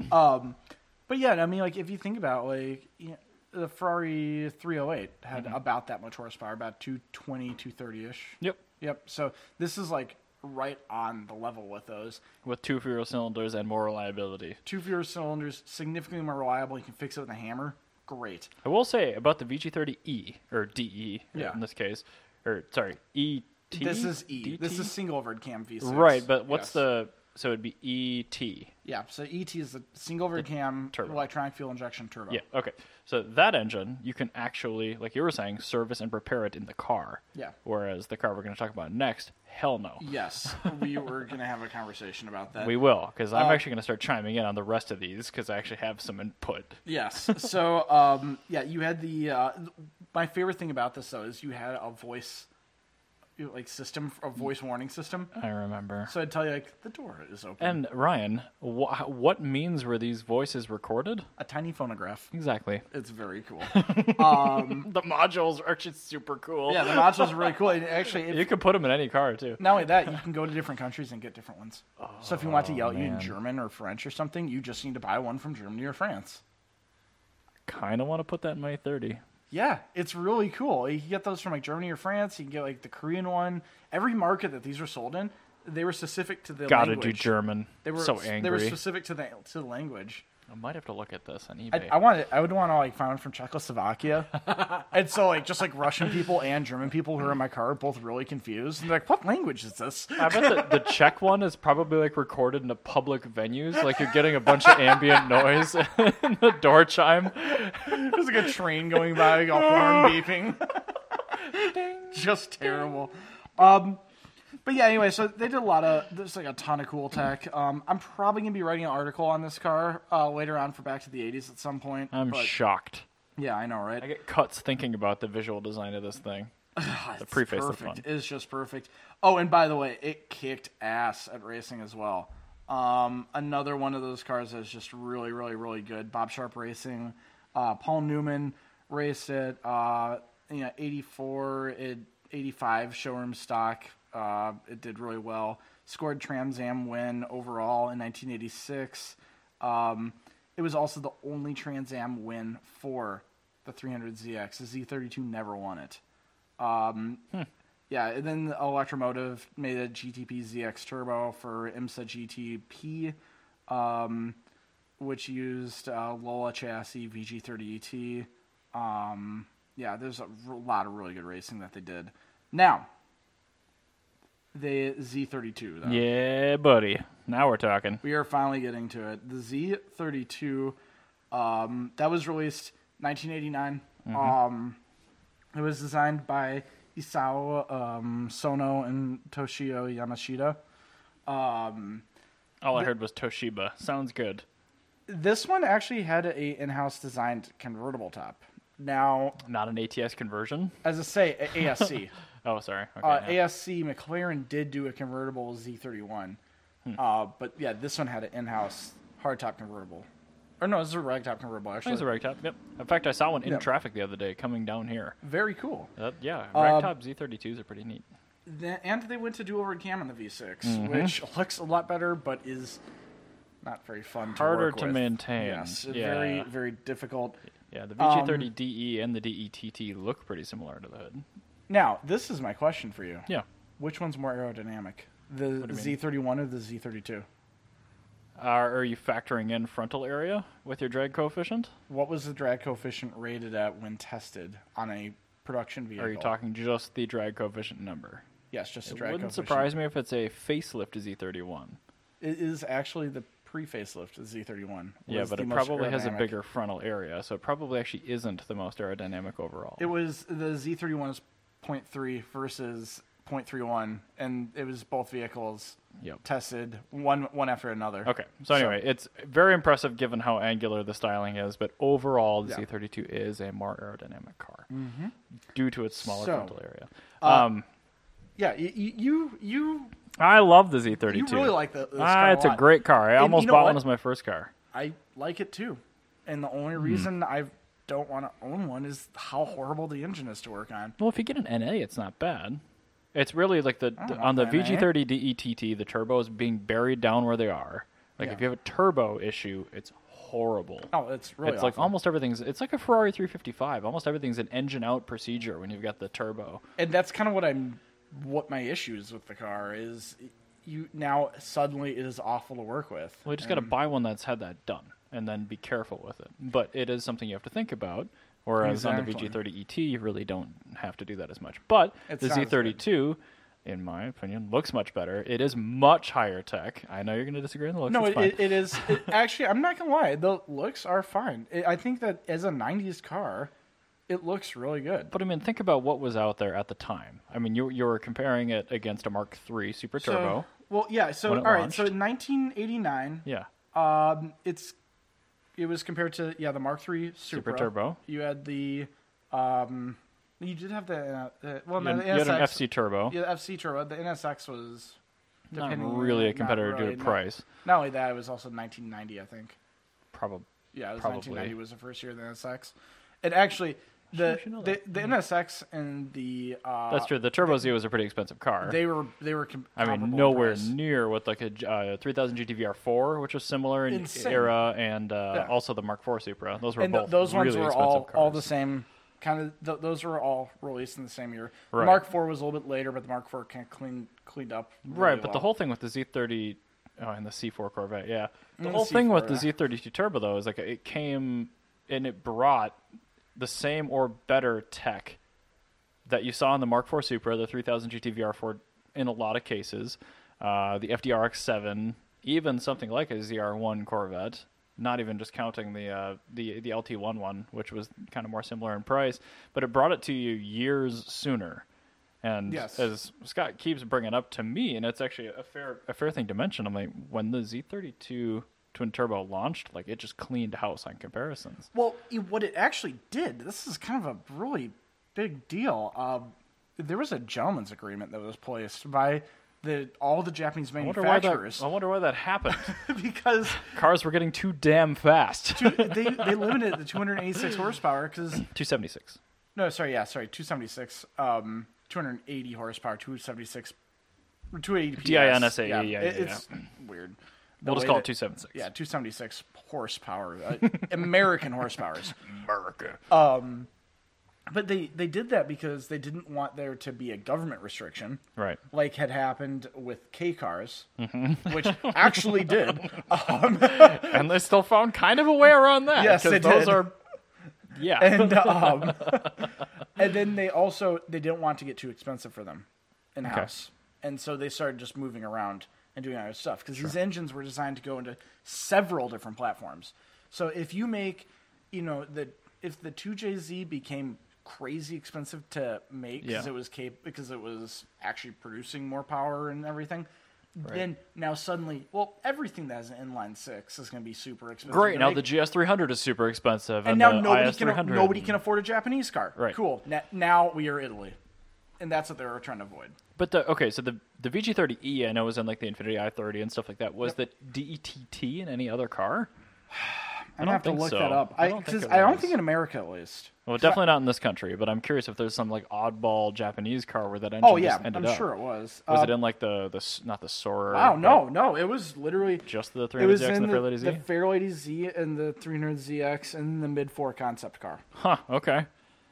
Speaker 2: But yeah, I mean, like if you think about like you know, the Ferrari three hundred eight had about that much horsepower, about 220, 230 ish.
Speaker 1: Mm-hmm. yep.
Speaker 2: Yep. So this is like right on the level with those.
Speaker 1: With two fewer cylinders and more reliability.
Speaker 2: Two fewer cylinders, significantly more reliable. You can fix it with a hammer. Great.
Speaker 1: I will say about the VG30E E, or DE
Speaker 2: Yeah.
Speaker 1: in this case, or sorry, ET.
Speaker 2: This is E. This
Speaker 1: DT?
Speaker 2: is single overhead cam V6.
Speaker 1: right. But what's
Speaker 2: Yes.
Speaker 1: the so it'd be E ET.
Speaker 2: Yeah, so ET is the single overhead cam
Speaker 1: turbo.
Speaker 2: electronic fuel injection turbo.
Speaker 1: Yeah. Okay. So that engine, you can actually, like you were saying, service and prepare it in the car.
Speaker 2: Yeah.
Speaker 1: Whereas the car we're going to talk about next, hell no.
Speaker 2: Yes, we were going to have a conversation about that.
Speaker 1: We will, because I'm
Speaker 2: Uh,
Speaker 1: actually going to start chiming in on the rest of these because I actually have some input.
Speaker 2: yes. So, um, yeah, you had the. Uh, my favorite thing about this though is you had a voice, you know, like system, a voice warning system.
Speaker 1: I remember.
Speaker 2: So I'd tell you like the door is open.
Speaker 1: and Ryan, wh- what means were these voices recorded?
Speaker 2: a tiny phonograph.
Speaker 1: Exactly.
Speaker 2: It's
Speaker 1: [LAUGHS]
Speaker 2: very cool.
Speaker 1: The modules are actually super cool.
Speaker 2: yeah, the modules are really cool. And actually, if,
Speaker 1: You could put them in any car too.
Speaker 2: not only that, you can go to different countries and get different ones. so if you want to yell at you in
Speaker 1: Oh, man.
Speaker 2: German or French or something, you just need to buy one from Germany or France.
Speaker 1: Kind of want to put that in my 30.
Speaker 2: Yeah, it's really cool. You can get those from like Germany or France. You can get like the Korean one. Every market that these were sold in, they were specific to the
Speaker 1: Got to
Speaker 2: language.
Speaker 1: do German.
Speaker 2: They were
Speaker 1: so
Speaker 2: They were
Speaker 1: angry.
Speaker 2: specific to the to the language.
Speaker 1: I might have to look at this on eBay.
Speaker 2: I, I wanted. I would want to like find one
Speaker 1: [LAUGHS]
Speaker 2: from Czechoslovakia. and so like just like Russian people and German people who are in my car are both really confused. And they're like, "What language
Speaker 1: [LAUGHS]
Speaker 2: is this?"
Speaker 1: I bet the, the Czech one is probably like recorded in a public venues. Like you're getting a bunch of ambient noise [LAUGHS] and the door chime.
Speaker 2: There's like a train
Speaker 1: [LAUGHS]
Speaker 2: going by, like, a horn beeping. Just terrible. Um, But yeah, anyway, so they did a lot of there's like a ton of cool tech. Um, I'm probably gonna be writing an article on this car uh, later on for Back to the '80s at some point.
Speaker 1: I'm
Speaker 2: but,
Speaker 1: shocked.
Speaker 2: yeah, I know,
Speaker 1: I
Speaker 2: right?
Speaker 1: get cuts thinking about the visual design of this thing.
Speaker 2: the
Speaker 1: preface is
Speaker 2: perfect.
Speaker 1: fun.
Speaker 2: It's just perfect. Oh, and by the way, it kicked ass at racing as well. Um, another one of those cars that's just really, really, really good. Bob Sharp Racing. Uh, Paul Newman raced it. Uh, you know, 84, it, 85 showroom stock. Uh, it did really well. Scored Trans Am win overall in 1986. Um, it was also the only Trans Am win for the 300ZX. The Z32 never won it. Yeah, and then Electromotive made a GTP ZX Turbo for IMSA GTP, um, which used uh, Lola chassis VG30ET. E Um, yeah, there's a r- lot of really good racing that they did. Now, the Z32, though.
Speaker 1: Yeah, buddy. Now we're talking.
Speaker 2: We are finally getting to it. The Z32, um, that was released 1989. Um, it was designed by Isao um, Sono and Toshio Yamashita.
Speaker 1: All I heard was Toshiba. Sounds good.
Speaker 2: This one actually had a in-house designed convertible top. Now,
Speaker 1: Not an ATS conversion.
Speaker 2: as I say, a- ASC.
Speaker 1: Oh, sorry. Okay,
Speaker 2: uh,
Speaker 1: yeah.
Speaker 2: ASC McLaren did do a convertible Z31, uh, but yeah, this one had an in-house hardtop convertible, or no, this is a ragtop convertible actually.
Speaker 1: There's a ragtop. Yep. In fact, I saw one in
Speaker 2: Yep.
Speaker 1: traffic the other day coming down here.
Speaker 2: Very cool.
Speaker 1: That, yeah, ragtop Z32s are pretty neat.
Speaker 2: Th- and they went to do over cam on the V6,
Speaker 1: Mm-hmm.
Speaker 2: which looks a lot better, but is not very fun. To
Speaker 1: Harder
Speaker 2: work
Speaker 1: to
Speaker 2: with.
Speaker 1: maintain.
Speaker 2: Yes,
Speaker 1: Yeah.
Speaker 2: very very difficult.
Speaker 1: Yeah, the VG30DE E and the DETT look pretty similar to the hood.
Speaker 2: Now, this is my question for you.
Speaker 1: Yeah.
Speaker 2: Which one's more aerodynamic, the
Speaker 1: do you mean?
Speaker 2: Z31 or the Z32?
Speaker 1: Are, are you factoring in frontal area with your drag coefficient?
Speaker 2: What was the drag coefficient rated at when tested on a production vehicle?
Speaker 1: Or are you talking just the drag coefficient number?
Speaker 2: Yes, just the
Speaker 1: It
Speaker 2: drag
Speaker 1: wouldn't
Speaker 2: coefficient.
Speaker 1: surprise me if it's a facelift E Z31.
Speaker 2: It is actually the pre-facelift the Z31.
Speaker 1: Yeah,
Speaker 2: was
Speaker 1: but
Speaker 2: the
Speaker 1: it
Speaker 2: most
Speaker 1: probably has a
Speaker 2: aerodynamic.
Speaker 1: bigger frontal area, so it probably actually isn't the most aerodynamic overall.
Speaker 2: It was the Z31 is 0.3 versus 0.31, and it was both vehicles
Speaker 1: Yep.
Speaker 2: tested one one after another.
Speaker 1: Okay, so anyway, it's very impressive given how angular the styling is, but overall, the
Speaker 2: Yeah. Mm-hmm.
Speaker 1: Z32 is a more aerodynamic car due to its smaller
Speaker 2: So,
Speaker 1: frontal area. Um,
Speaker 2: Yeah, you you you,
Speaker 1: I love the Z32.
Speaker 2: you really like the. This car
Speaker 1: ah, it's a
Speaker 2: lot.
Speaker 1: great car. I
Speaker 2: And
Speaker 1: almost
Speaker 2: you know
Speaker 1: bought
Speaker 2: what?
Speaker 1: one as my first car.
Speaker 2: I like it too, and the only
Speaker 1: Hmm.
Speaker 2: reason I don't want to own one is how horrible the engine is to work on.
Speaker 1: Well, if you get an NA, it's not bad. It's really like the, the- on the
Speaker 2: know about NA.
Speaker 1: VG30 DETT, E the turbo is being buried down where they are. Like
Speaker 2: Yeah.
Speaker 1: if you have a turbo issue, it's horrible.
Speaker 2: Oh, it's really.
Speaker 1: it's like
Speaker 2: awful.
Speaker 1: almost everything's. It's like a Ferrari 355. Almost everything's an engine out procedure when you've got the turbo.
Speaker 2: and that's kind of what I'm what my issues with the car is. You now suddenly it is awful to work with.
Speaker 1: Well, you just got to buy one that's had that done, and then be careful with it. But it is something you have to think about. Whereas
Speaker 2: Exactly.
Speaker 1: on the VG30 ET, E you really don't have to do that as much. But
Speaker 2: It's
Speaker 1: the
Speaker 2: not as good.
Speaker 1: Z32, in my opinion, looks much better. It is much higher tech. I know you're going to disagree on the looks.
Speaker 2: No,
Speaker 1: it's
Speaker 2: it,
Speaker 1: fine.
Speaker 2: it, it is.
Speaker 1: [LAUGHS]
Speaker 2: It, actually, I'm not gonna lie. The looks are fine. I I think that as a '90s car, it looks really good.
Speaker 1: But I mean, think about what was out there at the time. I mean, you you were comparing it against a Mark III Super Turbo.
Speaker 2: So, well, yeah. So all
Speaker 1: When
Speaker 2: right.
Speaker 1: it
Speaker 2: So
Speaker 1: launched.
Speaker 2: in 1989,
Speaker 1: yeah,
Speaker 2: um, it's it was compared to yeah the Mark III Super
Speaker 1: Turbo.
Speaker 2: You had the um, you did have the uh, the- well
Speaker 1: you
Speaker 2: no,
Speaker 1: had,
Speaker 2: the
Speaker 1: you had an
Speaker 2: NSX
Speaker 1: FC Turbo.
Speaker 2: yeah, the FC Turbo. The NSX was
Speaker 1: Not
Speaker 2: depending-
Speaker 1: really a
Speaker 2: not
Speaker 1: competitor
Speaker 2: really,
Speaker 1: due to
Speaker 2: not-
Speaker 1: price.
Speaker 2: Not only that, it was also 1990, I think.
Speaker 1: Probably.
Speaker 2: Yeah, it was
Speaker 1: Probably.
Speaker 2: 1990 was the first year of the NSX. It actually the
Speaker 1: should know Hmm.
Speaker 2: the, the NSX and the uh,
Speaker 1: That's true. The Turbo Z was a pretty expensive car.
Speaker 2: They were they were. Com-
Speaker 1: I mean,
Speaker 2: comparable
Speaker 1: nowhere
Speaker 2: price.
Speaker 1: near what like a G- uh, 3000 GTVR4, which was similar in
Speaker 2: Insane.
Speaker 1: era, and uh,
Speaker 2: Yeah.
Speaker 1: also the Mark IV Supra. Those were
Speaker 2: And th-
Speaker 1: both
Speaker 2: those
Speaker 1: really
Speaker 2: ones were
Speaker 1: expensive
Speaker 2: all
Speaker 1: cars.
Speaker 2: all the same. Kind of th- those were all released in the same year. The
Speaker 1: Right.
Speaker 2: Mark IV was a little bit later, but the Mark IV kind of cleaned cleaned up. really
Speaker 1: right, but the
Speaker 2: well.
Speaker 1: whole thing with the Z30 oh, and the C4 Corvette, yeah, the
Speaker 2: And the
Speaker 1: whole thing with the
Speaker 2: C4, yeah.
Speaker 1: Z32 Turbo though is like it came and it brought the same or better tech that you saw in the Mark IV Supra, the 3000 GTVR4 in a lot of cases, uh, the FDRX7, even something like a ZR1 Corvette, not even just counting the uh, the the LT11, which was kind of more similar in price, but it brought it to you years sooner. And
Speaker 2: Yes.
Speaker 1: as Scott keeps bringing up to me, and it's actually a fair a fair thing to mention. I'm like, when the Z32 twin turbo launched, like it just cleaned house on comparisons.
Speaker 2: Well, it- what it actually did, this is kind of a really big deal. Um, there was a gentleman's agreement that was placed by the all the Japanese
Speaker 1: I wonder why
Speaker 2: manufacturers
Speaker 1: that. Oh. I wonder why that happened.
Speaker 2: [LAUGHS] because
Speaker 1: Cars were getting too damn fast. [LAUGHS]
Speaker 2: two, they they limited it to 286 horsepower because
Speaker 1: 276.
Speaker 2: no, sorry, yeah, sorry, 276, um, 280 horsepower, 276, or 280 PS.
Speaker 1: DINSA, yeah, yeah,
Speaker 2: it-
Speaker 1: yeah,
Speaker 2: it's weird.
Speaker 1: We'll just
Speaker 2: way
Speaker 1: call it
Speaker 2: that-
Speaker 1: 276.
Speaker 2: Yeah, 276 horsepower, uh, American horsepowers.
Speaker 1: America.
Speaker 2: But they they did that because they didn't want there to be a government restriction,
Speaker 1: Right.
Speaker 2: Like had happened with K cars,
Speaker 1: Mm-hmm.
Speaker 2: which actually did.
Speaker 1: [LAUGHS]
Speaker 2: Um,
Speaker 1: and they still found kind of a way around that.
Speaker 2: Yes,
Speaker 1: 'cause
Speaker 2: they
Speaker 1: those
Speaker 2: did.
Speaker 1: are. Yeah. [LAUGHS]
Speaker 2: and um, and then they also they didn't want to get too expensive for them in house, and so they started just moving around and doing other stuff because these engines were designed to go into several different platforms. So if you make, you know, the if the two JZ became crazy expensive to make because
Speaker 1: Yeah.
Speaker 2: it was cap- because it was actually producing more power and everything. Then now suddenly, well, everything that has an inline six is going to be super expensive.
Speaker 1: Great.
Speaker 2: to
Speaker 1: Now
Speaker 2: make
Speaker 1: the GS300 is super expensive,
Speaker 2: and
Speaker 1: and,
Speaker 2: now
Speaker 1: the
Speaker 2: nobody
Speaker 1: IS300
Speaker 2: can nobody can afford a Japanese car.
Speaker 1: Right.
Speaker 2: Cool. Na- now we are Italy, and that's what they were trying to avoid.
Speaker 1: But the okay, so the the VG30E E, I know was in like the Infinity i30 and stuff like that. Was the DETT in any other car? don't
Speaker 2: I'm gonna have to
Speaker 1: think
Speaker 2: look
Speaker 1: so.
Speaker 2: that up.
Speaker 1: I
Speaker 2: I
Speaker 1: don't think
Speaker 2: 'cause
Speaker 1: it
Speaker 2: I don't
Speaker 1: was.
Speaker 2: think in America at least.
Speaker 1: Well, definitely not in this country. But I'm curious if there's some like oddball Japanese car where that engine
Speaker 2: Oh yeah,
Speaker 1: just ended
Speaker 2: I'm
Speaker 1: up.
Speaker 2: sure it was.
Speaker 1: Was
Speaker 2: Uh,
Speaker 1: it in like the the s- not the Sora?
Speaker 2: wow,
Speaker 1: but
Speaker 2: no, no, it was literally
Speaker 1: just the
Speaker 2: it was
Speaker 1: 300ZX
Speaker 2: in
Speaker 1: and the
Speaker 2: the,
Speaker 1: Fairlady Z.
Speaker 2: the Fairlady Z and the 300ZX and the mid four concept car.
Speaker 1: huh? Okay.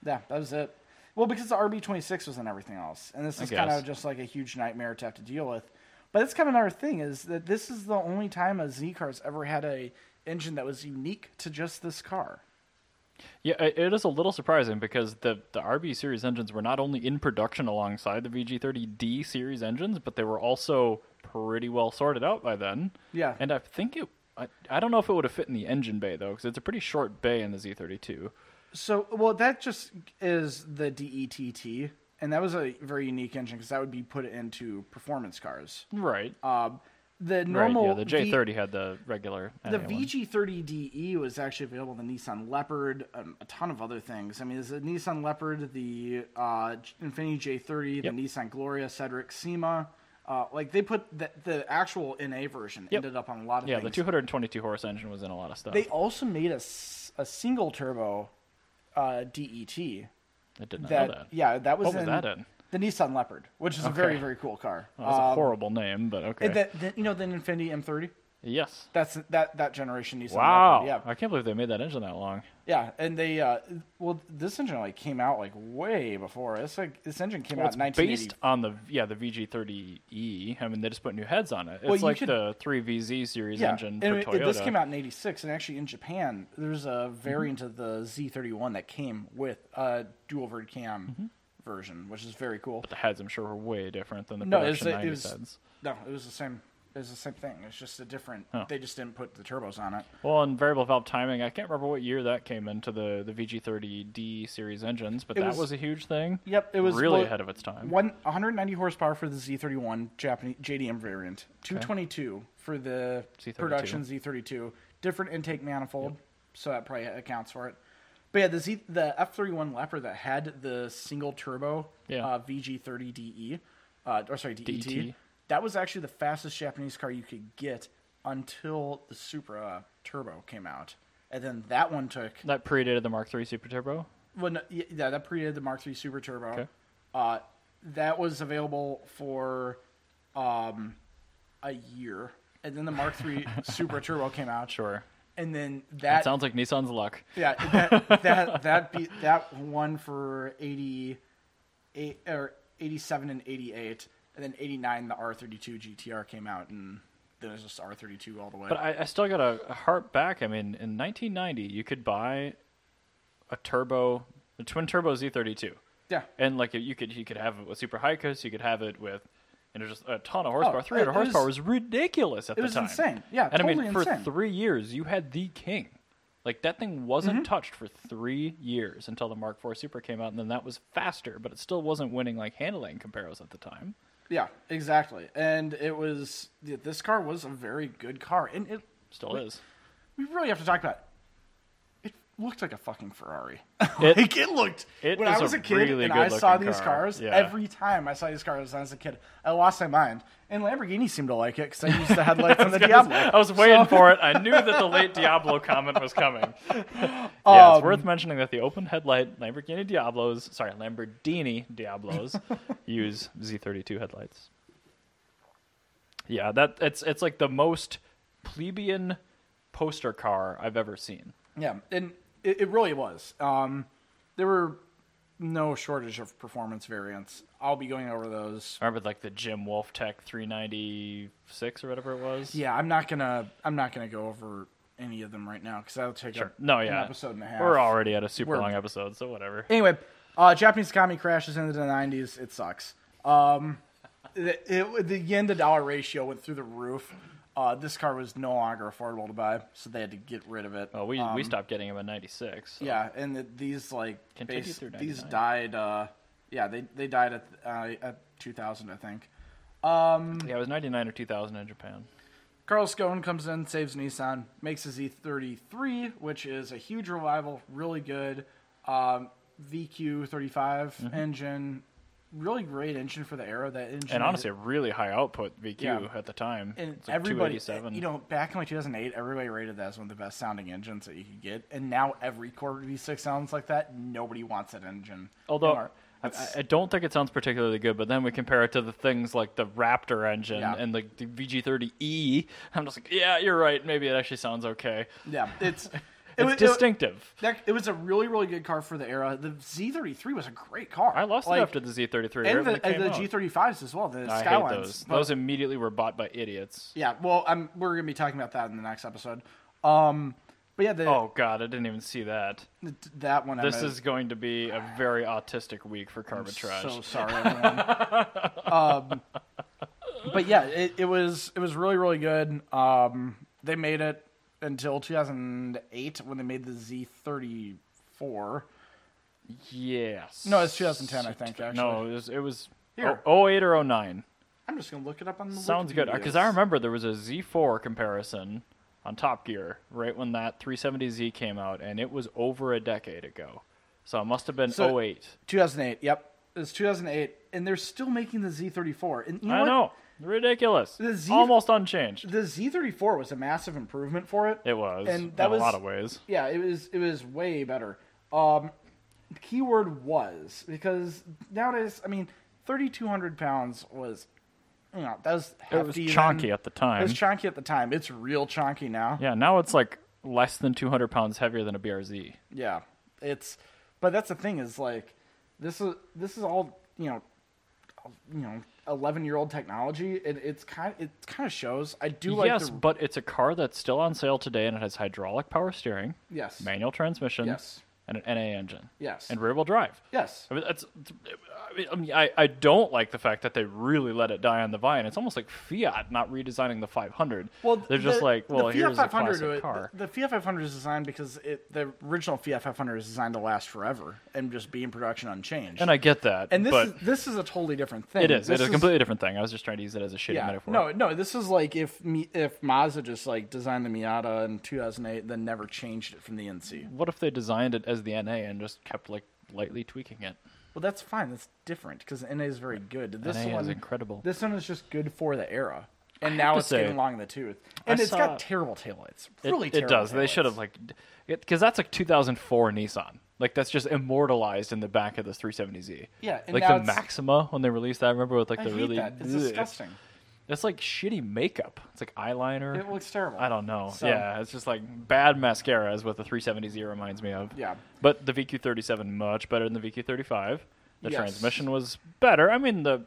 Speaker 2: Yeah, that was it. Well, because the RB26 was in everything else, and this is kind
Speaker 1: guess.
Speaker 2: of just like a huge nightmare to have to deal with. But that's kind of another thing is that this is the only time a Z car's ever had a engine that was unique to just this car.
Speaker 1: Yeah, i- it is a little surprising because the, the RB series engines were not only in production alongside the VG30D series engines, but they were also pretty well sorted out by then.
Speaker 2: Yeah.
Speaker 1: And I think it, I, I don't know if it would have fit in the engine bay though, because it's a pretty short bay in the Z32.
Speaker 2: So, well, that just is the DETT, and that was a very unique engine because that would be put into performance cars.
Speaker 1: Right.
Speaker 2: Um, the
Speaker 1: right.
Speaker 2: normal
Speaker 1: Yeah, the
Speaker 2: V-
Speaker 1: J30 had the regular.
Speaker 2: the
Speaker 1: NA one.
Speaker 2: VG30DE E was actually available in the Nissan Leopard, um, a ton of other things. I mean, there's a Nissan Leopard, the uh, J- Infiniti J30,
Speaker 1: Yep.
Speaker 2: the Nissan Gloria, Cedric, SEMA. Uh, like they put the, the actual NA version
Speaker 1: Yep.
Speaker 2: ended up on a lot of
Speaker 1: Yeah, the
Speaker 2: things.
Speaker 1: 222 horse engine was in a lot of stuff.
Speaker 2: they also made a, s- a single turbo uh, DET.
Speaker 1: I did not
Speaker 2: That,
Speaker 1: know that.
Speaker 2: yeah, that was
Speaker 1: What was
Speaker 2: in
Speaker 1: that in?
Speaker 2: the Nissan Leopard, which is a very
Speaker 1: Okay.
Speaker 2: very cool car.
Speaker 1: That was a
Speaker 2: Um,
Speaker 1: horrible name, but okay.
Speaker 2: and the- the- you know the Infiniti M30.
Speaker 1: yes.
Speaker 2: That's that that generation Nissan.
Speaker 1: Wow.
Speaker 2: Leopard, yeah.
Speaker 1: I can't believe they made that engine that long.
Speaker 2: Yeah, and they uh well this engine like came out like way before. This like this engine came
Speaker 1: Well,
Speaker 2: out
Speaker 1: it's
Speaker 2: in 1980.
Speaker 1: based on the yeah the VG30E. E. I mean, they just put new heads on it. It's
Speaker 2: Well, you
Speaker 1: like
Speaker 2: could-
Speaker 1: the 3VZ series
Speaker 2: yeah,
Speaker 1: engine
Speaker 2: and
Speaker 1: for
Speaker 2: it-
Speaker 1: Toyota. Mm-hmm.
Speaker 2: this came out in 86 and actually in Japan there's a variant of the Z31 that came with a dual vert cam
Speaker 1: Mm-hmm.
Speaker 2: version, which is very cool.
Speaker 1: The heads, I'm sure, were way different than the
Speaker 2: No, it was,
Speaker 1: production
Speaker 2: it
Speaker 1: 90s
Speaker 2: was
Speaker 1: heads.
Speaker 2: no, it was the same it was the same thing. It's just a different
Speaker 1: Oh.
Speaker 2: they just didn't put the turbos on it.
Speaker 1: Well, and variable valve timing. I can't remember what year that came into the the VG30D series engines, but
Speaker 2: It
Speaker 1: that was,
Speaker 2: was-
Speaker 1: a huge thing.
Speaker 2: Yep, it was
Speaker 1: really
Speaker 2: well,
Speaker 1: ahead of its time.
Speaker 2: One 190 horsepower for the Z31 Japanese JDM variant, 222 for the
Speaker 1: Z32.
Speaker 2: production Z32, different intake manifold, so that probably accounts for it. But yeah, the Z the F31 Leopard that had the single turbo
Speaker 1: Yeah. E
Speaker 2: uh, VG30DE, uh, or sorry DET,
Speaker 1: DET.
Speaker 2: that was actually the fastest Japanese car you could get until the Supra Turbo came out, and then that one took
Speaker 1: That predated the Mark III Super Turbo.
Speaker 2: well, no, y- yeah, that predated the Mark III Super Turbo.
Speaker 1: Okay.
Speaker 2: Uh, that was available for um, a year, and then the Mark
Speaker 1: [LAUGHS]
Speaker 2: III Super Turbo came out.
Speaker 1: Sure.
Speaker 2: And then
Speaker 1: That
Speaker 2: that,
Speaker 1: sounds like Nissan's luck.
Speaker 2: yeah, that that that beat that one for eighty eight or eighty seven and eighty eight, and then eighty nine the R thirty two GTR came out, and then it was just R thirty two all the way.
Speaker 1: But I, I still got to harp back. I mean, in 1990, you could buy a turbo, a twin turbo Z32.
Speaker 2: yeah,
Speaker 1: and like you could you could have it with super hycos, you could have it with and there's just a ton of horsepower.
Speaker 2: it-
Speaker 1: Three hundred
Speaker 2: Oh, it was-
Speaker 1: horsepower was ridiculous at
Speaker 2: it
Speaker 1: the
Speaker 2: was
Speaker 1: time.
Speaker 2: insane. Yeah,
Speaker 1: and I mean
Speaker 2: totally
Speaker 1: for
Speaker 2: insane.
Speaker 1: three years you had the king. Like that thing wasn't
Speaker 2: Mm-hmm.
Speaker 1: touched for three years until the Mark IV Super came out, and then that was faster, but it still wasn't winning like handling comparos at the time.
Speaker 2: Yeah, exactly. And it was th- this car was a very good car, and it
Speaker 1: Still is.
Speaker 2: we really have to talk about. It looked like a
Speaker 1: [LAUGHS]
Speaker 2: fucking Ferrari.
Speaker 1: It-
Speaker 2: like it looked.
Speaker 1: it
Speaker 2: when
Speaker 1: is
Speaker 2: I
Speaker 1: a
Speaker 2: was a kid
Speaker 1: really
Speaker 2: and I
Speaker 1: good-looking
Speaker 2: saw these
Speaker 1: car.
Speaker 2: cars,
Speaker 1: Yeah.
Speaker 2: every time I saw these cars as a kid, I lost my mind. And Lamborghini seemed to like it because I used
Speaker 1: [LAUGHS]
Speaker 2: the headlights on the Diablo.
Speaker 1: I was oh. waiting for it. I knew that
Speaker 2: [LAUGHS]
Speaker 1: the late Diablo comment was coming. yeah, it's
Speaker 2: Um,
Speaker 1: worth mentioning that the open headlight Lamborghini Diablos, sorry, Lamborghini
Speaker 2: [LAUGHS]
Speaker 1: Diablos, use Z32 headlights. Yeah, that it's it's like the most plebeian poster car I've ever seen.
Speaker 2: Yeah, and it, it really was. Um, there were no shortage of performance variants. I'll be going over those.
Speaker 1: I remember like the Jim Wolf Tech 396 or whatever it was.
Speaker 2: Yeah, I'm not gonna. I'm not gonna go over any of them right now because that'll take up
Speaker 1: No, yeah.
Speaker 2: an episode and a half.
Speaker 1: We're already at a super
Speaker 2: We're-
Speaker 1: long episode, so
Speaker 2: [LAUGHS]
Speaker 1: whatever.
Speaker 2: Anyway, uh, Japanese economy crashes into the '90s. It sucks. Um, the, it, the yen to dollar ratio went through the roof. Uh, this car was no longer affordable to buy, so they had to get rid of it. Um,
Speaker 1: Well, Oh, we we stopped getting him in 96. so-
Speaker 2: Yeah, and the, these like
Speaker 1: Continued
Speaker 2: base,
Speaker 1: through
Speaker 2: these
Speaker 1: 99.
Speaker 2: died. Uh, yeah, they they died at uh, at 2000, I think.
Speaker 1: yeah, it was 99 or 2000 in Japan.
Speaker 2: Carl Scone comes in, saves Nissan, makes a Z33, which is a huge revival, really good um, VQ35
Speaker 1: Mm-hmm.
Speaker 2: engine, really great engine for the era. That engine
Speaker 1: and honestly, a really high output VQ
Speaker 2: Yeah.
Speaker 1: at the time.
Speaker 2: and
Speaker 1: it's like
Speaker 2: everybody,
Speaker 1: 287.
Speaker 2: you know, back in like 2008, everybody rated that as one of the best sounding engines that you could get, and now every Corvette V6 sounds like that. Nobody wants that engine.
Speaker 1: although
Speaker 2: Anymore.
Speaker 1: I- I,
Speaker 2: It's-
Speaker 1: I don't think it sounds particularly good. But then we compare it to the things like the Raptor engine
Speaker 2: Yeah.
Speaker 1: and like the VG30E. E. I'm just like, yeah, you're right. Maybe it actually sounds okay.
Speaker 2: yeah,
Speaker 1: [LAUGHS]
Speaker 2: it's it
Speaker 1: It's
Speaker 2: was- it-
Speaker 1: distinctive.
Speaker 2: That it was a really really good car for the era. The Z33 was a great car.
Speaker 1: I lost
Speaker 2: Like,
Speaker 1: it after the Z33 right
Speaker 2: and
Speaker 1: when
Speaker 2: the,
Speaker 1: it came
Speaker 2: and the
Speaker 1: out.
Speaker 2: G35s as well. The
Speaker 1: I
Speaker 2: Skylines.
Speaker 1: hate those.
Speaker 2: But-
Speaker 1: Those immediately were bought by idiots.
Speaker 2: yeah, well, I'm, we're gonna be talking about that in the next episode. Um, but yeah, the,
Speaker 1: Oh God, I didn't even see that.
Speaker 2: th- that one.
Speaker 1: This
Speaker 2: I'm
Speaker 1: is going to be a very autistic week for Carbitrage. [LAUGHS]
Speaker 2: so sorry, everyone. um, but yeah, it, it was it was really really good. Um, they made it until 2008 when they made the Z34.
Speaker 1: Yes.
Speaker 2: No, it's 2010, I think, actually.
Speaker 1: No, it was, it was
Speaker 2: Here.
Speaker 1: oh- 08 or 09.
Speaker 2: I'm just gonna look it up on the
Speaker 1: Sounds good. Because I
Speaker 2: Wikipedias.
Speaker 1: remember there was a Z4 comparison on Top Gear right when that 370Z came out, and it was over a decade ago. So it must have been
Speaker 2: So-
Speaker 1: 08.
Speaker 2: 2008. Yep, it's 2008, and they're still making the Z34. And you know
Speaker 1: I
Speaker 2: what?
Speaker 1: know. Ridiculous.
Speaker 2: The Z-
Speaker 1: Almost unchanged.
Speaker 2: The Z34 was a massive improvement for it.
Speaker 1: It was.
Speaker 2: And that
Speaker 1: in
Speaker 2: was
Speaker 1: a lot of ways.
Speaker 2: Yeah, it was. It was way better. Um, keyword was because nowadays, I mean, 3,200 pounds was, you know, that was hefty.
Speaker 1: It was
Speaker 2: then.
Speaker 1: chonky at the
Speaker 2: It
Speaker 1: time.
Speaker 2: was chonky at the time. It's real chonky now.
Speaker 1: yeah, now it's like less than 200 pounds heavier than a BRZ.
Speaker 2: Yeah, it's. But that's the thing is like, this is this is all you know, you know, eleven year old technology, and it's kind it kind of shows. I do like
Speaker 1: yes,
Speaker 2: the
Speaker 1: but it's a car that's still on sale today, and it has hydraulic power steering.
Speaker 2: yes,
Speaker 1: manual transmission,
Speaker 2: Yes.
Speaker 1: and an NA engine,
Speaker 2: Yes.
Speaker 1: and rear-wheel drive.
Speaker 2: yes,
Speaker 1: I mean, that's. I mean, I mean, I, I don't like the fact that they really let it die on the vine. It's almost like Fiat not redesigning the 500. they're just
Speaker 2: the-
Speaker 1: like, well,
Speaker 2: the Fiat
Speaker 1: here's a
Speaker 2: 500
Speaker 1: classic
Speaker 2: was-
Speaker 1: car.
Speaker 2: The, the Fiat 500 is designed because it, the original Fiat 500 is designed to last forever and just be in production unchanged.
Speaker 1: and I get that,
Speaker 2: And this
Speaker 1: but
Speaker 2: is this is a totally different thing.
Speaker 1: it is.
Speaker 2: This
Speaker 1: It is a completely different thing. I was just trying to use it as a shitty
Speaker 2: yeah.
Speaker 1: metaphor.
Speaker 2: No, no. This is like if Mi- if Mazda just like designed the Miata in 2008, then never changed it from the NC.
Speaker 1: What if they designed it as the NA and just kept like lightly tweaking it?
Speaker 2: Well, that's fine. That's different because NA is very good. This
Speaker 1: NA
Speaker 2: one
Speaker 1: is incredible.
Speaker 2: This one is just good for the era. And now
Speaker 1: to
Speaker 2: it's getting
Speaker 1: say-
Speaker 2: long in the tooth, and
Speaker 1: I
Speaker 2: it's got
Speaker 1: saw-
Speaker 2: terrible taillights.
Speaker 1: It,
Speaker 2: Really,
Speaker 1: it
Speaker 2: terrible
Speaker 1: does. They should
Speaker 2: taillights.
Speaker 1: have like, because that's like 2004 Nissan. Like that's just immortalized in the back of this 370Z.
Speaker 2: Yeah, and
Speaker 1: like
Speaker 2: now
Speaker 1: the
Speaker 2: it's-
Speaker 1: Maxima when they released that. I remember with like
Speaker 2: I
Speaker 1: the
Speaker 2: hate
Speaker 1: really.
Speaker 2: that. It's
Speaker 1: Ugh.
Speaker 2: disgusting.
Speaker 1: That's like shitty makeup. It's like eyeliner.
Speaker 2: It looks terrible.
Speaker 1: I don't know.
Speaker 2: So-
Speaker 1: Yeah, it's just like bad mascara is what the 370Z reminds me of.
Speaker 2: Yeah.
Speaker 1: But the VQ37 much better than the VQ35. The
Speaker 2: Yes.
Speaker 1: transmission was better. I mean the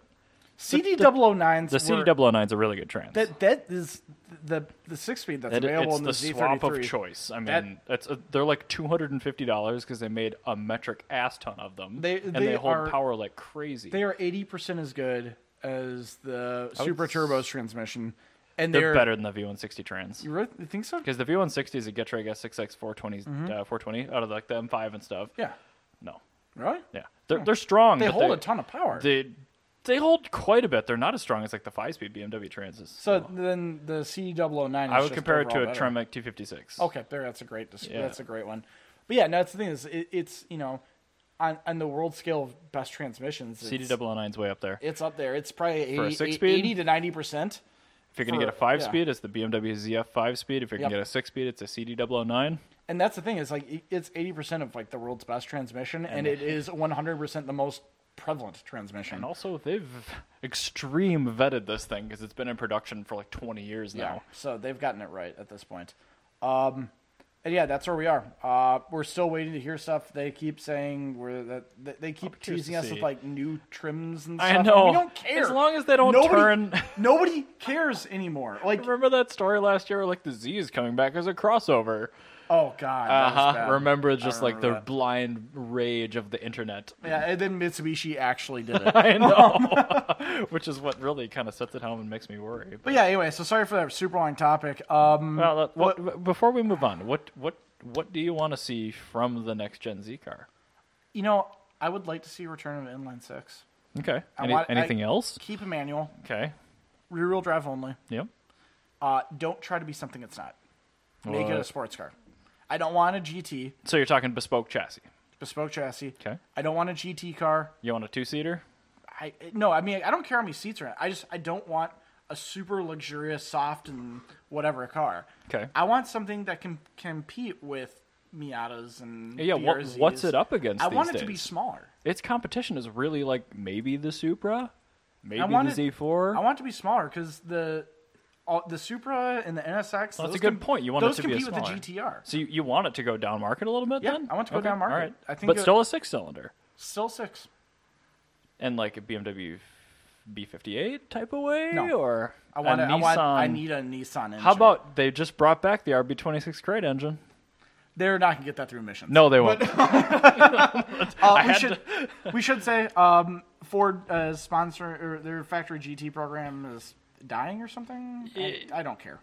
Speaker 2: CD 009s.
Speaker 1: the CD009 is a really good trans.
Speaker 2: That that is the the six speed that's
Speaker 1: It-
Speaker 2: available
Speaker 1: it's
Speaker 2: in
Speaker 1: the,
Speaker 2: the, Z33.
Speaker 1: swap of choice. I
Speaker 2: That-
Speaker 1: mean, that's uh they're like two hundred and fifty dollars because they made a metric ass ton of them,
Speaker 2: They-
Speaker 1: and
Speaker 2: they
Speaker 1: they hold
Speaker 2: are-
Speaker 1: power like crazy.
Speaker 2: They are eighty percent as good as the
Speaker 1: would
Speaker 2: Super
Speaker 1: s-
Speaker 2: Turbo's transmission, and
Speaker 1: They're
Speaker 2: they're,
Speaker 1: better than the V160 trans.
Speaker 2: You really you think so?
Speaker 1: Because the V160 is a Getrag S6X 420, uh, 420 out of like the M5 and stuff.
Speaker 2: Mm-hmm. Yeah,
Speaker 1: No.
Speaker 2: really?
Speaker 1: Yeah. They're, they're strong.
Speaker 2: They
Speaker 1: but
Speaker 2: hold a ton of power.
Speaker 1: They, they hold quite a bit. They're not as strong as like the five speed BMW transes.
Speaker 2: so then the C 009 is
Speaker 1: I would
Speaker 2: just
Speaker 1: compare it to a
Speaker 2: overall better.
Speaker 1: Tremec 256.
Speaker 2: Okay, there. That's a great. Dis-
Speaker 1: Yeah.
Speaker 2: That's a great one. But yeah, no, that's the thing is, it, it's you know, on, on the world scale of best transmissions, it's,
Speaker 1: CD009's way up there.
Speaker 2: it's up there. It's probably
Speaker 1: For a
Speaker 2: 80,
Speaker 1: six-speed?
Speaker 2: 80 to ninety percent.
Speaker 1: If you're going to
Speaker 2: for-
Speaker 1: get a five
Speaker 2: yeah.
Speaker 1: speed, it's the BMW ZF five speed. If you're going to
Speaker 2: Yep.
Speaker 1: get a six speed, it's a CD009.
Speaker 2: And that's the thing is like it- it's eighty percent of like the world's best transmission, and, it is one hundred percent the most prevalent transmission.
Speaker 1: And also, they've extreme vetted this thing because it's been in production for like 20 years
Speaker 2: Yeah.
Speaker 1: now.
Speaker 2: So they've gotten it right at this point. Um, and yeah, that's where we are. Uh, we're still waiting to hear stuff. They keep saying we're that that- they keep
Speaker 1: curious
Speaker 2: teasing
Speaker 1: to
Speaker 2: us
Speaker 1: see.
Speaker 2: with like new trims and stuff.
Speaker 1: I
Speaker 2: and
Speaker 1: know.
Speaker 2: We don't care
Speaker 1: As long as they don't
Speaker 2: nobody,
Speaker 1: turn-
Speaker 2: [LAUGHS] nobody cares anymore. Like,
Speaker 1: Remember that story last year where like the Z is coming back as a crossover?
Speaker 2: oh god.
Speaker 1: Uh
Speaker 2: that was
Speaker 1: huh.
Speaker 2: bad.
Speaker 1: Remember
Speaker 2: I
Speaker 1: just like the
Speaker 2: remember that.
Speaker 1: blind rage of the
Speaker 2: [LAUGHS]
Speaker 1: internet.
Speaker 2: Yeah, and then Mitsubishi actually did it. [LAUGHS]
Speaker 1: I know. Which is what really kind of sets it home and makes me worry.
Speaker 2: but yeah, anyway. So sorry for that super long topic. Um,
Speaker 1: Well, that- what, before we move on, what what what do you want to see from the next Gen Z car?
Speaker 2: you know, I would like to see Return of Inline Six.
Speaker 1: Okay.
Speaker 2: I
Speaker 1: Any,
Speaker 2: want- I-
Speaker 1: anything else?
Speaker 2: Keep a manual,
Speaker 1: Okay.
Speaker 2: rear wheel drive only.
Speaker 1: Yep.
Speaker 2: Uh, don't try to be something it's not. Make it a
Speaker 1: What?
Speaker 2: sports car. I don't want a GT
Speaker 1: So you're talking bespoke chassis.
Speaker 2: bespoke chassis.
Speaker 1: Okay.
Speaker 2: I don't want a GT car.
Speaker 1: You want a two seater?
Speaker 2: I no. I mean, I don't care how many seats are in. it. I just I don't want a super luxurious, soft and whatever car.
Speaker 1: Okay.
Speaker 2: I want something that can compete with Miatas and
Speaker 1: Yeah. What,
Speaker 2: BRZs.
Speaker 1: what's it up against?
Speaker 2: I
Speaker 1: these
Speaker 2: want it
Speaker 1: days?
Speaker 2: to be smaller.
Speaker 1: Its competition is really like maybe the Supra, maybe the
Speaker 2: want it-
Speaker 1: Z4.
Speaker 2: I want it to be smaller because the all, the Supra and the NSX.
Speaker 1: Well,
Speaker 2: those
Speaker 1: that's a good
Speaker 2: com-
Speaker 1: point. You want
Speaker 2: those
Speaker 1: it to be a
Speaker 2: compete with
Speaker 1: smaller.
Speaker 2: the GTR.
Speaker 1: So you, you want it to go down market a little bit?
Speaker 2: Yeah,
Speaker 1: then?
Speaker 2: I want it to go down market.
Speaker 1: All right.
Speaker 2: I think
Speaker 1: but
Speaker 2: it-
Speaker 1: still a six cylinder
Speaker 2: Still six.
Speaker 1: and like a BMW B58 type of way,
Speaker 2: No.
Speaker 1: or
Speaker 2: I want.
Speaker 1: a
Speaker 2: A,
Speaker 1: Nissan.
Speaker 2: I want. I need a Nissan engine.
Speaker 1: How about they just brought back the RB26 crate engine?
Speaker 2: They're not gonna get that through emissions.
Speaker 1: No, they won't.
Speaker 2: [LAUGHS] Uh,
Speaker 1: [LAUGHS] I
Speaker 2: we
Speaker 1: had
Speaker 2: should. we should say um, Ford uh, sponsor or their factory GT program is dying or something. I, I don't care.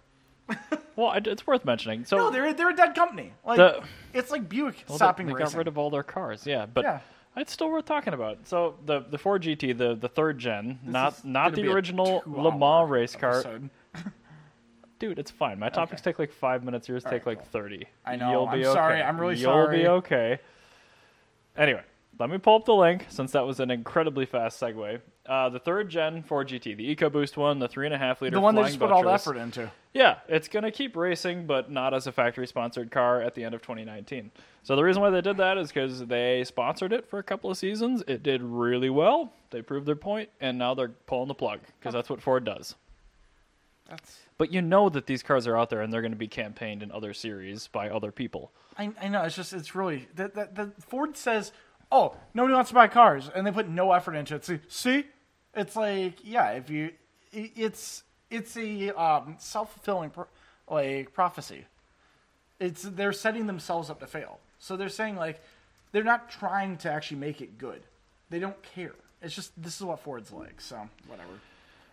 Speaker 1: well, I- it's worth mentioning. So
Speaker 2: No, they're they're a dead company. Like
Speaker 1: The-
Speaker 2: it's like Buick
Speaker 1: Well, they-
Speaker 2: stopping
Speaker 1: they,
Speaker 2: racing.
Speaker 1: got rid of all their cars. Yeah, but
Speaker 2: Yeah.
Speaker 1: it's still worth talking about. So the the Ford GT, the the third gen, not
Speaker 2: is
Speaker 1: not
Speaker 2: gonna be
Speaker 1: the
Speaker 2: a
Speaker 1: original Le
Speaker 2: two-hour
Speaker 1: Mans race car.
Speaker 2: episode.
Speaker 1: Dude, it's fine. My topics take like five minutes. Yours take
Speaker 2: right,
Speaker 1: like thirty.
Speaker 2: I know.
Speaker 1: You'll
Speaker 2: I'm
Speaker 1: be
Speaker 2: sorry.
Speaker 1: okay.
Speaker 2: I'm really
Speaker 1: You'll
Speaker 2: sorry.
Speaker 1: be okay. Anyway, let me pull up the link since that was an incredibly fast segue. Uh, the third gen Ford GT, the EcoBoost one, the three and a half liter.
Speaker 2: The one they
Speaker 1: flying
Speaker 2: just put all the
Speaker 1: buttress.
Speaker 2: effort into.
Speaker 1: Yeah, it's going to keep racing, but not as a factory sponsored car at the end of 2019. So the reason why they did that is because they sponsored it for a couple of seasons. It did really well. They proved their point, and now they're pulling the plug because that's what Ford does.
Speaker 2: That's.
Speaker 1: But you know that these cars are out there and they're going to be campaigned in other series by other people.
Speaker 2: I, I know. It's just it's really that that the Ford says, "Oh, nobody wants to buy cars," and they put no effort into it. See, see, it's like yeah, if you, i- it's it's a um, self fulfilling pro- like prophecy. It's they're setting themselves up to fail. So they're saying like they're not trying to actually make it good. They don't care. It's just this is what Ford's like. So whatever.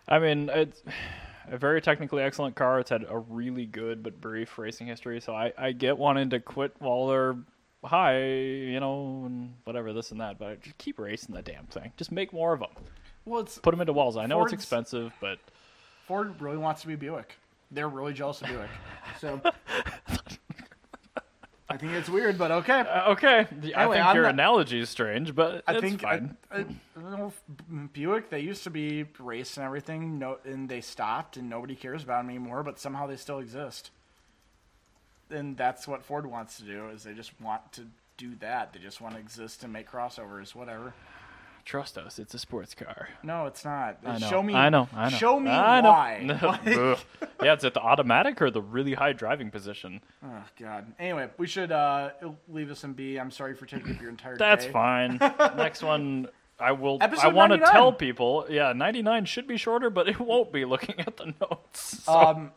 Speaker 1: I mean, it's [SIGHS] a very technically excellent car. It's had a really good but brief racing history, so I, I get wanting to quit while they're high, you know, and whatever, this and that, but just keep racing the damn thing. Just make more of them.
Speaker 2: Well, it's
Speaker 1: Put them into walls. I know it's
Speaker 2: Ford's-
Speaker 1: expensive, but
Speaker 2: Ford really wants to be Buick. They're really jealous of Buick.
Speaker 1: [LAUGHS]
Speaker 2: So I think it's weird, but okay.
Speaker 1: uh, okay. The- I
Speaker 2: Anyway,
Speaker 1: think
Speaker 2: I'm
Speaker 1: your
Speaker 2: not-
Speaker 1: analogy is strange, but
Speaker 2: I
Speaker 1: it's
Speaker 2: think I,
Speaker 1: fine.
Speaker 2: I, I don't know if Buick. They used to be race and everything, no, and they stopped, and nobody cares about them anymore. But somehow they still exist. And that's what Ford wants to do is they just want to do that. They just want to exist and make crossovers, whatever.
Speaker 1: Trust us, it's a sports car.
Speaker 2: No, it's not.
Speaker 1: I know.
Speaker 2: Show me.
Speaker 1: I know. I know.
Speaker 2: Show me
Speaker 1: I know. [LAUGHS]
Speaker 2: why. Like-
Speaker 1: Ugh. yeah, it's at the automatic or the really high driving position.
Speaker 2: Oh God. Anyway, we should uh, leave this and be. I'm sorry for taking up your entire.
Speaker 1: That's
Speaker 2: day. [LAUGHS]
Speaker 1: fine. Next one, I will. I
Speaker 2: Episode
Speaker 1: want to
Speaker 2: 99.
Speaker 1: tell people. Yeah, ninety nine should be shorter, but it won't be. Looking at the notes, so
Speaker 2: Um,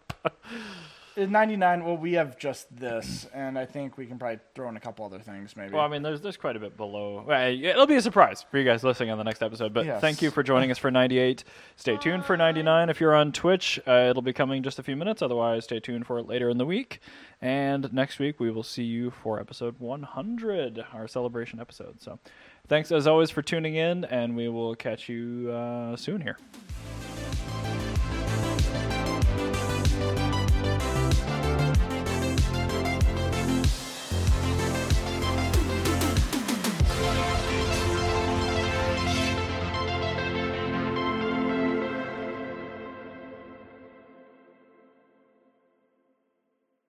Speaker 2: In 99, well, we have just this, and I think we can probably throw in a couple other things, maybe.
Speaker 1: Well, I mean, there's there's quite a bit below. Well, It'll be a surprise for you guys listening on the next episode. But
Speaker 2: Yes.
Speaker 1: thank you for joining us for 98. Stay tuned for 99. If you're on Twitch, uh, it'll be coming in just a few minutes. Otherwise, stay tuned for it later in the week. And next week we will see you for episode 100, our celebration episode. So, thanks as always for tuning in, and we will catch you uh, soon here.